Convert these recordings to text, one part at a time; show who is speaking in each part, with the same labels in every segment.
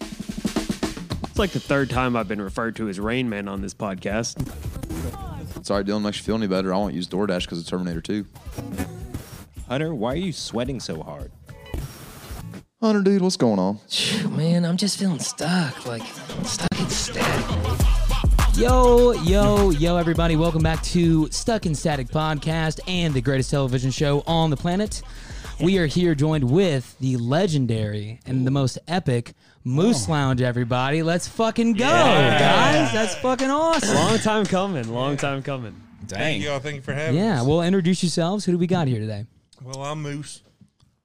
Speaker 1: It's like the third time I've been referred to as Rain Man on this podcast.
Speaker 2: Sorry, Dylan, makes you feel any better. I won't use DoorDash because of Terminator 2.
Speaker 3: Hunter, why are you sweating so hard?
Speaker 2: Hunter, dude, what's going on?
Speaker 4: Man, I'm just feeling stuck. Like, stuck in static.
Speaker 5: Yo, yo, yo, everybody. Welcome back to Stuck in Static Podcast and the greatest television show on the planet. We are here joined with the legendary and the most epic Moose Lounge, everybody. Let's fucking go, guys. That's fucking awesome.
Speaker 1: Long time coming, long time coming.
Speaker 3: Dang.
Speaker 6: Thank y'all. Thank you for having
Speaker 5: Yeah,
Speaker 6: us.
Speaker 5: well, introduce yourselves. Who do we got here today?
Speaker 6: Well, I'm Moose.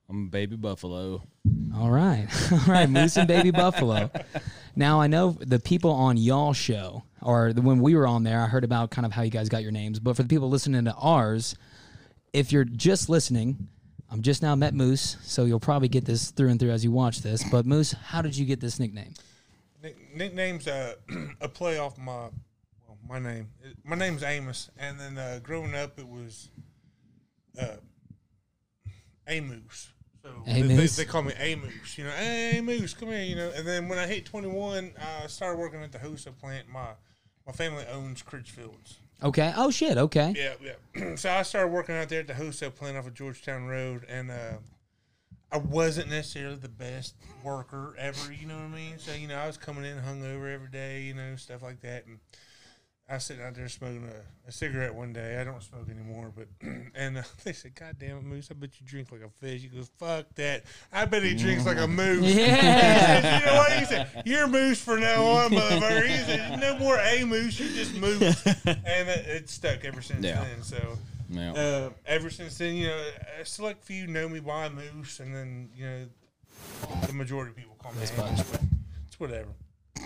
Speaker 3: I'm baby buffalo.
Speaker 5: All right. All right. Moose and Baby Buffalo. Now, I know the people on y'all show, or the, when we were on there, I heard about kind of how you guys got your names. But for the people listening to ours, if you're just listening, I'm just now met Moose, so you'll probably get this through and through as you watch this. But Moose, how did you get this nickname?
Speaker 6: Nick, nickname's uh, a play off my well, my name. It- my name's Amos, and then uh, growing up it was uh, Amos. So they-
Speaker 5: Amos?
Speaker 6: They, they call me Amos. You know, hey Moose, come here. You know, and then when I hit 21, I started working at the Hosa plant. My my family owns Critchfields.
Speaker 5: Okay. Oh, shit. Okay.
Speaker 6: Yeah, yeah. so I started working out there at the wholesale plant off of Georgetown Road, and uh, I wasn't necessarily the best worker ever. You know what I mean? So you know, I was coming in hungover every day, you know, stuff like that, and I was sitting out there smoking a, a cigarette one day. I don't smoke anymore, but and uh, they said, "God damn it, Moose! I bet you drink like a fish." He goes, "Fuck that! I bet he drinks like a moose."
Speaker 5: Yeah.
Speaker 6: He said, you know what? He said, "You're moose for now on, motherfucker." He said, "No more a moose, you just moose," and it, it stuck ever since
Speaker 3: Yeah.
Speaker 6: then. So,
Speaker 3: Yeah.
Speaker 6: uh, ever since then, you know, a select few know me by moose, and then you know, the majority of people call me moose. But it's whatever.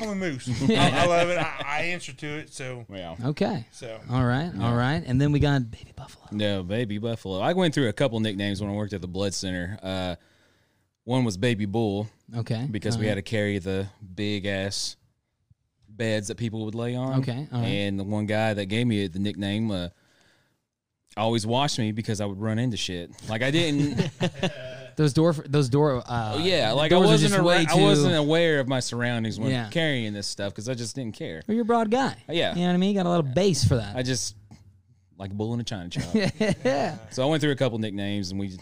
Speaker 6: I'm a moose. I, I love it. I, I answer to it. So,
Speaker 3: Well.
Speaker 5: Okay.
Speaker 6: so
Speaker 5: All right. All right. And then we got Baby Buffalo.
Speaker 3: No, baby buffalo. I went through a couple nicknames when I worked at the blood center. Uh, one was baby bull
Speaker 5: Okay.
Speaker 3: because we had to carry the big ass beds that people would lay on.
Speaker 5: Okay, all right.
Speaker 3: And the one guy that gave me the nickname uh, always watched me because I would run into shit. Like I didn't.
Speaker 5: those door, those door, uh,
Speaker 3: Oh, yeah, like I
Speaker 5: doors are
Speaker 3: wasn't.
Speaker 5: just
Speaker 3: ar-
Speaker 5: way
Speaker 3: I
Speaker 5: too-
Speaker 3: wasn't aware of my surroundings when
Speaker 5: Yeah.
Speaker 3: carrying this stuff because I just didn't care.
Speaker 5: Well, you're a broad guy.
Speaker 3: Yeah.
Speaker 5: You know what I mean? You got a lot of base for that.
Speaker 3: I just like a bull in a china shop. So I went through a couple nicknames, and we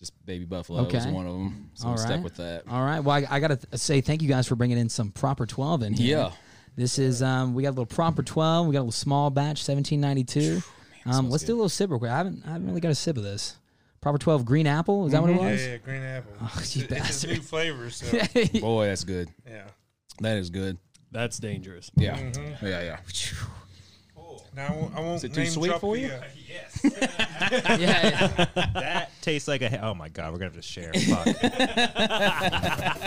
Speaker 3: just baby buffalo was
Speaker 5: Okay.
Speaker 3: one of them. So
Speaker 5: All
Speaker 3: we
Speaker 5: right.
Speaker 3: stuck with that.
Speaker 5: All right. Well, I, I got to say thank you guys for bringing in some proper 12 in here.
Speaker 3: Yeah.
Speaker 5: This is, um, we got a little proper 12. We got a little small batch, 1792. um, let's do a little sip real quick. I haven't, I haven't really got a sip of this. Proper 12 green apple. Is that what
Speaker 6: yeah,
Speaker 5: it was?
Speaker 6: yeah, green apple. it's,
Speaker 5: you
Speaker 6: a- it's a new flavor. So,
Speaker 3: Boy, that's good.
Speaker 6: yeah.
Speaker 3: That is good.
Speaker 1: That's dangerous.
Speaker 3: Yeah. Yeah. Yeah.
Speaker 6: Now I won't. I won't
Speaker 3: it too
Speaker 6: name
Speaker 3: sweet
Speaker 6: drop
Speaker 3: for
Speaker 6: the,
Speaker 3: you?
Speaker 6: uh,
Speaker 5: yeah.
Speaker 7: That tastes like a. Oh my god, we're gonna have to share.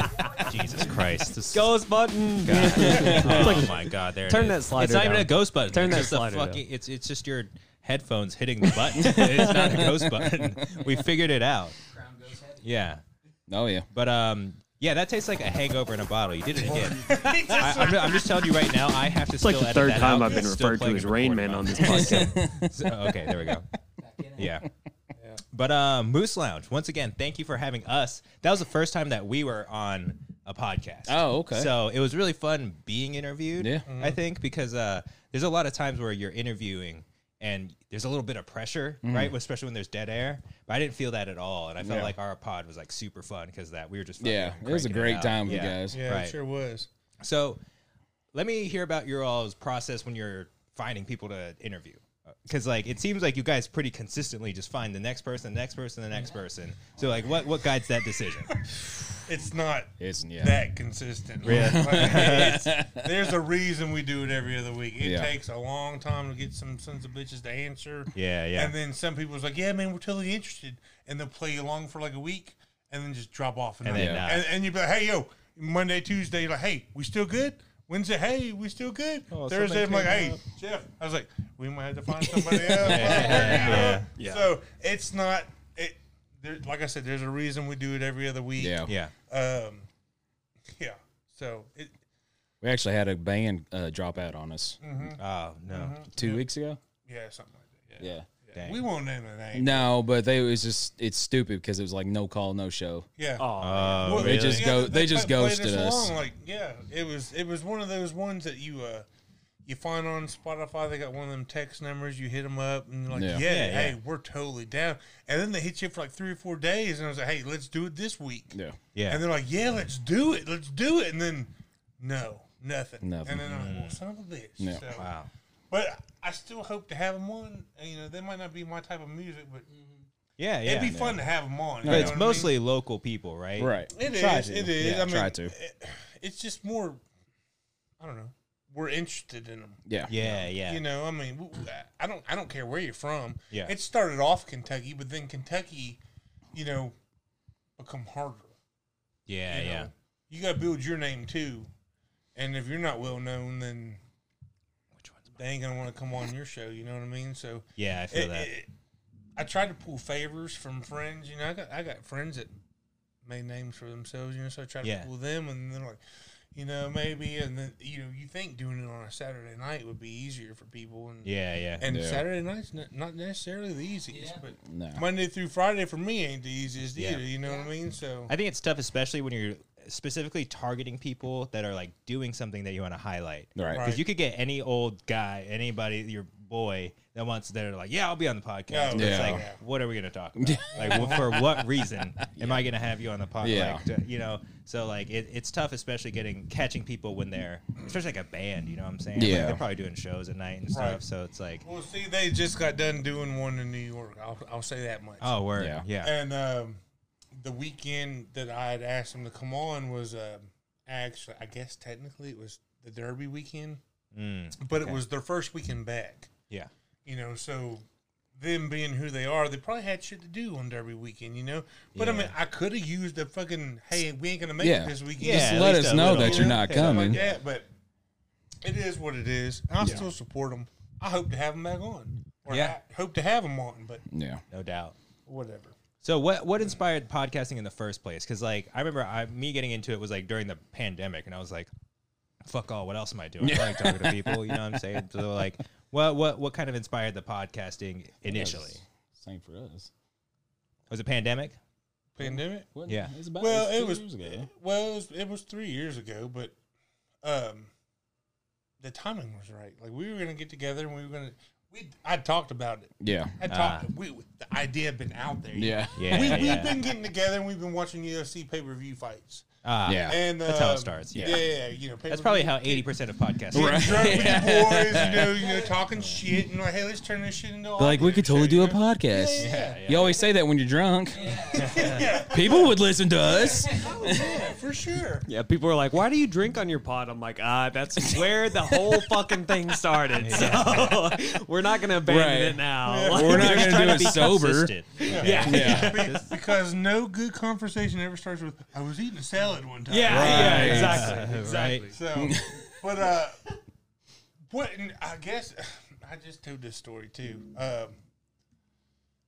Speaker 7: Fuck. Jesus Christ. This
Speaker 1: Ghost button.
Speaker 7: God. oh my god, there. it
Speaker 1: Turn
Speaker 7: is.
Speaker 1: that slider
Speaker 7: It's not even
Speaker 1: down.
Speaker 7: a ghost button.
Speaker 1: Turn
Speaker 7: it's
Speaker 1: that
Speaker 7: just a
Speaker 1: slider down.
Speaker 7: fucking- It's it's just your headphones hitting the button. it's not a ghost button. We figured it out. Yeah,
Speaker 3: Oh yeah.
Speaker 7: but um. Yeah, that tastes like a hangover in a bottle. You did it again. I, I'm, I'm just telling you right now, I have to
Speaker 1: It's like
Speaker 7: still
Speaker 1: the
Speaker 7: edit
Speaker 1: third
Speaker 7: that
Speaker 1: time
Speaker 7: out.
Speaker 1: I've been
Speaker 7: It's still
Speaker 1: referred to
Speaker 7: playing
Speaker 1: as
Speaker 7: in the
Speaker 1: Rain
Speaker 7: recording
Speaker 1: Man on
Speaker 7: button.
Speaker 1: this podcast.
Speaker 7: So- okay, there we go. Yeah. But uh, Moose Lounge, once again, thank you for having us. That was the first time that we were on a podcast.
Speaker 3: Oh, okay.
Speaker 7: So it was really fun being interviewed.
Speaker 3: Yeah.
Speaker 7: I think because uh, there's a lot of times where you're interviewing and there's a little bit of pressure, right? Especially when there's dead air. But I didn't feel that at all, and I felt
Speaker 3: Mm-hmm. Yeah.
Speaker 7: like our pod was like super fun because that we were just fucking
Speaker 3: Yeah. It was a
Speaker 7: cranking
Speaker 3: great
Speaker 7: out.
Speaker 3: time with
Speaker 7: yeah.
Speaker 3: you guys.
Speaker 6: yeah,
Speaker 7: Right.
Speaker 6: it sure was.
Speaker 7: So let me hear about your all's process when you're finding people to interview. Because like it seems like you guys pretty consistently just find the next person, the next person, the next
Speaker 6: Mm-hmm.
Speaker 7: person. So like what what guides that decision?
Speaker 6: It's not
Speaker 3: It's yeah.
Speaker 6: that consistent. Yeah. there's a reason we do it every other week. It
Speaker 3: Yeah.
Speaker 6: takes a long time to get some sons of bitches to answer.
Speaker 7: Yeah, yeah.
Speaker 6: And then some people's like, yeah, man, we're totally interested. And they'll play along for like a week and then just drop off. And,
Speaker 7: then not.
Speaker 6: and, and you'd be like, hey, yo, Monday, Tuesday, you're like, hey, we still good? Wednesday, hey, we still good. Thursday, I'm like, hey, Jeff. I was like, we might have to find somebody else.
Speaker 7: Yeah.
Speaker 1: Yeah.
Speaker 6: So it's not, it, there, like I said, there's a reason we do it every other week.
Speaker 3: Yeah.
Speaker 7: yeah.
Speaker 6: Um, yeah. So it,
Speaker 3: We actually had a band uh, drop out on us
Speaker 7: Oh no.
Speaker 3: two weeks ago.
Speaker 6: yeah, something like that.
Speaker 3: Yeah.
Speaker 7: Dang.
Speaker 6: Mm-hmm. We won't name the name.
Speaker 3: No, but they it was just it's stupid because it was like no call, no show.
Speaker 6: Yeah.
Speaker 7: Oh,
Speaker 6: Well,
Speaker 3: They just go- they just
Speaker 6: played
Speaker 3: ghosted
Speaker 6: us
Speaker 3: us.
Speaker 6: Like, yeah, it was it was one of those ones that you uh you find on Spotify. They got one of them text numbers. You hit them up and you're like,
Speaker 3: Yeah.
Speaker 6: yeah,
Speaker 7: Yeah,
Speaker 6: hey,
Speaker 7: yeah.
Speaker 6: we're totally down. And then they hit you for like three or four days, and I was like, hey, let's do it this week.
Speaker 3: Yeah.
Speaker 7: Yeah.
Speaker 6: And they're like, yeah, let's do it, let's do it. And then no, nothing,
Speaker 3: Nothing.
Speaker 6: And then I'm like, well, son of a bitch.
Speaker 3: Yeah.
Speaker 6: So,
Speaker 7: Wow.
Speaker 6: But I still hope to have them on. And, You know, they might not be my type of music, but
Speaker 7: Yeah, yeah.
Speaker 6: it'd be
Speaker 7: no.
Speaker 6: fun to have them on. you
Speaker 7: But
Speaker 6: know
Speaker 7: it's
Speaker 6: what I mean?
Speaker 7: mostly local people, right?
Speaker 3: Right.
Speaker 6: It is.
Speaker 7: Try to.
Speaker 6: It is.
Speaker 3: Yeah,
Speaker 6: I mean,
Speaker 3: try to.
Speaker 6: it- it's just more. I don't know. We're interested in them.
Speaker 3: Yeah.
Speaker 7: Yeah, yeah.
Speaker 6: You know, I mean, w- w- I don't. I don't care where you're from.
Speaker 7: Yeah.
Speaker 6: It started off Kentucky, but then Kentucky, you know, become harder.
Speaker 7: yeah,
Speaker 6: you
Speaker 7: yeah.
Speaker 6: know? You got to build your name too, and if you're not well known, then they ain't gonna want to come on your show. You know what I mean? So
Speaker 7: Yeah, I feel
Speaker 6: it-
Speaker 7: that.
Speaker 6: it- I tried to pull favors from friends. You know, I got I got friends that made names for themselves. You know, so I tried
Speaker 7: Yeah.
Speaker 6: to pull them, and then like, you know, maybe, and then you know, you think doing it on a Saturday night would be easier for people, and
Speaker 7: yeah, yeah.
Speaker 6: and
Speaker 3: Yeah.
Speaker 6: Saturday nights not, not necessarily the easiest, but
Speaker 3: No.
Speaker 6: Monday through Friday for me ain't the easiest
Speaker 7: Yeah.
Speaker 6: either. You know what I mean? So
Speaker 7: I think it's tough, especially when you're specifically targeting people that are like doing something that you want to highlight.
Speaker 3: Right.
Speaker 7: Because you could get any old guy, anybody, your boy that wants that are like, yeah, I'll be on the podcast.
Speaker 6: Yeah.
Speaker 7: But It's
Speaker 3: Yeah.
Speaker 7: like, what are we gonna talk about? like, well, for what reason am I gonna have you on the podcast?
Speaker 3: Yeah.
Speaker 7: you know. So like, it, it's tough, especially getting catching people when they're, especially like a band. You know what I'm saying? Like,
Speaker 3: Yeah.
Speaker 7: they're probably doing shows at night and stuff.
Speaker 6: Right.
Speaker 7: So it's like,
Speaker 6: well, see, they just got done doing one in New York. I'll I'll say that much.
Speaker 7: oh, we're
Speaker 3: Yeah.
Speaker 7: yeah, yeah,
Speaker 6: And um, the weekend that I had asked him to come on was um actually, I guess technically it was the Derby weekend,
Speaker 3: Mm,
Speaker 6: but it was their first weekend back.
Speaker 7: yeah.
Speaker 6: You know, so them being who they are, they probably had shit to do on Derby weekend. You know, but I mean, I could have used a fucking hey, we ain't gonna make
Speaker 3: Yeah.
Speaker 6: it this weekend.
Speaker 7: Yeah, at
Speaker 3: let
Speaker 7: least
Speaker 3: us
Speaker 7: a
Speaker 3: know
Speaker 7: little.
Speaker 3: that you're not
Speaker 7: Yeah,
Speaker 6: Something
Speaker 3: coming.
Speaker 6: like that, but it is what it is. I still support them. I hope to have them back on. Or
Speaker 7: Yeah.
Speaker 6: I hope to have them on, but
Speaker 3: Yeah.
Speaker 7: No doubt.
Speaker 6: whatever.
Speaker 7: So what what inspired podcasting in the first place? Because like I remember I, me getting into it was like during the pandemic, and I was like, "Fuck all! What else am I doing? I like talking to people. You know what I'm saying?" So like, what what what kind of inspired the podcasting initially?
Speaker 3: Same for us.
Speaker 7: Was it pandemic?
Speaker 6: Pandemic.
Speaker 3: What?
Speaker 7: Yeah.
Speaker 3: It's about
Speaker 6: Well,
Speaker 3: it's two
Speaker 6: it was
Speaker 3: years ago.
Speaker 6: well, it was, it was three years ago, but um, the timing was right. Like we were gonna get together and we were gonna we I talked about it.
Speaker 3: Yeah.
Speaker 6: I talked. we the idea had been out there.
Speaker 3: Yeah.
Speaker 7: Yeah,
Speaker 6: we,
Speaker 7: yeah.
Speaker 6: we've been getting together and we've been watching UFC pay per view fights.
Speaker 7: Ah,
Speaker 3: Yeah.
Speaker 6: And
Speaker 7: That's how it
Speaker 6: um,
Speaker 7: starts, yeah.
Speaker 6: yeah, yeah, you know,
Speaker 7: That's probably how eighty percent of podcasts. Are.
Speaker 6: Drunk with your boys, you know, you know, talking shit and like, hey, let's turn this shit into.
Speaker 3: But, like we could totally do a podcast.
Speaker 6: Yeah,
Speaker 3: You always say that when you're drunk. People would listen to us.
Speaker 6: Oh, yeah, for sure.
Speaker 1: Yeah, people are like, "Why do you drink on your pod?" I'm like, "Ah, that's where the whole fucking thing started." So we're not gonna abandon
Speaker 3: Right.
Speaker 1: it now.
Speaker 6: Yeah.
Speaker 1: Like,
Speaker 3: We're not
Speaker 1: just
Speaker 3: gonna
Speaker 1: trying
Speaker 3: do
Speaker 1: to
Speaker 3: it
Speaker 1: be
Speaker 3: sober.
Speaker 7: Consistent. Okay.
Speaker 1: Yeah.
Speaker 3: Yeah.
Speaker 6: Be- because no good conversation ever starts with "I was eating a salad one time."
Speaker 1: Yeah,
Speaker 3: Right.
Speaker 1: yeah, exactly,
Speaker 7: Right.
Speaker 1: exactly.
Speaker 6: So, but uh, what? And I guess I just told this story too. Um,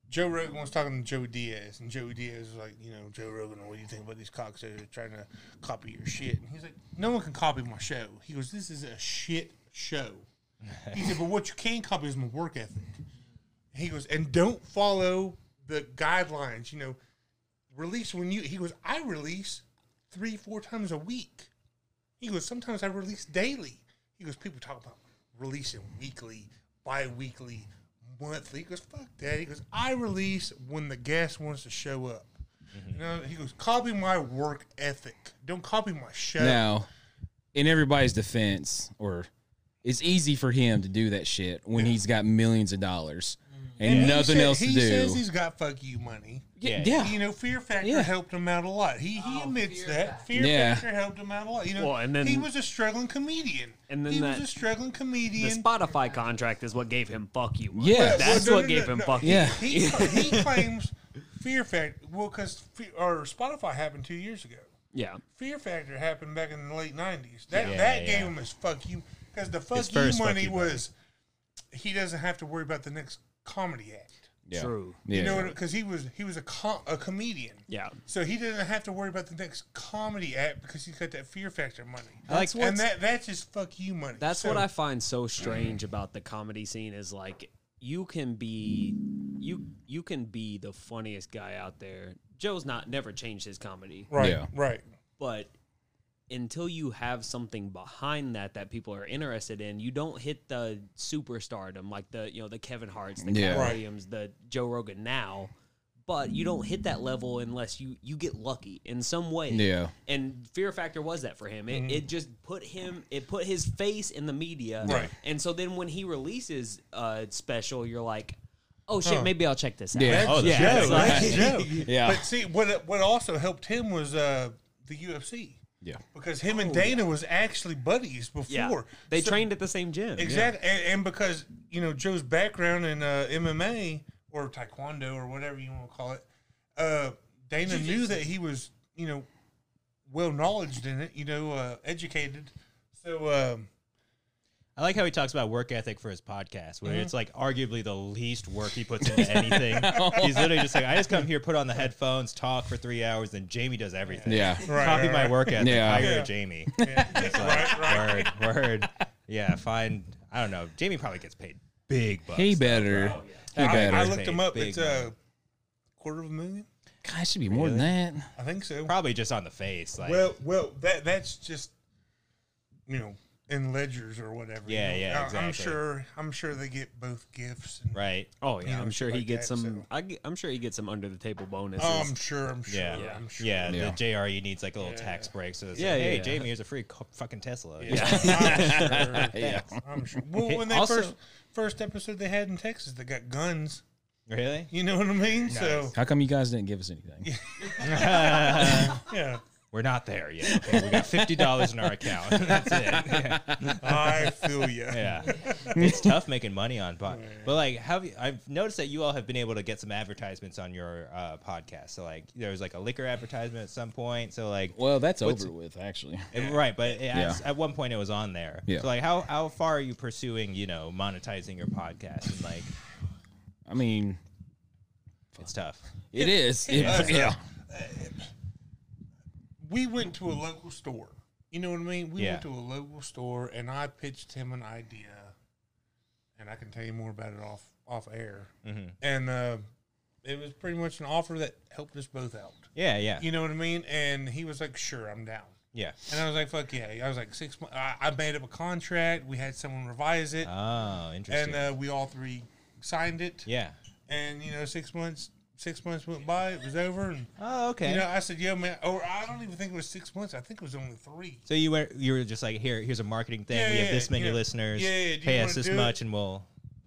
Speaker 6: Joe Rogan was talking to Joe Diaz, and Joe Diaz was like, you know, Joe Rogan, what do you think about these cocks that are trying to copy your shit? And he's like, no one can copy my show. He goes, this is a shit show. He said, but what you can copy is my work ethic. He goes, and don't follow the guidelines. You know, release when you. He goes, I release three, four times a week. He goes, sometimes I release daily. He goes, people talk about releasing weekly, bi weekly, monthly. He goes, fuck that. He goes, I release when the guest wants to show up. You know, he goes, copy my work ethic. Don't copy my show.
Speaker 3: Now, in everybody's defense, or it's easy for him to do that shit when he's got millions of dollars and,
Speaker 6: He
Speaker 3: nothing
Speaker 6: said-
Speaker 3: else to
Speaker 6: he says
Speaker 3: do.
Speaker 6: he's got fuck you money.
Speaker 3: Yeah,
Speaker 7: Yeah.
Speaker 6: You know, Fear Factor
Speaker 3: Yeah.
Speaker 6: helped him out a lot. He he admits that. Oh, Fear
Speaker 3: Yeah.
Speaker 6: Factor helped him out a lot. You know,
Speaker 1: Well, and then-
Speaker 6: he was a struggling comedian.
Speaker 1: And then
Speaker 6: he
Speaker 1: that-
Speaker 6: was a struggling
Speaker 1: The
Speaker 6: comedian.
Speaker 1: Spotify contract is what gave him "fuck you." money.
Speaker 3: Yes.
Speaker 1: that's
Speaker 6: Well, no,
Speaker 1: what
Speaker 6: no,
Speaker 1: gave
Speaker 6: no,
Speaker 1: him
Speaker 6: no.
Speaker 1: "fuck you."
Speaker 3: Yeah.
Speaker 6: he, he claims Fear Factor. Well, because or Spotify happened two years ago.
Speaker 1: Yeah,
Speaker 6: Fear Factor happened back in the late nineties. That
Speaker 7: Yeah,
Speaker 6: that
Speaker 7: yeah.
Speaker 6: gave him his fuck you because the fuck
Speaker 7: His
Speaker 6: you
Speaker 7: first fuck
Speaker 6: money
Speaker 7: you money.
Speaker 6: was he doesn't have to worry about the next comedy act.
Speaker 3: Yeah.
Speaker 1: True.
Speaker 3: Yeah.
Speaker 6: You know, because he was he was a com- a comedian.
Speaker 1: yeah.
Speaker 6: So he doesn't have to worry about the next comedy act because he's got that Fear Factor money.
Speaker 1: That's what's-
Speaker 6: and that that's just fuck you money.
Speaker 1: That's
Speaker 6: So-
Speaker 1: what I find so strange about the comedy scene is like you can be you you can be the funniest guy out there. Joe's not never changed his comedy,
Speaker 6: Right.
Speaker 3: Yeah.
Speaker 6: Right.
Speaker 1: but until you have something behind that that people are interested in, you don't hit the superstardom like the you know the Kevin Hart's, the
Speaker 3: Yeah.
Speaker 1: Cat
Speaker 6: Right.
Speaker 1: Williams, the Joe Rogan now. But you don't hit that level unless you you get lucky in some way.
Speaker 3: Yeah.
Speaker 1: And Fear Factor was that for him. It,
Speaker 6: Mm-hmm.
Speaker 1: it just put him it put his face in the media.
Speaker 6: Right.
Speaker 1: And so then when he releases a special, you're like, oh shit,
Speaker 6: Huh.
Speaker 1: maybe I'll check this out.
Speaker 3: Yeah.
Speaker 6: That's
Speaker 3: Oh,
Speaker 6: Joe.
Speaker 3: yeah.
Speaker 6: That's Joe.
Speaker 3: Yeah.
Speaker 6: But see, what what also helped him was uh, the UFC
Speaker 3: Yeah.
Speaker 6: because him and Dana was actually buddies before.
Speaker 1: Yeah. They
Speaker 6: So-
Speaker 1: trained at the same gym.
Speaker 6: Exactly, and, and because you know Joe's background in uh, MMA or Taekwondo or whatever you want to call it, uh, Dana knew that he was you know well knowledged in it, you know, uh, educated. So um,
Speaker 7: I like how he talks about work ethic for his podcast, where
Speaker 6: Mm-hmm.
Speaker 7: it's like arguably the least work he puts into anything. He's literally just like, I just come here, put on the headphones, talk for three hours, and Jamie does everything.
Speaker 3: Yeah.
Speaker 6: Right,
Speaker 7: Copy
Speaker 6: right,
Speaker 7: my
Speaker 6: right.
Speaker 7: work ethic.
Speaker 3: Yeah.
Speaker 7: Hire
Speaker 6: Yeah.
Speaker 7: Jamie.
Speaker 6: yeah, right, right.
Speaker 7: Word, word. Yeah, fine. I don't know. Jamie probably gets paid big bucks.
Speaker 3: He better. He
Speaker 6: I,
Speaker 3: better.
Speaker 6: I looked him up.
Speaker 7: Big
Speaker 6: It's a quarter of a million.
Speaker 3: God, it should be more than that.
Speaker 6: I think so.
Speaker 7: Probably just on the face. Like,
Speaker 6: Well, well, that that's just you know in ledgers or whatever. you
Speaker 7: Yeah,
Speaker 6: know.
Speaker 7: yeah,
Speaker 6: I- I'm
Speaker 7: exactly.
Speaker 6: sure. I'm sure they get both gifts. And,
Speaker 7: right.
Speaker 1: Oh yeah,
Speaker 6: You know,
Speaker 1: I'm sure
Speaker 6: shit
Speaker 1: he
Speaker 6: like
Speaker 1: gets
Speaker 6: that,
Speaker 1: some.
Speaker 6: so-
Speaker 1: I, ge- I'm sure he gets some under the table bonuses.
Speaker 6: Oh, I'm sure. I'm sure.
Speaker 7: Yeah.
Speaker 6: I'm sure.
Speaker 7: Yeah,
Speaker 3: Yeah.
Speaker 7: the JRE needs like a little tax break. So it's
Speaker 1: Yeah,
Speaker 7: like,
Speaker 1: yeah,
Speaker 7: hey,
Speaker 1: yeah.
Speaker 7: Jamie, here's a free co- fucking Tesla.
Speaker 6: I'm sure.
Speaker 3: Yeah.
Speaker 6: I'm sure. Well, when that
Speaker 3: also-
Speaker 6: first first episode they had in Texas, they got guns.
Speaker 7: Really?
Speaker 6: You know what I mean? So
Speaker 3: How come you guys didn't give us anything?
Speaker 6: yeah,
Speaker 7: We're not there yet. Okay, we got fifty dollars in our account. That's it. Yeah.
Speaker 6: I feel you.
Speaker 7: Yeah. it's tough making money on pod. But like, have you, I've noticed that you all have been able to get some advertisements on your uh, podcast. So like, there was like a liquor advertisement at some point. So like,
Speaker 3: Well, that's
Speaker 7: What's-
Speaker 3: over with, actually.
Speaker 7: it- right? But it, at, at one point, it was on there.
Speaker 3: Yeah.
Speaker 7: So like, how how far are you pursuing? You know, monetizing your podcast and like,
Speaker 3: I mean,
Speaker 7: it's tough.
Speaker 3: it is. It-
Speaker 7: Yeah.
Speaker 3: yeah.
Speaker 6: Uh, We went to a local store. You know what I mean? We
Speaker 7: Yeah.
Speaker 6: went to a local store, and I pitched him an idea, and I can tell you more about it off off air. And uh, it was pretty much an offer that helped us both out.
Speaker 7: Yeah, yeah,
Speaker 6: You know what I mean? And he was like, "Sure, I'm down."
Speaker 7: yeah.
Speaker 6: And uh, I was like, "Fuck yeah!" I was like, six months. I, I made up a contract. We had someone revise it,
Speaker 7: Oh, interesting.
Speaker 6: and uh, we all three signed it.
Speaker 7: yeah.
Speaker 6: And you know, six months, six months went by. It was over, and
Speaker 7: Oh, okay.
Speaker 6: you know, I said, "Yo, man," or I don't even think it was six months. I think it was only three.
Speaker 7: so you were you were just like, here, here's a marketing thing.
Speaker 6: Yeah,
Speaker 7: we have
Speaker 6: yeah,
Speaker 7: this many
Speaker 6: yeah.
Speaker 7: listeners.
Speaker 6: Yeah, yeah, do you
Speaker 7: Pay
Speaker 6: wanna
Speaker 7: us this
Speaker 6: do it?
Speaker 7: much, and we'll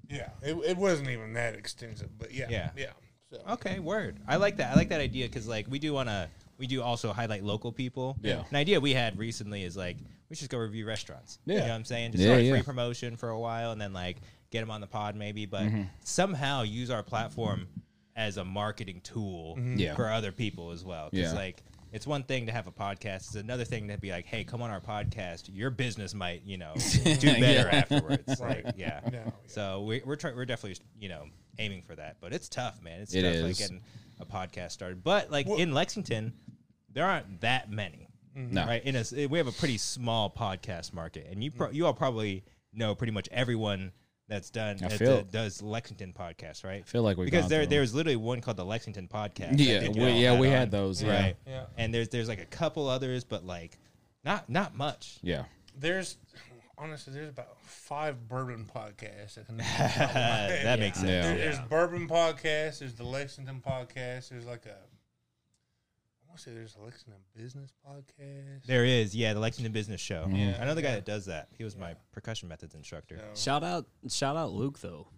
Speaker 6: Yeah, it, it wasn't even that extensive, but yeah,
Speaker 7: Yeah. Oh.
Speaker 6: yeah. So
Speaker 7: Okay, word. I like that. I like that idea because like we do want to, we do also highlight local people.
Speaker 3: Yeah.
Speaker 7: An idea we had recently is like we should go review restaurants. You
Speaker 3: Yeah.
Speaker 7: know what I'm saying? Just
Speaker 3: Yeah,
Speaker 7: like
Speaker 3: yeah.
Speaker 7: free promotion for a while and then like get them on the pod maybe, but
Speaker 3: Mm-hmm.
Speaker 7: somehow use our platform as a marketing tool
Speaker 3: Mm-hmm. Yeah.
Speaker 7: for other people as well. Because
Speaker 3: Yeah.
Speaker 7: like it's one thing to have a podcast. It's another thing to be like, hey, come on our podcast. Your business might, you know, do better afterwards.
Speaker 6: Right.
Speaker 7: Like, yeah.
Speaker 6: No, yeah.
Speaker 7: So we, we're try- we're definitely you know aiming for that, but it's tough, man. It's
Speaker 3: It
Speaker 7: tough
Speaker 3: is.
Speaker 7: like getting a podcast started. But like in Lexington, there aren't that many.
Speaker 3: No.
Speaker 7: Right? In a, s- we have a pretty small podcast market, and you pro- you all probably know pretty much everyone that's done that
Speaker 3: feel-
Speaker 7: that does Lexington podcasts, right? I
Speaker 3: feel like we've
Speaker 7: because
Speaker 3: gone
Speaker 7: there
Speaker 3: through
Speaker 7: there was literally one called the Lexington podcast. that
Speaker 3: Yeah.
Speaker 7: did
Speaker 3: We,
Speaker 7: well
Speaker 3: yeah. We
Speaker 7: on-
Speaker 3: had those. Yeah.
Speaker 7: right.
Speaker 6: Yeah.
Speaker 7: And there's there's like a couple others, but like not not much.
Speaker 3: Yeah.
Speaker 6: there's honestly there's about five bourbon podcasts. I can name off the top of my head.
Speaker 7: that makes sense.
Speaker 3: Yeah.
Speaker 6: There- There's bourbon podcast. There's the Lexington podcast. There's like a I want to say there's a Lexington business podcast.
Speaker 7: There is, yeah, the Lexington Business Show. I know the guy that does that. He was my percussion methods instructor.
Speaker 6: Oh.
Speaker 1: Shout out, shout out Luke though.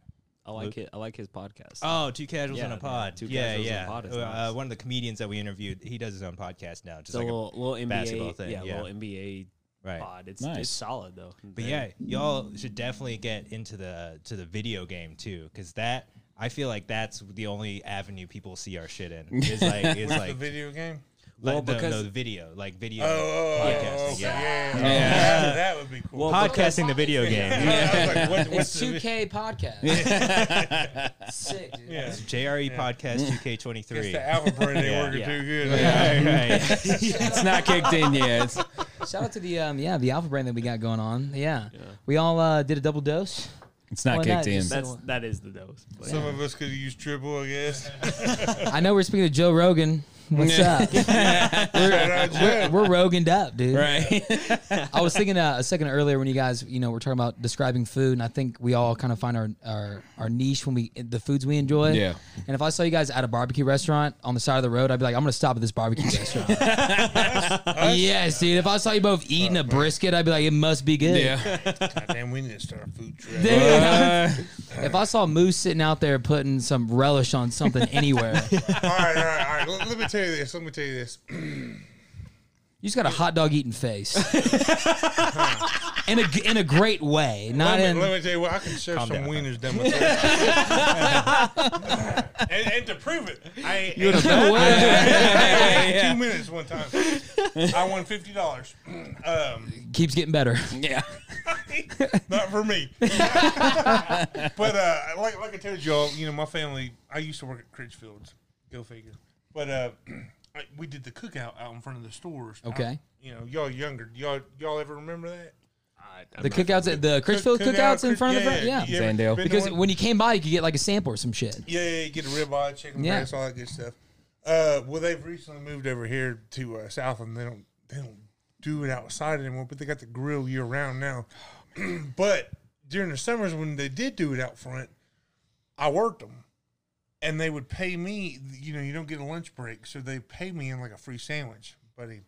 Speaker 1: I like it. I like his podcast.
Speaker 7: Oh, two casuals on
Speaker 1: Yeah, yeah,
Speaker 7: a pod.
Speaker 1: Two
Speaker 7: yeah,
Speaker 1: Casuals on a
Speaker 7: yeah.
Speaker 1: Pod is
Speaker 7: Uh,
Speaker 1: nice.
Speaker 7: One of the comedians that we interviewed, he does his own podcast now, just
Speaker 1: it's a
Speaker 7: like a,
Speaker 1: little, little NBA,
Speaker 7: basketball thing,
Speaker 1: yeah,
Speaker 7: yeah.
Speaker 1: little NBA
Speaker 7: right.
Speaker 1: pod. It's
Speaker 3: Nice.
Speaker 1: it's solid though.
Speaker 7: But yeah, y'all should definitely get into the to the video game too, because that I feel like that's the only avenue people see our shit in. Is like is
Speaker 6: Where's
Speaker 7: like
Speaker 6: the video game?
Speaker 7: like
Speaker 1: Well,
Speaker 7: the,
Speaker 1: because-
Speaker 7: the video, like video
Speaker 6: Oh, oh, oh,
Speaker 7: podcasting.
Speaker 6: oh, okay. yeah,
Speaker 7: yeah.
Speaker 6: yeah, yeah. That, that would be cool.
Speaker 1: Well,
Speaker 7: Podcasting the video game. Yeah.
Speaker 6: I was like, what- what's
Speaker 4: It's
Speaker 6: the-
Speaker 4: 2K podcast. Sick, dude.
Speaker 6: yeah.
Speaker 7: JRE E Podcast 2K23.
Speaker 6: It's the Alpha brain ain't
Speaker 7: Yeah.
Speaker 6: working
Speaker 1: Yeah.
Speaker 6: too good.
Speaker 7: Right, right.
Speaker 3: It's not kicked in yet. It's-
Speaker 5: Shout out to the um, yeah the Alpha Brain that we got going on. Yeah, we all uh, did a double dose.
Speaker 3: It's not
Speaker 5: Why
Speaker 3: kicked
Speaker 5: not?
Speaker 3: in.
Speaker 5: Just-
Speaker 1: That's that is the dose. But
Speaker 6: Some of us could use triple, I guess.
Speaker 5: I know we're speaking to Joe Rogan. What's up?
Speaker 6: Shout out
Speaker 5: we're,
Speaker 6: Joe.
Speaker 5: we're Roganed up, dude.
Speaker 3: right.
Speaker 5: I was thinking uh, a second earlier when you guys, you know, were talking about describing food, and I think we all kind of find our, our our niche when we the foods we enjoy.
Speaker 3: Yeah.
Speaker 5: And if I saw you guys at a barbecue restaurant on the side of the road, I'd be like, I'm gonna stop at this barbecue restaurant. yes, dude. If I saw you both eating a brisket, I'd be like, it must be good.
Speaker 3: Yeah.
Speaker 6: Goddamn, we need to start a food truck.
Speaker 5: Dude,
Speaker 3: Uh,
Speaker 5: if I saw Moose sitting out there putting some relish on something anywhere, you
Speaker 6: all right, all right, all right. Let, let me tell you this. Let me tell you this.
Speaker 5: just got a hot dog eating face. in a in a great way, not
Speaker 6: Let
Speaker 5: in.
Speaker 6: me, let me tell you what. I can shove some
Speaker 7: down.
Speaker 6: wieners down my throat. and, and to prove it, I ain't ate two minutes one time. I won fifty dollars. Um,
Speaker 5: Keeps getting better.
Speaker 3: yeah.
Speaker 6: not for me. but uh, like like I told y'all, you know, my family. I used to work at Critchfield's. Go figure. But uh, I- we did the cookout out in front of the stores.
Speaker 5: Okay.
Speaker 6: I- you know, y'all younger. Y'all y'all ever remember that?
Speaker 5: The cookouts, at the Critchfield
Speaker 6: Cook-
Speaker 5: cookouts in
Speaker 6: Crit-
Speaker 5: front of the front, yeah.
Speaker 6: you ever
Speaker 3: Zandale.
Speaker 6: been to
Speaker 5: Because
Speaker 6: one?
Speaker 5: when you came by, you could get like a sample or some shit.
Speaker 6: Yeah, yeah, you get a ribeye, chicken
Speaker 5: Yeah.
Speaker 6: breast, all that good stuff. Uh, well, they've recently moved over here to uh, Southland. They don't they don't do it outside anymore, but they got the grill year round now. but during the summers when they did do it out front, I worked them, and they would pay me. You know, you don't get a lunch break, so they pay me in like a free sandwich, buddy.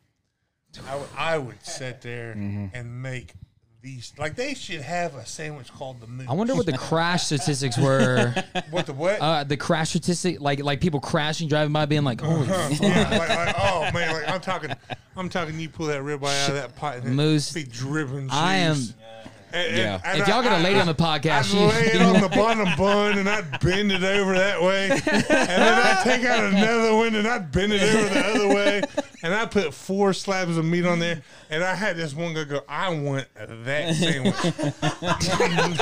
Speaker 6: I would- I would sit there
Speaker 5: Mm-hmm.
Speaker 6: and make these like they should have a sandwich called the moose.
Speaker 5: I wonder what the crash statistics were.
Speaker 6: what the what
Speaker 5: Uh, the crash statistic, like like people crashing, driving by, being like, "Holy
Speaker 6: Huh, yeah, like, like, oh man, like I'm talking, I'm talking. You pull that ribeye out of that pot, and it
Speaker 5: Moose,
Speaker 6: be dripping.
Speaker 5: I am-
Speaker 6: juice. And- and-
Speaker 3: Yeah.
Speaker 6: and
Speaker 5: If y'all
Speaker 6: I-
Speaker 5: get a
Speaker 6: I-
Speaker 5: lady on
Speaker 6: I-
Speaker 5: the podcast,
Speaker 6: I'd
Speaker 5: she-
Speaker 6: lay it on the bottom bun and I'd bend it over that way, and then I'd take out another one and I'd bend it over the other way, and I put four slabs of meat on there, and I had this one guy go, "I want that sandwich."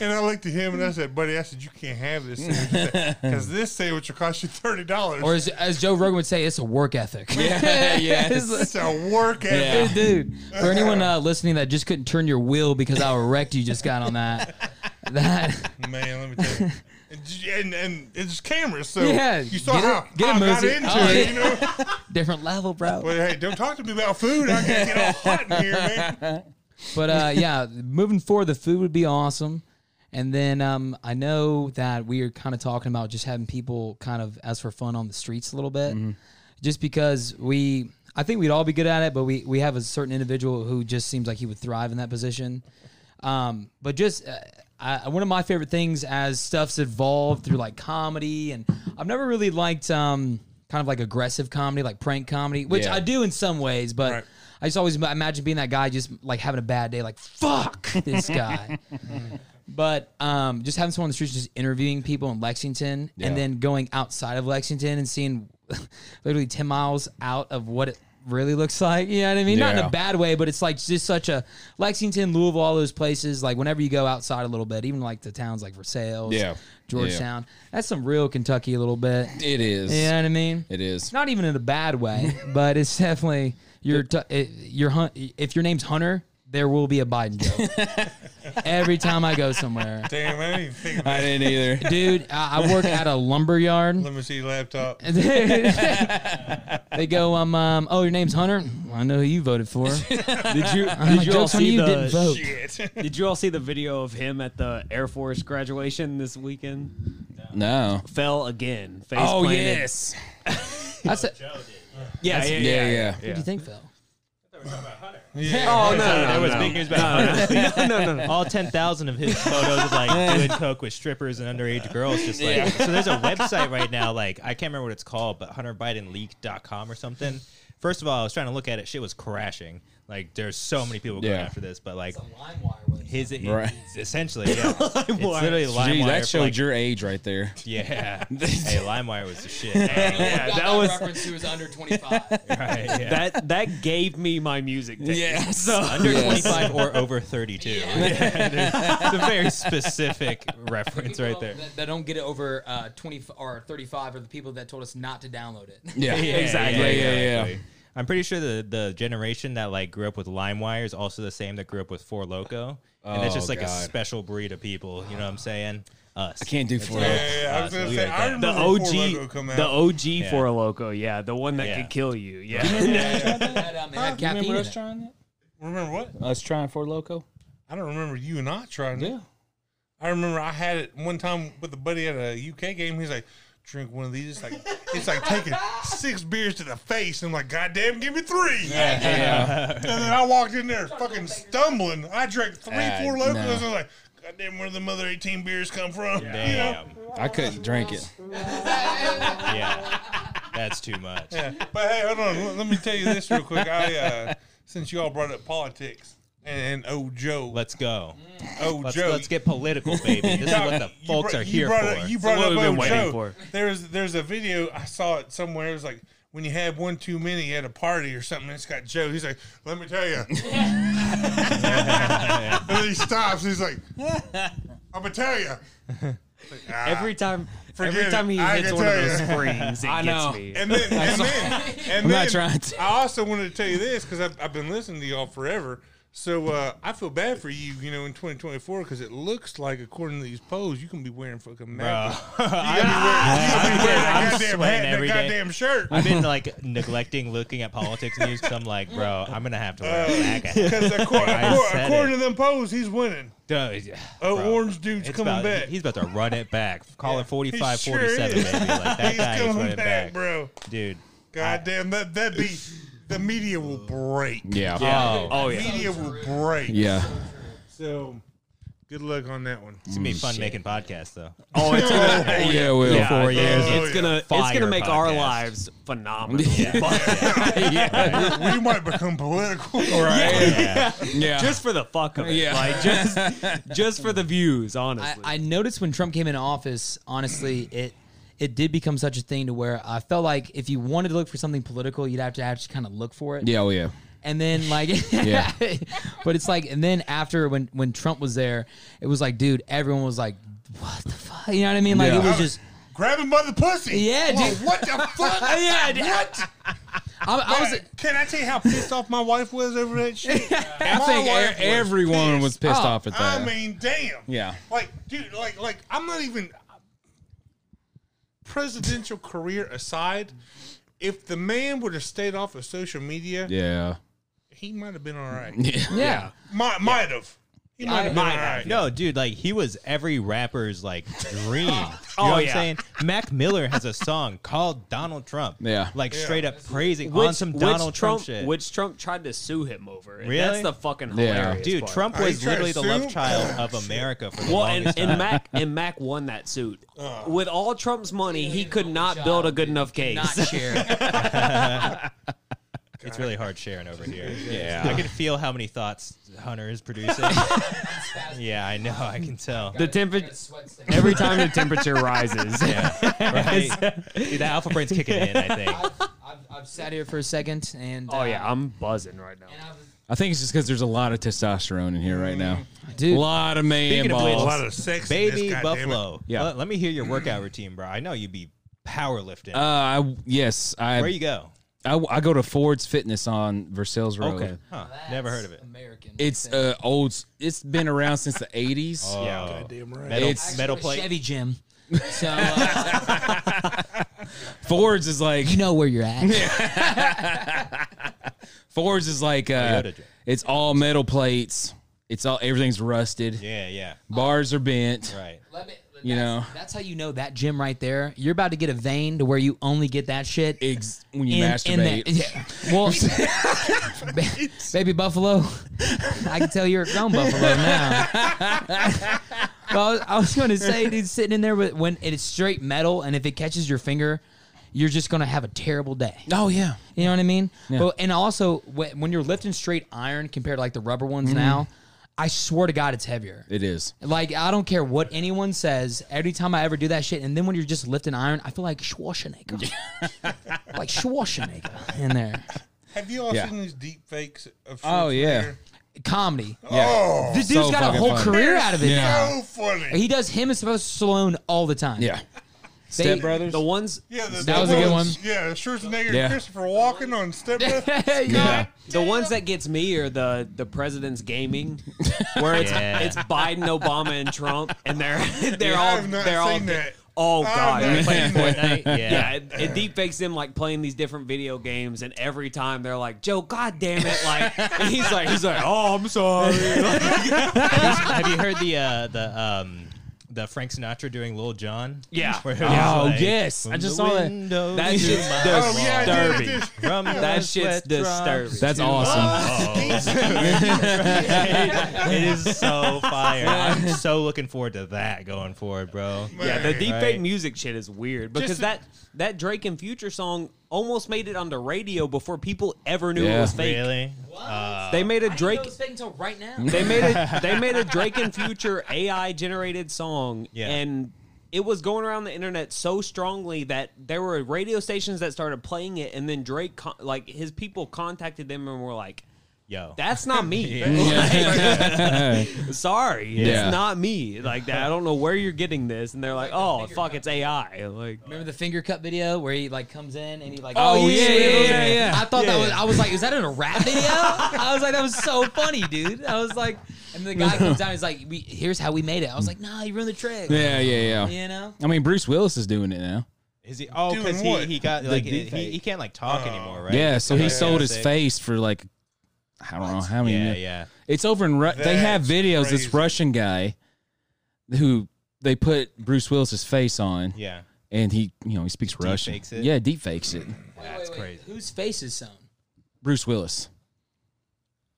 Speaker 6: And I looked at him and I said, "Buddy, I said you can't have this sandwich because this sandwich will cost you thirty dollars."
Speaker 5: Or as, as Joe Rogan would say, it's a work ethic.
Speaker 3: yeah. Yes.
Speaker 6: It's a work ethic.
Speaker 5: Dude, for anyone uh, listening that just couldn't turn your wheel because how erect you just got on that, that
Speaker 6: Man, let me tell you. And j- And, and it's cameras, so
Speaker 5: Yeah,
Speaker 6: you saw
Speaker 5: get it-
Speaker 6: how,
Speaker 5: get it,
Speaker 6: how I got
Speaker 5: Moosey.
Speaker 6: into
Speaker 5: Oh,
Speaker 6: it.
Speaker 5: yeah.
Speaker 6: You know,
Speaker 5: different level, bro.
Speaker 6: but hey, don't talk to me about food. I can get all hot in here, man.
Speaker 5: But uh, yeah, moving forward, the food would be awesome. And then um, I know that we are kind of talking about just having people kind of as for fun on the streets a little bit, just because we, I think we'd all be good at it, but we we have a certain individual who just seems like he would thrive in that position. Um, but just uh, I, one of my favorite things as stuff's evolved through like comedy, and I've never really liked um, kind of like aggressive comedy, like prank comedy, which
Speaker 3: Yeah.
Speaker 5: I do in some ways, but.
Speaker 6: Right.
Speaker 5: I just always im- imagine being that guy, just like having a bad day, like fuck this guy. but um, just having someone on the streets, just interviewing people in Lexington, and then going outside of Lexington and seeing literally ten miles out of what it really looks like. You know what I mean? Not in
Speaker 3: Yeah.
Speaker 5: a bad way, but it's like just such a Lexington, Louisville, all those places. Like whenever you go outside a little bit, even like the towns like Versailles,
Speaker 3: Yeah.
Speaker 5: Georgetown, that's some real Kentucky a little bit.
Speaker 3: It is.
Speaker 5: You know what I mean?
Speaker 3: It is.
Speaker 5: not even in a bad way, but it's definitely your t- it- your hun- if your name's Hunter, there will be a Biden joke every time I go somewhere.
Speaker 6: Damn, I didn't even think about
Speaker 3: I didn't either.
Speaker 5: Dude, I, I work at a lumber yard.
Speaker 6: Let me see your laptop.
Speaker 5: they go, um, um, oh, your name's Hunter. I know who you voted for.
Speaker 1: did you did you all
Speaker 5: I'm like, jokes on
Speaker 1: see
Speaker 5: you, didn't
Speaker 1: the
Speaker 5: vote.
Speaker 6: Shit.
Speaker 1: did you all see the video of him at the Air Force graduation this weekend?
Speaker 3: No.
Speaker 1: Fell again. Face
Speaker 3: Oh
Speaker 1: planted.
Speaker 3: yes.
Speaker 5: That's a,
Speaker 1: Yeah, yeah, yeah.
Speaker 3: Yeah.
Speaker 1: yeah.
Speaker 3: Yeah.
Speaker 5: What do you think, Phil?
Speaker 6: Yeah.
Speaker 1: Oh, no, no,
Speaker 7: There was
Speaker 1: no.
Speaker 7: big news about
Speaker 1: No, no, no.
Speaker 7: Oh, all ten thousand of his photos of like doing coke with strippers and underage girls. Just like so, there's a website right now. Like I can't remember what it's called, but HunterBidenLeak.com or something. First of all, I was trying to look at it. Shit was crashing. Like there's so many people going
Speaker 3: Yeah.
Speaker 7: after this, but like
Speaker 5: LimeWire.
Speaker 7: his
Speaker 3: Right.
Speaker 7: it's essentially yeah, it's literally
Speaker 3: Gee,
Speaker 7: LimeWire.
Speaker 3: that
Speaker 7: for,
Speaker 3: showed
Speaker 7: like,
Speaker 3: your age right there.
Speaker 7: yeah. hey, LimeWire was the shit. man.
Speaker 1: Yeah, that was
Speaker 5: reference. He was under twenty-five.
Speaker 7: right, yeah.
Speaker 1: that that gave me my music taste.
Speaker 3: Yes.
Speaker 1: So,
Speaker 7: under 25 or over 32. it's a very specific reference right there.
Speaker 5: That, that don't get it over uh, twenty or thirty-five are the people that told us not to download it.
Speaker 3: Yeah.
Speaker 1: Exactly.
Speaker 3: Yeah. Yeah. yeah.
Speaker 7: I'm pretty sure the the generation that like grew up with LimeWire is also the same that grew up with Four Loco, and that's
Speaker 3: Oh,
Speaker 7: just like a
Speaker 3: God.
Speaker 7: special breed of people. You know what I'm saying? Uh, Us.
Speaker 3: I can't do
Speaker 7: That's
Speaker 3: Four
Speaker 7: us.
Speaker 3: Loko.
Speaker 6: Yeah, yeah, I was
Speaker 7: Us.
Speaker 6: gonna
Speaker 7: We
Speaker 6: say,
Speaker 7: like
Speaker 6: I
Speaker 7: that.
Speaker 1: The
Speaker 6: remember when Four Loko
Speaker 1: OG,
Speaker 6: come
Speaker 1: the
Speaker 6: out.
Speaker 1: OG yeah.
Speaker 7: Yeah.
Speaker 1: Loco, yeah, the one that
Speaker 7: Yeah.
Speaker 1: could kill you, yeah.
Speaker 5: Huh? You remember us
Speaker 3: trying that?
Speaker 6: Remember what?
Speaker 3: Us trying Four Loco?
Speaker 6: I don't remember you and I trying it.
Speaker 3: Yeah.
Speaker 6: I remember I had it one time with a buddy at a UK game. He's like, drink one of these. It's like, it's like taking six beers to the face. I'm like, goddamn, give me three. And then I walked in there fucking stumbling. I drank three,
Speaker 3: Ah,
Speaker 6: four locals.
Speaker 3: no.
Speaker 6: I was like, goddamn, where the mother 18 beers come from? You know?
Speaker 7: Damn.
Speaker 3: I couldn't drink it.
Speaker 7: Yeah. That's too much.
Speaker 6: Yeah. But hey, hold on. Let- Let me tell you this real quick. I uh, since you all brought up politics and, and old Joe,
Speaker 7: Let's go.
Speaker 6: old
Speaker 7: Let's,
Speaker 6: Joe,
Speaker 7: let's get political, baby. This is what the
Speaker 6: You
Speaker 7: folks
Speaker 6: brought-
Speaker 7: are
Speaker 6: you
Speaker 7: here
Speaker 6: brought
Speaker 7: for.
Speaker 6: Up, you brought
Speaker 1: what
Speaker 6: up
Speaker 1: we've been
Speaker 6: old
Speaker 1: waiting
Speaker 6: Joe.
Speaker 1: for.
Speaker 6: There's there's a video I saw it somewhere. It was like when you have one too many at a party or something. It's got Joe. He's like, let me tell you. and then he stops. He's like, I'm gonna tell you.
Speaker 1: Every time, every
Speaker 6: Forget it.
Speaker 1: time he
Speaker 6: I
Speaker 1: hits
Speaker 6: can
Speaker 1: one of
Speaker 6: tell
Speaker 1: those
Speaker 6: ya.
Speaker 1: springs, it
Speaker 3: I know.
Speaker 1: gets me.
Speaker 6: And then, and then, and
Speaker 3: I'm
Speaker 6: then
Speaker 3: not trying to.
Speaker 6: I also wanted to tell you this because I've, I've been listening to y'all forever. So uh, I feel bad for you, you know, in 2024 because it looks like, according to these polls, you can be wearing fucking
Speaker 7: Bro.
Speaker 6: Mavericks. You gotta be wearing, you gotta be wearing that goddamn
Speaker 7: I'm sweating
Speaker 6: hat and
Speaker 7: every
Speaker 6: that
Speaker 7: day.
Speaker 6: goddamn shirt.
Speaker 7: I've been like neglecting looking at politics news because I'm like, bro, I'm gonna have to wear a black hat.
Speaker 6: Because according,
Speaker 7: I said
Speaker 6: according
Speaker 7: it.
Speaker 6: to them polls, he's winning.
Speaker 7: Dude, yeah,
Speaker 6: Oh,
Speaker 7: bro.
Speaker 6: orange dude's
Speaker 7: It's
Speaker 6: coming
Speaker 7: about-
Speaker 6: back.
Speaker 7: He's about to run it back. Call it 45
Speaker 6: sure
Speaker 7: 47,
Speaker 6: is.
Speaker 7: baby. Like, that
Speaker 6: he's
Speaker 7: guy is
Speaker 6: coming
Speaker 7: running
Speaker 6: back,
Speaker 7: back.
Speaker 6: bro.
Speaker 7: Dude.
Speaker 6: Goddamn, that that be the media will break.
Speaker 3: Yeah.
Speaker 7: Oh,
Speaker 1: Oh yeah,
Speaker 6: Media will break.
Speaker 3: Yeah.
Speaker 6: So, good luck on that one.
Speaker 7: it's gonna be fun making podcasts, though.
Speaker 1: oh it's gonna,
Speaker 3: Yeah, Will.
Speaker 1: yeah,
Speaker 3: Four
Speaker 1: it's-
Speaker 3: years.
Speaker 6: Oh,
Speaker 1: It's gonna, it's
Speaker 7: Fire
Speaker 1: gonna make our
Speaker 7: podcast.
Speaker 1: lives phenomenal.
Speaker 6: we might become political.
Speaker 3: Yeah. Yeah.
Speaker 1: just for the fuck of it,
Speaker 3: Yeah.
Speaker 1: like just, just for the views, honestly.
Speaker 5: I, I noticed when Trump came into office, honestly, it it did become such a thing to where I felt like if you wanted to look for something political, you'd have to actually kind of look for it.
Speaker 3: Yeah. Oh, yeah.
Speaker 5: And then like
Speaker 3: Yeah.
Speaker 5: but it's like and then after when when Trump was there, it was like, dude, everyone was like, What the fuck? You know what I mean? Like
Speaker 3: Yeah.
Speaker 5: it was just
Speaker 6: Grab him by the pussy.
Speaker 5: Yeah,
Speaker 6: Whoa,
Speaker 5: dude.
Speaker 6: What the fuck?
Speaker 5: Yeah, dude.
Speaker 6: What?
Speaker 5: I, I was
Speaker 6: Can I tell you how pissed off my wife was over that shit?
Speaker 3: I think e- everyone was pissed
Speaker 5: Oh,
Speaker 3: off at that.
Speaker 6: I mean, damn.
Speaker 3: Yeah.
Speaker 6: Like, dude, like, like, I'm not even presidential career aside. If the man would have stayed off of social media,
Speaker 3: yeah.
Speaker 6: he might have been all right.
Speaker 3: Yeah.
Speaker 5: yeah.
Speaker 6: Might might have. He might have been all
Speaker 7: Might have.
Speaker 6: right.
Speaker 7: No, dude, like he was every rapper's like dream. You know
Speaker 1: Oh,
Speaker 7: what I'm
Speaker 1: yeah.
Speaker 7: saying? Mac Miller has a song called Donald Trump.
Speaker 3: Yeah.
Speaker 7: Like straight up praising
Speaker 1: which,
Speaker 7: on some
Speaker 1: which
Speaker 7: Donald Trump, shit.
Speaker 1: which Trump tried to sue him over. And
Speaker 7: Really?
Speaker 1: That's the fucking
Speaker 3: Yeah.
Speaker 1: hilarious
Speaker 7: dude,
Speaker 1: part.
Speaker 7: Trump
Speaker 6: Are you
Speaker 7: was
Speaker 6: trying to
Speaker 7: literally the
Speaker 6: sue
Speaker 7: love
Speaker 6: him?
Speaker 7: child of America for the
Speaker 1: Well, and,
Speaker 7: longest
Speaker 1: and
Speaker 7: time.
Speaker 1: Mac and Mac won that suit.
Speaker 6: Uh.
Speaker 1: With all Trump's money, he could not build a good enough case.
Speaker 5: Not share.
Speaker 7: It's really hard sharing over here. Yeah. I can feel how many thoughts Hunter is producing. yeah, I know. I can tell.
Speaker 1: the temperature every time the temperature rises.
Speaker 7: Right? Dude, the alpha brain's kicking in, I think.
Speaker 5: I've, I've sat here for a second and
Speaker 1: Oh
Speaker 5: uh,
Speaker 1: yeah, I'm buzzing right now.
Speaker 5: and I was-
Speaker 3: I think it's just because there's a lot of testosterone in here right now.
Speaker 5: Dude.
Speaker 3: A lot of man
Speaker 7: Speaking of which,
Speaker 3: balls.
Speaker 6: A lot of sex. in this,
Speaker 7: Baby
Speaker 6: goddammit.
Speaker 7: Buffalo.
Speaker 3: Yeah.
Speaker 7: Let, let me hear your workout routine, bro. I know you be powerlifting.
Speaker 3: uh, I, yes, I,
Speaker 7: Where you go?
Speaker 3: I I go to Ford's Fitness on Versailles Road.
Speaker 1: Okay.
Speaker 7: Huh. Never heard of it.
Speaker 5: American.
Speaker 3: It's uh old. It's been around since the '80s.
Speaker 7: Yeah.
Speaker 6: Goddamn right.
Speaker 7: Oh. Metal,
Speaker 3: It's-
Speaker 7: metal
Speaker 5: a
Speaker 7: plate.
Speaker 5: Chevy Jim. So uh,
Speaker 3: Ford's is like
Speaker 5: you know where you're at.
Speaker 3: Ford's is like uh,
Speaker 7: Toyota.
Speaker 3: it's all metal plates. It's all everything's rusted.
Speaker 7: Yeah, yeah.
Speaker 3: Bars are bent.
Speaker 7: Right.
Speaker 5: Let me-
Speaker 3: You
Speaker 5: that's-
Speaker 3: know.
Speaker 5: that's how you know that gym right there. You're about to get a vein to where you only get that shit
Speaker 3: Ex- when you masturbate.
Speaker 5: that- yeah. Well, ba- baby buffalo, I can tell you're a grown buffalo now. well, I was going to say, dude, sitting in there with when it's straight metal, and if it catches your finger, you're just going to have a terrible day.
Speaker 3: oh yeah.
Speaker 5: You know what I mean? But and also when, when you're lifting straight iron compared to like the rubber ones
Speaker 3: Mm-hmm.
Speaker 5: now, I swear to God, it's heavier.
Speaker 3: It is.
Speaker 5: Like I don't care what anyone says. Every time I ever do that shit, and then when you're just lifting iron, I feel like Schwarzenegger, like Schwarzenegger in there.
Speaker 6: Have you all
Speaker 3: Yeah.
Speaker 6: seen these deep fakes of?
Speaker 3: Oh, yeah.
Speaker 6: Schwarzenegger?
Speaker 5: Comedy.
Speaker 6: Oh,
Speaker 5: This dude's
Speaker 3: So
Speaker 5: got a
Speaker 3: fucking
Speaker 5: whole
Speaker 3: funny.
Speaker 5: career out of it
Speaker 3: Yeah.
Speaker 5: now.
Speaker 6: so funny.
Speaker 5: He does him and Sylvester Stallone all the time.
Speaker 3: Yeah. Step Brothers.
Speaker 1: The ones
Speaker 6: Yeah, the,
Speaker 8: That was a good
Speaker 6: ones- Yeah, Schwarzenegger
Speaker 3: Yeah.
Speaker 6: and Christopher walking on Step Brothers.
Speaker 3: yeah.
Speaker 1: The ones that gets me are the the president's gaming, where it's
Speaker 7: Yeah.
Speaker 1: it's Biden, Obama, and Trump, and they're they're
Speaker 6: I
Speaker 1: all
Speaker 6: have not
Speaker 1: they're all.
Speaker 6: seen that.
Speaker 1: Oh
Speaker 6: I
Speaker 1: god,
Speaker 6: have
Speaker 1: They
Speaker 6: not
Speaker 1: play-
Speaker 6: seen that.
Speaker 1: yeah, it, it deep fakes them like playing these different video games, and every time they're like, "Joe, god damn it!" Like and he's like he's like, "Oh, I'm sorry."
Speaker 7: Have you heard the uh, the um the Frank Sinatra doing Lil John?
Speaker 1: Yeah.
Speaker 7: Where it
Speaker 1: Oh,
Speaker 7: was
Speaker 3: yes. I
Speaker 7: "From
Speaker 3: just
Speaker 7: the
Speaker 3: saw that.
Speaker 7: window
Speaker 1: That
Speaker 7: to
Speaker 1: shit's
Speaker 7: my
Speaker 1: dis-
Speaker 7: wall,
Speaker 6: Oh, yeah, I did, I
Speaker 1: disturbing.
Speaker 6: did.
Speaker 7: from
Speaker 1: That
Speaker 7: the
Speaker 1: shit's
Speaker 7: sweat drops
Speaker 1: disturbing.
Speaker 3: That's awesome.
Speaker 7: it is so fire. I'm so looking forward to that going forward, bro.
Speaker 1: Yeah, the deep fake
Speaker 7: Right.
Speaker 1: music shit is weird because
Speaker 8: Just-
Speaker 1: that that Drake and Future song almost made it on the radio before people ever knew it
Speaker 3: Yeah.
Speaker 1: was fake.
Speaker 7: Really?
Speaker 1: They made a Drake.
Speaker 5: until right now.
Speaker 1: They made a they made a Drake and Future AI generated song,
Speaker 7: Yeah.
Speaker 1: and it was going around the internet so strongly that there were radio stations that started playing it, and then Drake, con- like his people, contacted them and were like,
Speaker 7: Yo.
Speaker 1: "That's not me.
Speaker 7: Oh
Speaker 1: Like, sorry,
Speaker 3: Yeah.
Speaker 1: it's not me. Like that. I don't know where you're getting this." And they're like, "Oh, fuck, it's AI." Like,
Speaker 5: Remember the finger cut video where he like comes in and he like
Speaker 3: Oh, yeah, yeah, yeah, yeah.
Speaker 5: I thought that was I was like, is that in a rap video? I was like, that was so funny, dude. I was like, and the guy comes down, he's like, we, here's how we made it. I was like, nah, you ruined the trick.
Speaker 3: Yeah, yeah, yeah.
Speaker 5: You know?
Speaker 3: I mean, Bruce Willis is doing it now.
Speaker 7: Is he? Oh,
Speaker 6: Doing
Speaker 7: because he,
Speaker 6: what?
Speaker 7: he got like he,
Speaker 3: deep fake.
Speaker 7: he can't like talk anymore, right?
Speaker 3: Yeah, so he
Speaker 7: Yeah,
Speaker 3: sold his
Speaker 7: sick.
Speaker 3: face for like I don't know how many.
Speaker 7: Yeah,
Speaker 3: mil-
Speaker 7: yeah.
Speaker 3: It's over in Ru- they have
Speaker 6: That's
Speaker 3: videos.
Speaker 6: crazy.
Speaker 3: This Russian guy who they put Bruce Willis's face on,
Speaker 7: Yeah.
Speaker 3: and he you know he speaks Russian.
Speaker 7: fakes it?
Speaker 3: Yeah, deep fakes it.
Speaker 7: That's crazy.
Speaker 5: Whose face is sewn?
Speaker 3: Bruce Willis.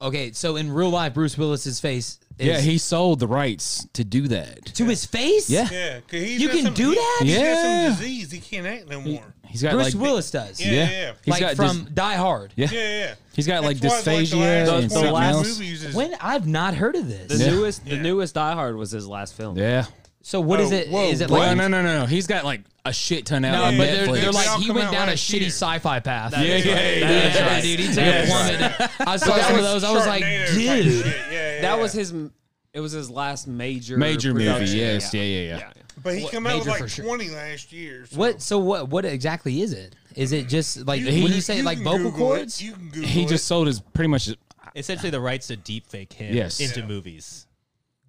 Speaker 5: Okay, so in real life, Bruce Willis's face is
Speaker 3: yeah, he sold the rights to do that.
Speaker 5: to his face?
Speaker 3: Yeah.
Speaker 6: Yeah, 'cause he's
Speaker 5: You
Speaker 6: got
Speaker 5: can
Speaker 6: some-
Speaker 5: do
Speaker 6: he-
Speaker 5: that?
Speaker 6: He's
Speaker 3: Yeah.
Speaker 6: got some disease. He can't act no more.
Speaker 3: He's got
Speaker 5: Bruce
Speaker 3: like
Speaker 5: Willis does.
Speaker 6: Yeah,
Speaker 3: yeah,
Speaker 6: yeah.
Speaker 3: he's
Speaker 5: like
Speaker 3: got
Speaker 5: from
Speaker 3: dis-
Speaker 5: Die Hard.
Speaker 3: yeah.
Speaker 6: Yeah, yeah.
Speaker 3: He's got like
Speaker 6: That's why
Speaker 3: dysphagia
Speaker 6: it's the
Speaker 3: and
Speaker 6: last,
Speaker 3: something
Speaker 1: the last
Speaker 3: else.
Speaker 6: movies is
Speaker 5: When I've not heard of
Speaker 1: the
Speaker 5: this.
Speaker 3: Yeah.
Speaker 1: newest the
Speaker 6: Yeah.
Speaker 1: newest Die Hard was his last film.
Speaker 3: Yeah.
Speaker 5: So what is
Speaker 6: Oh,
Speaker 5: it? Is
Speaker 6: whoa,
Speaker 5: it
Speaker 3: Well,
Speaker 5: like
Speaker 3: no, no, no, no. He's got like a shit ton out
Speaker 5: No,
Speaker 3: on
Speaker 5: but
Speaker 3: Netflix.
Speaker 5: they're, they're like
Speaker 6: They all
Speaker 5: he
Speaker 6: come
Speaker 5: went
Speaker 6: out
Speaker 5: down a
Speaker 6: last
Speaker 5: shitty
Speaker 6: year.
Speaker 5: sci-fi path.
Speaker 1: That
Speaker 3: Yeah,
Speaker 1: is
Speaker 3: yeah,
Speaker 1: right.
Speaker 3: yeah,
Speaker 1: That is
Speaker 5: Yeah,
Speaker 1: right.
Speaker 5: dude, he took
Speaker 3: Yeah,
Speaker 5: one
Speaker 3: right.
Speaker 5: minute. I saw some of those. I was like,
Speaker 6: Sharknado type
Speaker 5: dude.
Speaker 6: shit. Yeah, yeah,
Speaker 1: That
Speaker 6: yeah.
Speaker 1: was his. It was his last major
Speaker 3: Major movie.
Speaker 1: production.
Speaker 3: Yes. Yeah. Yeah. Yeah.
Speaker 6: But he
Speaker 5: What,
Speaker 6: came out with
Speaker 5: major for
Speaker 6: like
Speaker 5: sure.
Speaker 6: twenty last year. so-
Speaker 5: What? So what? What exactly is it? Is it just like
Speaker 6: You-
Speaker 5: when you say like
Speaker 6: can
Speaker 5: vocal
Speaker 6: Google it.
Speaker 5: cords?
Speaker 6: You can Google
Speaker 3: He just
Speaker 6: it.
Speaker 3: sold his pretty much. his-
Speaker 7: Essentially, the rights to deep fake him
Speaker 3: Yes.
Speaker 7: into
Speaker 6: Yeah.
Speaker 7: movies.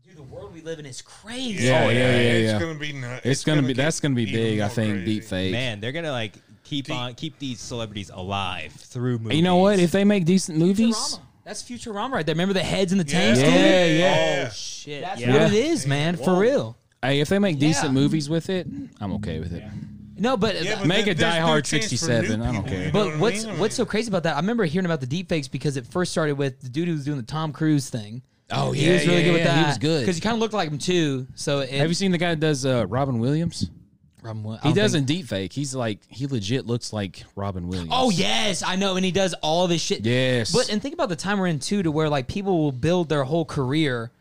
Speaker 5: Dude, the world we live in is crazy.
Speaker 3: Yeah. Oh, yeah, yeah, yeah.
Speaker 6: It's gonna be nuts.
Speaker 3: It's, gonna, be.
Speaker 6: get
Speaker 3: That's gonna be
Speaker 6: even
Speaker 3: big. I
Speaker 6: more
Speaker 3: think
Speaker 6: crazy.
Speaker 3: deep fake.
Speaker 7: Man, they're gonna like keep on keep these celebrities alive through movies.
Speaker 3: You know what? If they make decent movies,
Speaker 5: Futurama. That's Futurama right there. Remember the heads in the
Speaker 6: Yeah,
Speaker 5: tanks? dude?
Speaker 3: Yeah,
Speaker 6: yeah.
Speaker 1: Oh shit!
Speaker 5: That's
Speaker 1: yeah.
Speaker 5: what it is, man. For real.
Speaker 3: hey, if they make decent
Speaker 5: Yeah.
Speaker 3: movies with it, I'm okay with it.
Speaker 5: No, but
Speaker 6: Yeah,
Speaker 5: but,
Speaker 6: but
Speaker 3: Make
Speaker 6: there-
Speaker 3: a
Speaker 6: there's
Speaker 3: Die
Speaker 6: no
Speaker 3: Hard
Speaker 6: chance for new
Speaker 3: 67, I don't
Speaker 6: people,
Speaker 3: care.
Speaker 6: you know what I
Speaker 5: what's
Speaker 6: mean? I
Speaker 5: what's so
Speaker 6: mean,
Speaker 5: crazy about that? I remember hearing about the deepfakes because it first started with the dude who was doing the Tom Cruise thing.
Speaker 3: Oh
Speaker 5: he was really good with that.
Speaker 3: He was good.
Speaker 5: because he kind of looked like him too. So it,
Speaker 3: Have you seen the guy that does uh, Robin Williams?
Speaker 5: Robin Wi- I
Speaker 3: He
Speaker 5: don't think-
Speaker 3: doesn't deep fake. He's like he legit looks like Robin Williams.
Speaker 5: Oh yes, I know, and he does all of his shit.
Speaker 3: Yes.
Speaker 5: But and think about the time we're in too, to where like people will build their whole career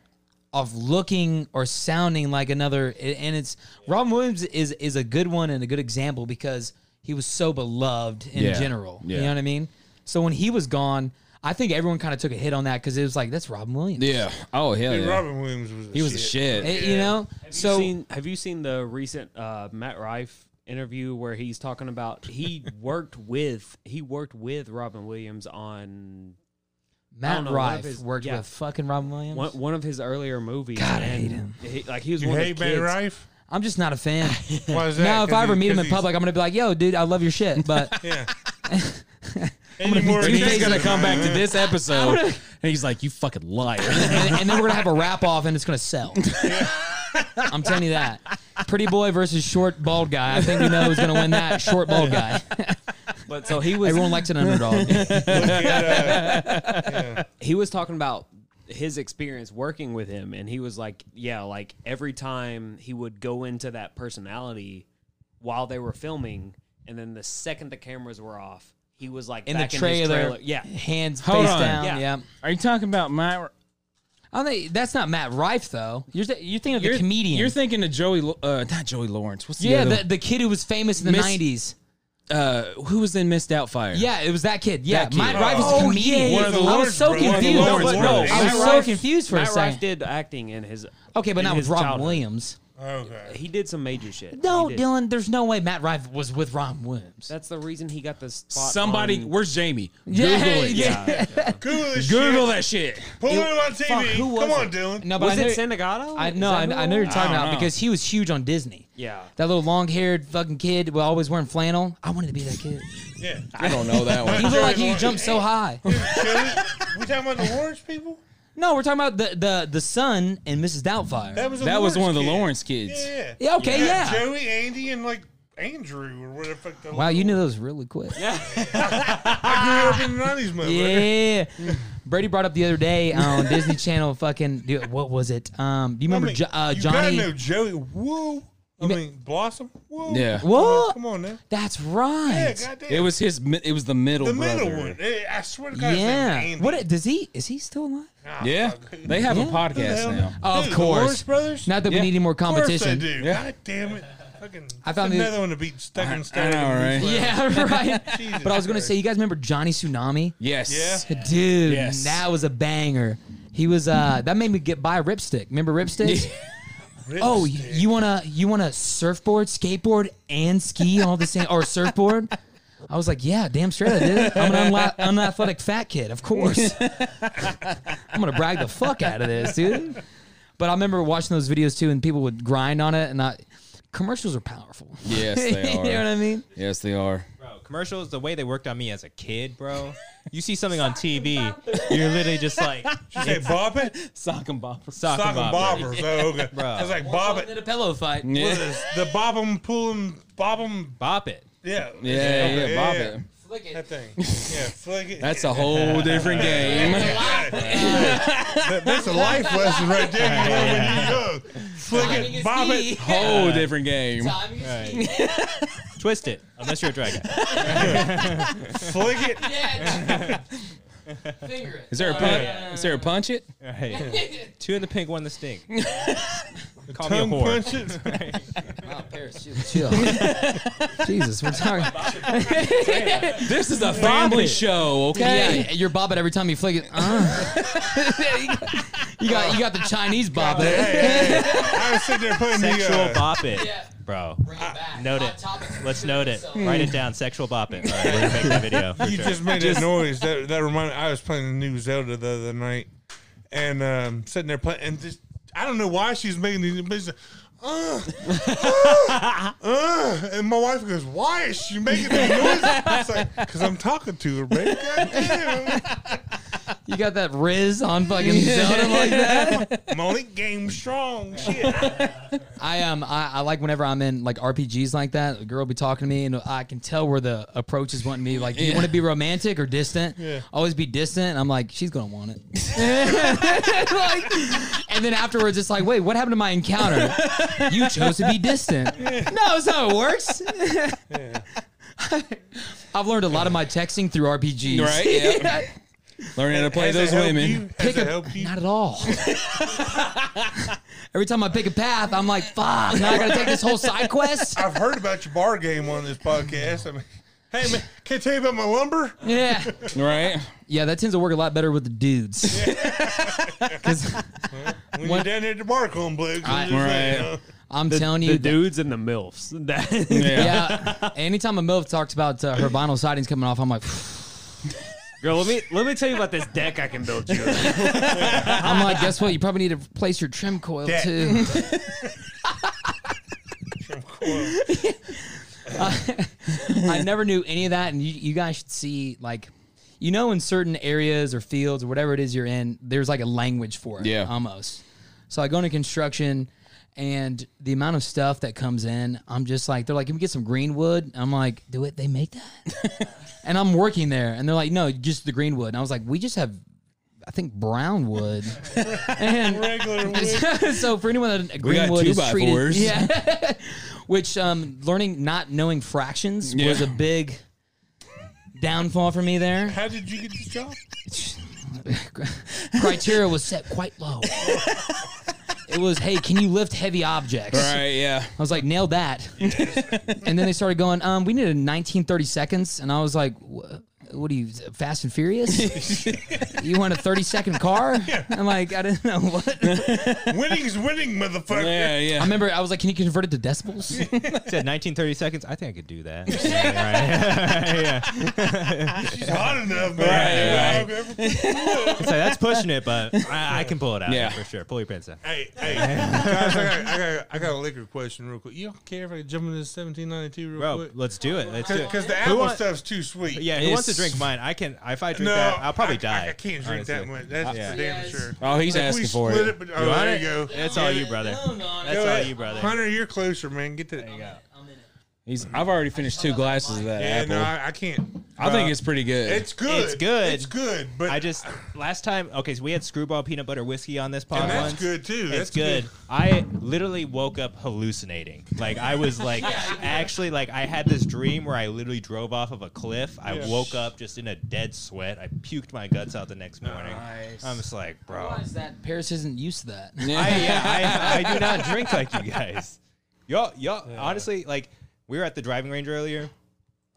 Speaker 5: of looking or sounding like another, a- and it's Robin Williams is is a good one and a good example because he was so beloved in
Speaker 3: Yeah.
Speaker 5: general. You
Speaker 3: Yeah.
Speaker 5: know what I mean? So when he was gone, I think everyone kind of took a hit on that because it was like that's Robin Williams.
Speaker 3: Yeah. Oh hell
Speaker 6: dude,
Speaker 3: yeah.
Speaker 6: Robin Williams was.
Speaker 3: he was a shit.
Speaker 5: Eh, You know,
Speaker 1: So
Speaker 5: so
Speaker 1: have you seen the recent uh, Matt Rife interview where he's talking about he worked with he worked with Robin Williams on I
Speaker 5: Matt
Speaker 1: don't know, one of
Speaker 5: Rife
Speaker 1: his-
Speaker 5: worked
Speaker 1: yeah.
Speaker 5: with fucking Robin Williams.
Speaker 1: one, one of his earlier movies.
Speaker 5: God, I
Speaker 1: and
Speaker 5: hate him.
Speaker 1: He, like he was
Speaker 6: You
Speaker 1: one
Speaker 6: hate
Speaker 1: of the kids.
Speaker 6: Ben Rife?
Speaker 5: I'm just not a fan.
Speaker 6: Why is that?
Speaker 5: now, if
Speaker 6: 'Cause
Speaker 5: I ever
Speaker 6: he-
Speaker 5: meet him
Speaker 6: 'cause
Speaker 5: in
Speaker 6: he's-
Speaker 5: public, I'm gonna be like, "Yo, dude, I love your shit," but
Speaker 6: Yeah. Any more
Speaker 3: And he's gonna
Speaker 6: negative,
Speaker 3: come back to
Speaker 6: man.
Speaker 3: this episode, and he's like, "You fucking liar."
Speaker 5: and, and then we're gonna have a wrap off, and it's gonna sell. I'm telling you that. Pretty boy versus short bald guy. I think we know who's gonna win that. Short bald guy.
Speaker 1: But so he was
Speaker 5: Everyone likes an underdog.
Speaker 6: Look at, uh,
Speaker 1: he was talking about his experience working with him and he was like yeah like every time he would go into that personality while they were filming and then the second the cameras were off he was like
Speaker 5: In the
Speaker 1: back in his
Speaker 5: trailer,
Speaker 1: trailer yeah
Speaker 5: hands
Speaker 3: Hold
Speaker 5: face
Speaker 3: on.
Speaker 5: down. Yeah.
Speaker 1: Yeah.
Speaker 3: Are you talking about my?
Speaker 5: I don't think that's not Matt Rife though. You're th- you're thinking of
Speaker 3: You're,
Speaker 5: the comedian.
Speaker 3: You're thinking of Joey, Lo- uh, not Joey Lawrence. What's the
Speaker 5: yeah,
Speaker 3: other
Speaker 5: the, the kid who was famous in the
Speaker 3: Miss-
Speaker 5: '90s.
Speaker 3: uh, who was in Missed Outfire?
Speaker 5: Yeah, it was that kid. Yeah,
Speaker 3: That kid.
Speaker 5: Matt Rife is a
Speaker 6: Oh,
Speaker 5: comedian.
Speaker 6: yeah, One of the
Speaker 5: I
Speaker 6: Lawrence
Speaker 5: was so
Speaker 6: brothers.
Speaker 5: confused.
Speaker 3: One of the Lawrence
Speaker 5: No, I
Speaker 3: brothers.
Speaker 5: was
Speaker 1: Matt
Speaker 5: so
Speaker 1: Rife-
Speaker 5: confused for a
Speaker 1: Matt Rife
Speaker 5: second.
Speaker 1: did acting in his
Speaker 5: Okay, but
Speaker 1: in
Speaker 5: not with
Speaker 1: his
Speaker 5: Robin
Speaker 1: childhood.
Speaker 5: Williams.
Speaker 6: Okay.
Speaker 1: He did some major shit.
Speaker 5: No,
Speaker 1: He did.
Speaker 5: Dylan, there's no way Matt Rife was with Ron Williams.
Speaker 1: That's the reason he got the spot.
Speaker 3: Somebody,
Speaker 1: on-
Speaker 3: where's Jamie?
Speaker 5: Yeah,
Speaker 3: Google it.
Speaker 5: yeah.
Speaker 6: Google this
Speaker 3: Google
Speaker 6: shit.
Speaker 3: that shit.
Speaker 6: Pull it, on
Speaker 5: fuck,
Speaker 6: TV.
Speaker 5: who was
Speaker 6: Come on,
Speaker 5: it?
Speaker 6: Dylan.
Speaker 5: No, but
Speaker 1: was
Speaker 5: I know,
Speaker 1: it Senegado?
Speaker 5: I,
Speaker 1: Is
Speaker 5: no,
Speaker 1: that
Speaker 5: I,
Speaker 1: who it
Speaker 5: I know who you're
Speaker 1: was?
Speaker 5: talking
Speaker 3: I
Speaker 5: about
Speaker 3: don't know.
Speaker 5: because he was huge on Disney.
Speaker 1: Yeah.
Speaker 5: That little long haired fucking kid, well, always wearing flannel. I wanted to be that kid.
Speaker 6: Yeah.
Speaker 2: I don't know that
Speaker 5: He
Speaker 2: one.
Speaker 5: looked like he could jump so high.
Speaker 6: we talking about the Lawrence people?
Speaker 5: No, we're talking about the the the son and Mrs. Doubtfire.
Speaker 6: That was a
Speaker 3: That was one
Speaker 6: Lawrence
Speaker 3: of the
Speaker 6: kid.
Speaker 3: Lawrence kids.
Speaker 6: Yeah.
Speaker 5: Yeah, okay, yeah.
Speaker 6: Joey, Andy, and like Andrew or whatever. the fuck the-
Speaker 5: wow, you knew those really quick.
Speaker 6: I grew up in the nineties, motherfucker.
Speaker 5: Yeah. Brady brought up the other day on Disney Channel fucking dude, what was it? Um do you
Speaker 6: I
Speaker 5: remember
Speaker 6: mean,
Speaker 5: Jo- uh,
Speaker 6: you
Speaker 5: Johnny?
Speaker 6: gotta know Joey. Whoa. I mean, Blossom. Whoa.
Speaker 3: Yeah.
Speaker 6: Come on,
Speaker 5: What?
Speaker 6: Come on now.
Speaker 5: That's
Speaker 6: Yeah,
Speaker 5: right.
Speaker 6: goddamn.
Speaker 3: It was his. mi- It was the middle.
Speaker 6: the
Speaker 3: brother.
Speaker 6: middle one. Eh, I swear to God. his name's
Speaker 5: Yeah.
Speaker 6: Andy.
Speaker 5: What it- does he is he still alive?
Speaker 6: Ah,
Speaker 3: Yeah,
Speaker 6: fuck.
Speaker 3: they have a
Speaker 5: Yeah.
Speaker 3: podcast
Speaker 6: Hell
Speaker 3: now.
Speaker 6: no.
Speaker 5: Of
Speaker 6: Dude, the
Speaker 5: course.
Speaker 6: Lawrence Brothers.
Speaker 5: Not that we
Speaker 3: Yeah.
Speaker 5: need any more
Speaker 6: Of course
Speaker 5: competition.
Speaker 6: they do.
Speaker 3: Yeah.
Speaker 6: God damn it. Fucking.
Speaker 5: I
Speaker 6: I
Speaker 5: found
Speaker 6: found
Speaker 5: the-
Speaker 6: another one to beat stuck and
Speaker 3: I
Speaker 6: staring.
Speaker 3: know, right?
Speaker 5: Yeah, right.
Speaker 6: Jesus
Speaker 5: but I was gonna
Speaker 6: Christ.
Speaker 5: say you guys remember Johnny Tsunami?
Speaker 3: Yes.
Speaker 6: Yeah.
Speaker 5: Dude,
Speaker 3: Yes.
Speaker 5: that was a banger. He was uh that made me get by Ripstick. Remember Ripstick? Oh, y- you wanna you wanna surfboard, skateboard, and ski all the same, or surfboard? I was like, yeah, damn straight I did it. I'm an unla- unathletic fat kid, of course. I'm gonna brag the fuck out of this, dude. But I remember watching those videos too, and people would grind on it, and I, commercials are powerful.
Speaker 3: Yes, they
Speaker 5: you know what
Speaker 3: are.
Speaker 5: I mean?
Speaker 3: Yes, they are.
Speaker 7: Bro, commercials, the way they worked on me as a kid, bro. You see something on TV, you're literally just like
Speaker 6: Did you say Bob it?
Speaker 3: Sock and bopper.
Speaker 7: sock,
Speaker 6: Sock and
Speaker 7: bopper.
Speaker 6: bobbers. Oh, okay.
Speaker 7: Bro.
Speaker 6: I was like, Bob it.
Speaker 5: a pillow fight.
Speaker 3: Yeah.
Speaker 6: The bob 'em, pull 'em, bob 'em.
Speaker 7: Bop it.
Speaker 6: Yeah.
Speaker 3: Yeah, yeah, bop
Speaker 6: yeah.
Speaker 3: it.
Speaker 6: That thing. Yeah, flick it.
Speaker 3: That's a whole different game.
Speaker 6: That- that's a life lesson right there. You learn when you're young. Flick it, bob it.
Speaker 3: Whole different game.
Speaker 7: Twist it. Unless you're a dragon.
Speaker 6: Flick it.
Speaker 3: Is there a punch? Is there a punch it?
Speaker 7: Hey. Two in the pink, one in the stink. Call
Speaker 6: Tongue
Speaker 7: me a whore.
Speaker 6: punch it.
Speaker 5: Chill. Jesus, we're talking.
Speaker 3: This is a family show, okay?
Speaker 5: Yeah, you're bobbing every time you flick it. Uh. you got you got the Chinese bob
Speaker 6: Hey,
Speaker 5: there.
Speaker 6: hey, hey. I was sitting there putting the.
Speaker 7: Sexual
Speaker 6: Uh,
Speaker 7: bop it. Bro. Ah, Note it. Let's note it. Write it down. Sexual bop it. All right, we're gonna make that video. for
Speaker 6: You
Speaker 7: sure.
Speaker 6: just made a noise that that reminded. I was playing the new Zelda the other night, and um, sitting there playing, and just I don't know why she's making these. But she's like, uh, uh, uh," and my wife goes, "Why is she making that noise?" It's like because I'm talking to her, baby. Goddamn.
Speaker 5: You got that Riz on fucking Zelda like that.
Speaker 6: I'm only game strong. Shit.
Speaker 5: I um I, I like whenever I'm in like RPGs like that, a girl be talking to me and I can tell where the approach is wanting me. Like, do you want to be romantic or distant?
Speaker 6: Yeah.
Speaker 5: Always be distant. And I'm like, she's gonna want it. like, and then afterwards, it's like, wait, what happened to my encounter? you chose to be distant. No, it's how it works. I've learned a lot of my texting through RPGs.
Speaker 3: Right? Yeah. Learning how to play
Speaker 6: Has it
Speaker 3: those
Speaker 6: helped
Speaker 3: women.
Speaker 6: you? Has
Speaker 5: Pick
Speaker 6: it
Speaker 5: a,
Speaker 6: helped you?
Speaker 5: not at all. Every time I pick a path, I'm like, fuck, now I gotta take this whole side quest?
Speaker 6: I've heard about your bar game on this podcast. I mean, hey man, can I tell you about my lumber?
Speaker 5: Yeah.
Speaker 3: Right?
Speaker 5: Yeah, that tends to work a lot better with the dudes.
Speaker 6: When you're down there at the bar complex,
Speaker 5: I-
Speaker 6: it's just like,
Speaker 3: Right.
Speaker 6: uh,
Speaker 5: I'm
Speaker 1: The,
Speaker 5: telling
Speaker 1: the
Speaker 5: you. that-
Speaker 1: dudes and the milfs. That-
Speaker 3: Yeah.
Speaker 5: yeah. Anytime a MILF talks about uh, her vinyl sidings coming off, I'm like,
Speaker 1: Girl, let me let me tell you about this deck I can build you.
Speaker 5: I'm like, guess what? You probably need to replace your trim coil
Speaker 6: That-
Speaker 5: too.
Speaker 6: cool.
Speaker 5: I never knew any of that, and you, you guys should see like. You know, in certain areas or fields or whatever it is you're in, there's like a language for it,
Speaker 3: Yeah.
Speaker 5: almost. So I go into construction, and the amount of stuff that comes in, I'm just like, they're like, "Can we get some green wood?" I'm like, "Do it? They make that?" and I'm working there, and they're like, "No, just the green wood." And I was like, "We just have, I think, brown wood." and
Speaker 6: regular wood.
Speaker 5: so for anyone that
Speaker 3: got
Speaker 5: Greenwood
Speaker 3: two
Speaker 5: is
Speaker 3: by
Speaker 5: treated,
Speaker 3: fours.
Speaker 5: yeah, which um, learning not knowing fractions was
Speaker 3: Yeah.
Speaker 5: a big downfall for me there.
Speaker 6: How did you get this job?
Speaker 5: Criteria was set quite low. it was, hey, can you lift heavy objects?
Speaker 3: Right, yeah.
Speaker 5: I was like, nailed that. and then they started going, um, we need a 19, 30 seconds, and I was like, "Wha- what are you, Fast and Furious? you want a 30 second car? I'm like, I don't know what. I
Speaker 6: Winning's winning, motherfucker.
Speaker 3: Yeah, yeah.
Speaker 5: remember I was like, can you convert it to decibels?
Speaker 7: said 1930 seconds. I think I could do that. Right. yeah.
Speaker 6: She's hot enough, man.
Speaker 7: So that's pushing it, but I, I can pull it out.
Speaker 3: Yeah.
Speaker 7: for sure. Pull your pants down.
Speaker 6: Hey, hey, guys, I got, I, got, I got a liquor question real quick. You don't care if I jump into 1792 real
Speaker 7: Bro,
Speaker 6: quick?
Speaker 7: let's do it. Let's do it.
Speaker 6: Because the
Speaker 7: Who
Speaker 6: apple
Speaker 7: want-
Speaker 6: stuff's too sweet.
Speaker 7: Yeah, who wants to
Speaker 3: It's-
Speaker 7: drink mine? I can. If I drink
Speaker 6: No,
Speaker 7: that, I'll probably
Speaker 6: I-
Speaker 7: die.
Speaker 6: I, I can't drink that
Speaker 7: honestly.
Speaker 6: much. That's
Speaker 7: Yeah.
Speaker 6: for damn sure.
Speaker 3: Oh, he's
Speaker 6: If we
Speaker 3: asking for
Speaker 6: split
Speaker 3: it.
Speaker 6: but-
Speaker 7: You
Speaker 6: oh,
Speaker 7: want
Speaker 6: there
Speaker 7: it?
Speaker 6: you go.
Speaker 7: That's all you, brother. That's
Speaker 6: Go
Speaker 7: all
Speaker 6: ahead.
Speaker 7: you, brother.
Speaker 6: Hunter, you're closer, man. Get that.
Speaker 3: He's. I've already finished two glasses of that
Speaker 6: Yeah,
Speaker 3: apple.
Speaker 6: no, I, I can't.
Speaker 3: I think it's pretty good.
Speaker 6: It's good.
Speaker 7: It's good.
Speaker 6: It's good. But
Speaker 7: I just last time. Okay, so we had screwball peanut butter whiskey on this pod.
Speaker 6: and that's
Speaker 7: once.
Speaker 6: good too. That's
Speaker 7: It's good. I literally woke up hallucinating. Like I was like actually like I had this dream where I literally drove off of a cliff. I
Speaker 6: Yeah.
Speaker 7: woke up just in a dead sweat. I puked my guts out the next morning. I'm just like, bro.
Speaker 5: that Paris isn't used to that.
Speaker 7: I, yeah, I, I do not drink like you guys. Y'all, y'all, honestly, like we were at the driving range earlier,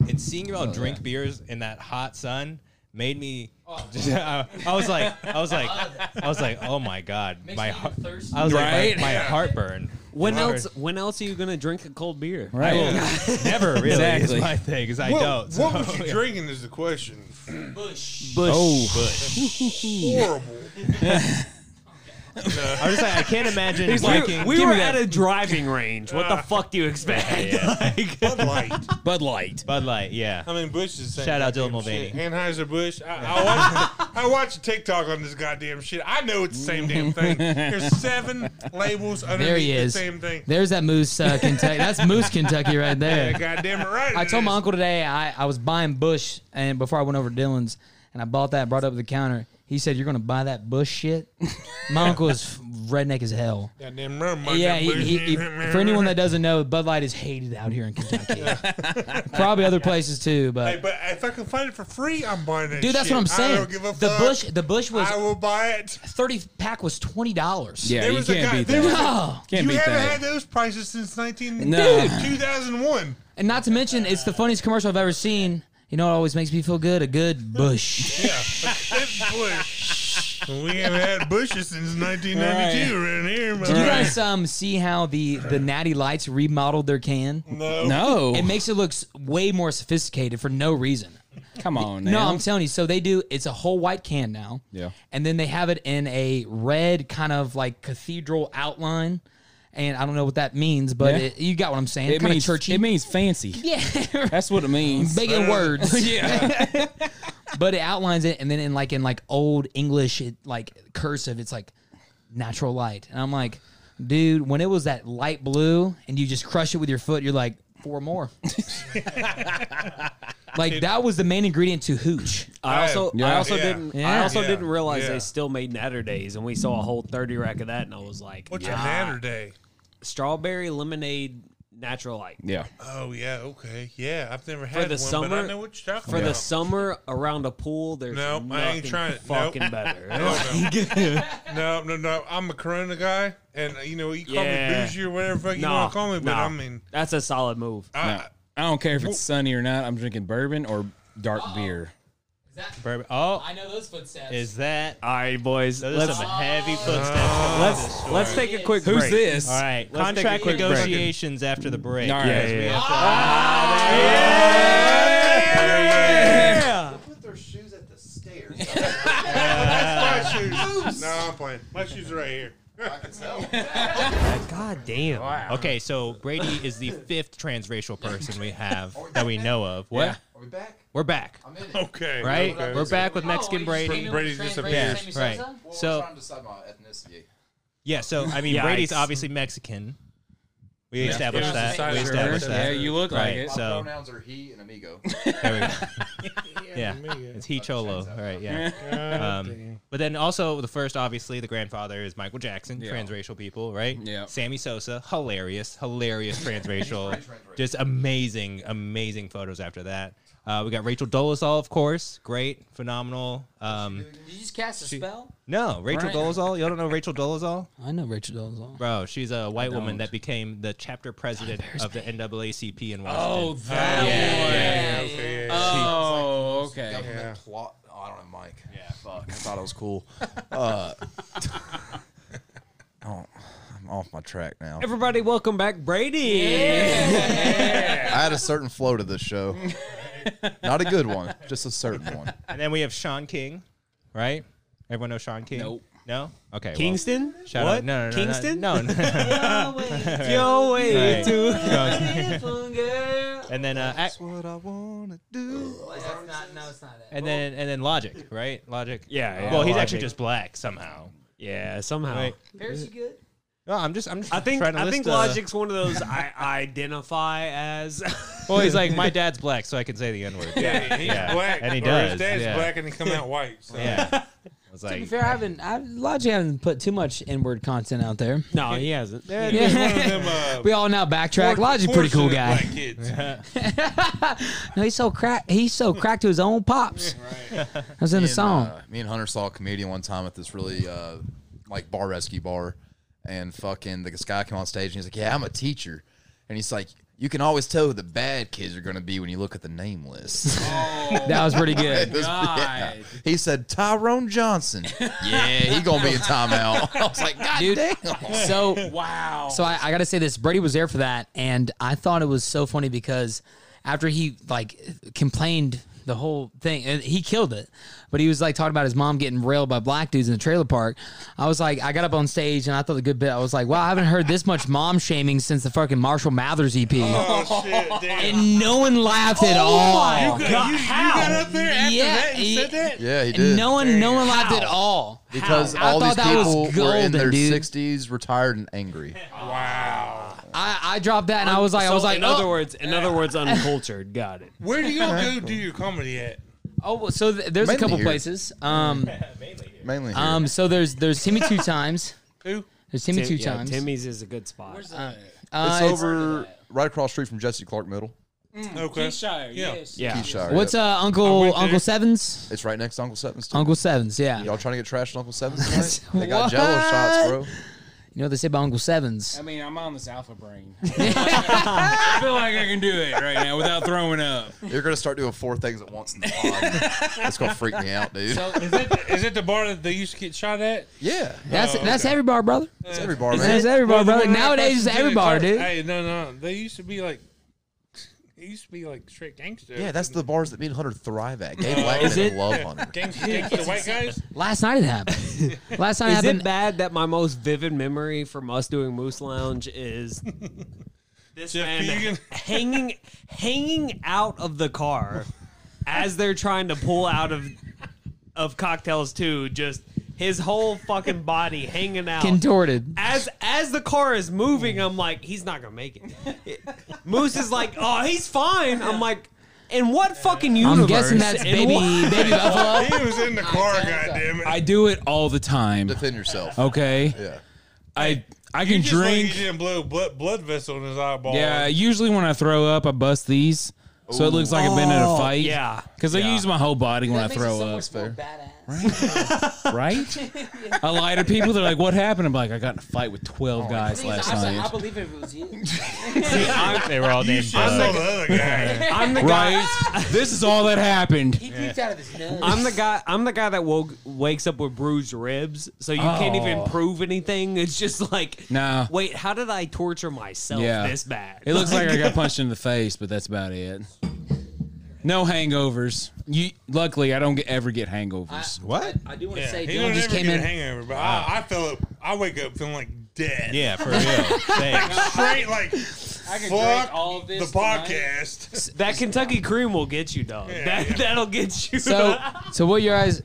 Speaker 7: and seeing y'all drink beers in that hot sun made me. I, was like, I was like, I was like, oh my god, my heart. I was
Speaker 3: Right?
Speaker 7: like, my, my heartburn.
Speaker 1: When
Speaker 7: Never-
Speaker 1: else? When else are you gonna drink a cold beer?
Speaker 3: right.
Speaker 7: Never really
Speaker 3: Exactly.
Speaker 7: is my thing because I
Speaker 6: Good. What,
Speaker 7: don't.
Speaker 6: what
Speaker 7: so-
Speaker 6: was you drinking is the question.
Speaker 1: Bush.
Speaker 5: Oh.
Speaker 6: Horrible.
Speaker 7: I was just like, I can't imagine
Speaker 1: He's like,
Speaker 7: drinking.
Speaker 1: we
Speaker 3: give
Speaker 1: were
Speaker 3: me that.
Speaker 1: at a driving range. What the fuck do you expect?
Speaker 6: Bud Light.
Speaker 3: Bud Light.
Speaker 7: Bud Light, yeah.
Speaker 6: I mean, Bush is the same
Speaker 7: Shout out
Speaker 6: goddamn
Speaker 7: Dylan
Speaker 6: shit.
Speaker 7: Mulvaney.
Speaker 6: Anheuser Bush. I, I watch I watch a TikTok on this goddamn shit. I know it's the same damn thing. There's seven labels underneath
Speaker 5: There he
Speaker 6: the
Speaker 5: is.
Speaker 6: same thing.
Speaker 5: There's that Moose uh, Kentucky. That's Moose Kentucky right there.
Speaker 6: Yeah, goddamn it right.
Speaker 5: I
Speaker 6: it
Speaker 5: told my
Speaker 6: is.
Speaker 5: uncle today I, I was buying Bush, and before I went over to Dylan's, and I bought that, brought it up to the counter. He said, "You're gonna buy that Bush shit." My uncle is redneck as hell.
Speaker 6: Goddamn right. my
Speaker 5: Yeah, he,
Speaker 6: damn
Speaker 5: he, he-
Speaker 6: Bush.
Speaker 5: for anyone that doesn't know, Bud Light is hated out here in Kentucky. Probably other places too,
Speaker 6: Hey,
Speaker 5: but
Speaker 6: but if I can find it for free, I'm buying it.
Speaker 5: dude, that's
Speaker 6: shit.
Speaker 5: what I'm saying.
Speaker 6: I don't give a
Speaker 5: the
Speaker 6: fuck.
Speaker 5: Bush, the Bush was
Speaker 6: I will buy it.
Speaker 5: thirty pack was twenty dollars.
Speaker 3: Yeah,
Speaker 6: There
Speaker 3: you
Speaker 6: was a
Speaker 3: can't
Speaker 6: guy-
Speaker 3: beat
Speaker 6: there
Speaker 3: that.
Speaker 6: was a-
Speaker 5: Oh,
Speaker 3: Can't
Speaker 6: you
Speaker 3: beat
Speaker 6: haven't
Speaker 3: that.
Speaker 6: had those prices since 19
Speaker 3: No.
Speaker 6: 2001.
Speaker 5: and not to mention, it's the funniest commercial I've ever seen. You know, what always makes me feel good—a good Bush.
Speaker 6: Yeah, a good Bush. We haven't had bushes since 1992 around here.
Speaker 5: Did you
Speaker 6: motherfucker.
Speaker 5: guys um, see how the the Natty Lights remodeled their can?
Speaker 6: No.
Speaker 3: No.
Speaker 5: It makes it look s- way more sophisticated for no reason.
Speaker 3: Come on.
Speaker 5: No,
Speaker 3: now.
Speaker 5: I'm telling you. So they do. It's a whole white can now.
Speaker 3: Yeah.
Speaker 5: And then they have it in a red kind of like cathedral outline, and I don't know what that means, but
Speaker 3: Yeah.
Speaker 5: it, you got what I'm saying.
Speaker 3: It
Speaker 5: kind
Speaker 3: means
Speaker 5: of churchy.
Speaker 3: It means fancy.
Speaker 5: yeah.
Speaker 3: That's what it means.
Speaker 5: Big in words.
Speaker 3: yeah.
Speaker 5: but it outlines it and then in like in like old english it like cursive it's like natural light and i'm like dude when it was that light blue and you just crush it with your foot you're like four more like that was the main ingredient to hooch
Speaker 1: I also, I
Speaker 3: Yeah.
Speaker 1: also
Speaker 6: Yeah.
Speaker 1: didn't, I
Speaker 5: Yeah.
Speaker 1: also
Speaker 6: Yeah.
Speaker 1: didn't realize
Speaker 6: Yeah.
Speaker 1: they still made Natter Days, and we saw a whole thirty rack of that, and I was like,
Speaker 6: What's
Speaker 1: "Yeah."
Speaker 6: your natter day?
Speaker 1: strawberry lemonade natural light
Speaker 3: Yeah.
Speaker 6: Oh, yeah, okay. Yeah, I've never had
Speaker 1: the
Speaker 6: one, but I
Speaker 1: summer-
Speaker 6: know what you're talking
Speaker 1: for the
Speaker 6: about.
Speaker 1: summer around a pool. There's
Speaker 6: Nope,
Speaker 1: nothing
Speaker 6: I ain't trying it. Nope.
Speaker 1: fucking better.
Speaker 6: No, no, no, no. I'm a Corona guy, and uh, you know you call me
Speaker 1: Yeah.
Speaker 6: bougie or whatever fuck you
Speaker 1: Nah,
Speaker 6: want to call me, but
Speaker 1: nah.
Speaker 6: I mean,
Speaker 1: that's a solid move.
Speaker 6: I,
Speaker 3: No. I don't care if it's sunny or not. I'm drinking bourbon or dark beer.
Speaker 7: Bourbon. Oh,
Speaker 5: know those footsteps
Speaker 7: is that?
Speaker 1: All right, boys,
Speaker 7: Those
Speaker 1: let's
Speaker 7: are some heavy footsteps.
Speaker 1: Oh. let's let's take a quick.
Speaker 3: Who's
Speaker 1: break.
Speaker 3: this?
Speaker 7: All right,
Speaker 1: Let's take a
Speaker 7: contract
Speaker 1: quick break.
Speaker 7: negotiations after the break.
Speaker 3: All right.
Speaker 1: Yeah, yeah, yeah.
Speaker 8: put their shoes at the stairs.
Speaker 6: that's my shoes. No, I'm playing. My shoes are right here.
Speaker 1: God damn.
Speaker 7: Okay, so Brady is the fifth transracial person we have that we know of. What?
Speaker 3: Yeah.
Speaker 8: Are we back?
Speaker 7: We're back,
Speaker 8: I'm in it.
Speaker 6: Okay,
Speaker 7: right?
Speaker 6: Okay.
Speaker 7: We're back with Mexican Brady.
Speaker 6: Brady disappears.
Speaker 7: Right.
Speaker 8: Well,
Speaker 7: So-
Speaker 8: I'm trying to decide my ethnicity.
Speaker 7: Yeah. So I mean,
Speaker 1: Yikes.
Speaker 7: Brady's obviously Mexican. We established
Speaker 6: Yeah,
Speaker 7: that.
Speaker 6: society
Speaker 7: We established
Speaker 6: sure.
Speaker 3: Yeah,
Speaker 7: that.
Speaker 3: you look like
Speaker 7: Right.
Speaker 3: it.
Speaker 8: My
Speaker 7: So-
Speaker 8: pronouns are he and amigo.
Speaker 7: There we go. Yeah, it's he cholo. All right. Yeah. Um, but then also the first, obviously, the grandfather is Michael Jackson,
Speaker 3: Yeah.
Speaker 7: transracial people, right?
Speaker 3: Yeah.
Speaker 7: Sammy Sosa, hilarious, hilarious transracial,
Speaker 8: transracial.
Speaker 7: just amazing, amazing photos after that. Uh, we got Rachel Dolezal, of course. Great, phenomenal. Um,
Speaker 4: Did you just cast a spell?
Speaker 7: no, Rachel
Speaker 5: Right.
Speaker 7: Dolezal. Y'all don't know Rachel Dolezal?
Speaker 5: I know Rachel Dolezal.
Speaker 7: Bro, she's a white woman that became the chapter president of the NAACP in Washington.
Speaker 3: Oh, that
Speaker 6: yeah,
Speaker 3: one.
Speaker 6: yeah, yeah, okay, yeah.
Speaker 3: Oh, okay.
Speaker 8: Government
Speaker 6: Um, Yeah.
Speaker 8: plot. Oh, I don't know, Mike. Yeah. Fuck. I thought it was cool. Uh, oh, I'm off my track now.
Speaker 1: Everybody, welcome back, Brady.
Speaker 8: I had a certain flow to this show. Not a good one, just a certain one.
Speaker 7: And then we have Sean King, right? Everyone know Sean King?
Speaker 3: Nope.
Speaker 7: No? Okay. well,
Speaker 1: Kingston?
Speaker 7: shout
Speaker 1: what?
Speaker 7: out. No, no, no. no,
Speaker 1: Kingston?
Speaker 7: No. no.
Speaker 1: Yo, wait.
Speaker 7: Right. and then uh, ac-
Speaker 8: What I wanna do.
Speaker 4: no, it's not it.
Speaker 7: and then and then Logic, right? Logic.
Speaker 1: Yeah, yeah,
Speaker 7: well, he's
Speaker 1: Logic.
Speaker 7: actually just black somehow.
Speaker 1: Yeah, somehow.
Speaker 7: Right.
Speaker 4: Paris, you good?
Speaker 7: No, I'm just I'm just
Speaker 1: I think
Speaker 7: trying to
Speaker 1: I
Speaker 7: list,
Speaker 1: think
Speaker 7: uh,
Speaker 1: Logic's one of those I identify as.
Speaker 7: Well, he's like my dad's black, so I can say the N word.
Speaker 6: Yeah, he's
Speaker 7: Yeah.
Speaker 6: black.
Speaker 7: And he
Speaker 6: Or
Speaker 7: does,
Speaker 6: his dad's
Speaker 7: yeah.
Speaker 6: black and he come out white. So.
Speaker 7: Yeah. I was
Speaker 5: To be
Speaker 7: like,
Speaker 5: fair, I haven't. I, Logic haven't put too much N-word content out there.
Speaker 1: no, he hasn't.
Speaker 6: He's one of them, uh,
Speaker 5: We all now backtrack. Logic, pretty cool
Speaker 6: fortunate
Speaker 5: guy.
Speaker 6: black kids.
Speaker 5: No, he's so crack. He's so cracked to his own pops. That was in the
Speaker 8: and,
Speaker 5: song.
Speaker 8: uh, me and Hunter saw a comedian one time at this really uh, like bar rescue bar, and fucking this guy came on stage and he's like, "Yeah, I'm a teacher," and he's like, "You can always tell who the bad kids are gonna be when you look at the name list."
Speaker 5: that was pretty
Speaker 8: It
Speaker 5: good.
Speaker 8: was- yeah. He said Tyrone Johnson. yeah, he gonna be a timeout. I was like, God damn.
Speaker 5: So wow. So I, I got to say this. Brady was there for that, and I thought it was so funny because after he like complained the whole thing, and he killed it. But he was like talking about his mom getting railed by black dudes in the trailer park. I was like, I got up on stage and I thought a good bit. I was like, wow, I haven't heard this much mom shaming since the fucking Marshall Mathers EP.
Speaker 6: Oh, shit, damn.
Speaker 5: And no one laughed at all.
Speaker 6: You, got- you, you got up there after
Speaker 5: Yeah,
Speaker 6: that and
Speaker 5: he-
Speaker 6: said that?
Speaker 8: Yeah, he
Speaker 5: And
Speaker 8: did.
Speaker 5: no one, no one laughed at all.
Speaker 8: because
Speaker 5: How? I
Speaker 8: all
Speaker 5: thought
Speaker 8: these
Speaker 5: that was
Speaker 8: people were in
Speaker 5: golden,
Speaker 8: their
Speaker 5: dude.
Speaker 8: sixties, retired and angry.
Speaker 6: Wow.
Speaker 5: I, I dropped that and I was like, I
Speaker 1: So
Speaker 5: was like,
Speaker 1: in
Speaker 5: oh,
Speaker 1: other words, in other words, uncultured. Got it.
Speaker 6: Where do you go do your comedy at?
Speaker 5: oh, well, so th- there's a
Speaker 8: Mainly
Speaker 5: couple
Speaker 8: here.
Speaker 5: places. Um,
Speaker 8: Mainly. Here.
Speaker 5: Um, so there's there's Timmy two times.
Speaker 6: Who?
Speaker 5: There's Timmy
Speaker 1: Tim-
Speaker 5: two
Speaker 1: yeah,
Speaker 5: times.
Speaker 1: Timmy's is a good spot.
Speaker 5: Uh,
Speaker 8: it's
Speaker 5: it's-
Speaker 8: over right across the street from Jesse Clark Middle.
Speaker 6: Okay. Yeah.
Speaker 1: yeah.
Speaker 8: Keithshire,
Speaker 5: What's uh
Speaker 6: I
Speaker 5: Uncle
Speaker 6: went there.
Speaker 5: Uncle Sevens?
Speaker 8: It's right next to Uncle Seven's. too.
Speaker 5: Uncle Sevens, yeah.
Speaker 8: Y'all trying to get trashed on Uncle Seven's tonight? They got
Speaker 5: What?
Speaker 8: jello shots, bro.
Speaker 5: You know what they say about Uncle Sevens?
Speaker 3: I mean, I'm on this alpha brain. I feel like I can do it right now without throwing up.
Speaker 8: You're gonna start doing four things at once in the pod. That's gonna freak me out, dude.
Speaker 6: Is it, is it the bar that they used to get shot at?
Speaker 8: yeah,
Speaker 5: That's
Speaker 6: Oh,
Speaker 5: that's every bar, brother.
Speaker 8: it's every bar, man.
Speaker 5: That's every bar,
Speaker 6: Well, the
Speaker 5: brother.
Speaker 6: one right across
Speaker 5: Nowadays it's
Speaker 6: the
Speaker 5: every
Speaker 6: street,
Speaker 5: bar,
Speaker 6: it's like-
Speaker 5: dude.
Speaker 6: Hey, no, no. They used to be like, it used to be like straight gangster.
Speaker 8: Yeah, that's the bars that me and Hunter thrive at. Gabe Blackman
Speaker 1: Is it-
Speaker 8: love Hunter.
Speaker 6: gangster, gangster white guys.
Speaker 5: Last night it happened. Last night it
Speaker 1: Is it
Speaker 5: happened.
Speaker 1: bad that my most vivid memory from us doing Moose Lounge is this
Speaker 6: Jeff
Speaker 1: man
Speaker 6: Keegan.
Speaker 1: hanging hanging out of the car as they're trying to pull out of of cocktails too, just his whole fucking body hanging out.
Speaker 5: Contorted.
Speaker 1: as as the car is moving, I'm like, he's not gonna make it. Moose is like, oh, he's fine. I'm like, in what fucking universe?
Speaker 5: I'm guessing that's
Speaker 1: In
Speaker 5: baby
Speaker 1: what-
Speaker 5: baby buffalo.
Speaker 6: He was in the car, goddammit.
Speaker 3: I do it all the time.
Speaker 8: Defend yourself.
Speaker 3: Okay,
Speaker 8: Yeah,
Speaker 3: I I
Speaker 6: You
Speaker 3: can
Speaker 6: just lucky
Speaker 3: drink.
Speaker 6: He didn't blow blood, blood vessel in his eyeball.
Speaker 3: Yeah, usually when I throw up, I bust these, so it looks like I've been in a fight.
Speaker 1: yeah.
Speaker 3: because I
Speaker 1: Yeah.
Speaker 3: use my whole body when I throw up. right? I lie to people. They're like, "What happened?" I'm like, "I got in a fight with 12 guys last night."
Speaker 4: believe it was you.
Speaker 7: they were all
Speaker 6: You
Speaker 7: named
Speaker 6: should have
Speaker 7: Bud.
Speaker 6: saw the other guy.
Speaker 1: I'm the guy.
Speaker 3: Right? this is all that happened.
Speaker 4: He peeked out of his nose.
Speaker 1: I'm the guy. I'm the guy that woke, wakes up with bruised ribs, so you can't even
Speaker 3: Oh.
Speaker 1: prove anything. It's just like,
Speaker 3: Nah.
Speaker 1: Wait, how did I torture myself
Speaker 3: Yeah.
Speaker 1: this bad?
Speaker 3: It looks like I got punched in the face, but that's about it. No hangovers. You luckily I don't get, ever get hangovers.
Speaker 7: What?
Speaker 4: I do want to
Speaker 6: Yeah,
Speaker 4: say,
Speaker 6: he
Speaker 4: Dylan
Speaker 6: don't
Speaker 4: just
Speaker 6: ever
Speaker 4: came
Speaker 6: get a
Speaker 4: in.
Speaker 6: hangover, but I, I feel it. I wake up feeling like dead.
Speaker 7: Yeah, for real. Thanks.
Speaker 6: straight like fuck the podcast.
Speaker 1: that Kentucky cream will get you, dog.
Speaker 6: Yeah,
Speaker 1: that
Speaker 6: yeah.
Speaker 1: that'll get you.
Speaker 5: So, so what your eyes?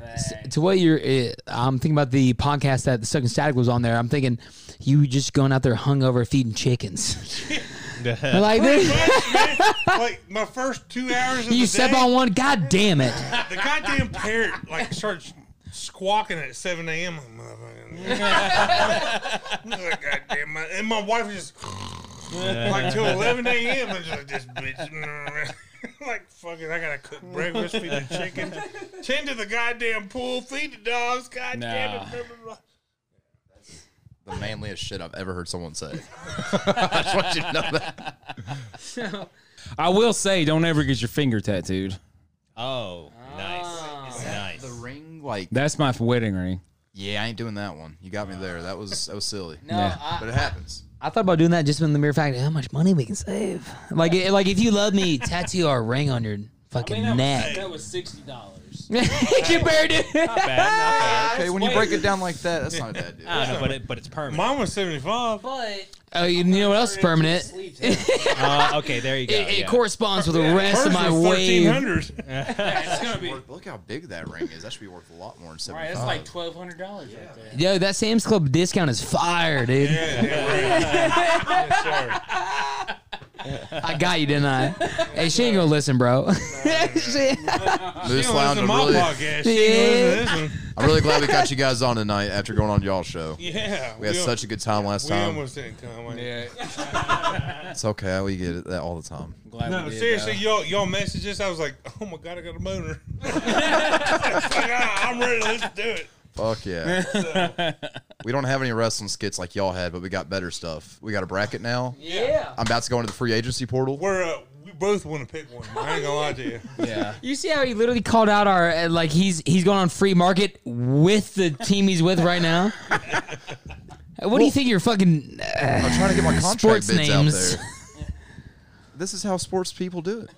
Speaker 5: To what your? eh, I'm thinking about the podcast that the Second Static was on there. I'm thinking, you just going out there hungover feeding chickens. like this,
Speaker 6: like my first two hours of
Speaker 5: you
Speaker 6: the
Speaker 5: step
Speaker 6: day,
Speaker 5: on one. God damn it!
Speaker 6: the goddamn parrot like starts squawking at seven a.m. Oh, I'm like, motherfucker. Like, goddamn, my- and my wife is like till 11 a.m. I'm just like this bitch. like fucking, I gotta cook breakfast, feed the chickens, tend to the goddamn pool, feed the dogs. God damn
Speaker 3: Nah.
Speaker 6: it! blah, blah, blah.
Speaker 8: The manliest shit I've ever heard someone say. I just want you to know that.
Speaker 3: I will say, don't ever get your finger tattooed.
Speaker 7: Oh,
Speaker 3: Ah.
Speaker 7: nice, nice.
Speaker 8: The ring, like,
Speaker 3: That's my wedding ring.
Speaker 8: yeah, I ain't doing that one. You got me there. That was that was silly.
Speaker 5: No,
Speaker 3: Yeah.
Speaker 5: I,
Speaker 8: but it happens.
Speaker 5: I thought about doing that just in the mere fact of how much money we can save. Like, it, like if you love me, tattoo our ring on your fucking neck.
Speaker 3: was sixty dollars.
Speaker 5: Compared to
Speaker 7: Not bad,
Speaker 8: Okay, when you break it down like that, that's not a bad deal.
Speaker 7: not bad. I don't know, but it, but it's permanent.
Speaker 6: Mine was 75.
Speaker 5: oh, you know what else is permanent? It,
Speaker 7: Uh, okay, there you go.
Speaker 5: it
Speaker 7: yeah.
Speaker 5: corresponds with the rest
Speaker 6: Hers
Speaker 5: of my
Speaker 6: was
Speaker 5: wave.
Speaker 6: 1300.
Speaker 8: Look- Look how big that ring is. That should be worth a lot more than seventy five.
Speaker 3: twelve hundred dollars right there.
Speaker 5: Yo, that Sam's Club discount is fire, dude. I got you, didn't I? Hey, she ain't gonna listen, bro. She-
Speaker 8: Moose
Speaker 6: She
Speaker 8: Lounge,
Speaker 6: listen to
Speaker 8: I'm
Speaker 6: my
Speaker 8: really,
Speaker 6: podcast. She listen to this one.
Speaker 8: I'm really glad we got you guys on tonight after going on y'all show.
Speaker 6: Yeah.
Speaker 8: We had such a good time last
Speaker 6: we
Speaker 8: time.
Speaker 6: almost didn't come. Like,
Speaker 3: Yeah,
Speaker 8: It's okay. We get it that all the time.
Speaker 3: glad
Speaker 6: No,
Speaker 3: we did,
Speaker 6: seriously,
Speaker 3: though.
Speaker 6: y'all y'all messages. I was like, oh my god, I got a boner. It's like, ah, I'm ready. Let's do it.
Speaker 8: Fuck yeah. we don't have any wrestling skits like y'all had, but we got better stuff. We got a bracket now.
Speaker 5: yeah.
Speaker 8: I'm about to go into the free agency portal.
Speaker 6: We're uh, we both want to pick one. I ain't gonna lie to you.
Speaker 3: yeah.
Speaker 5: You see how he literally called out our uh, like he's he's going on free market with the team he's with right now. Uh, what do you think your fucking uh,
Speaker 8: I'm trying to get my contract
Speaker 5: Sports
Speaker 8: bids
Speaker 5: names.
Speaker 8: out there. this is how sports people do it.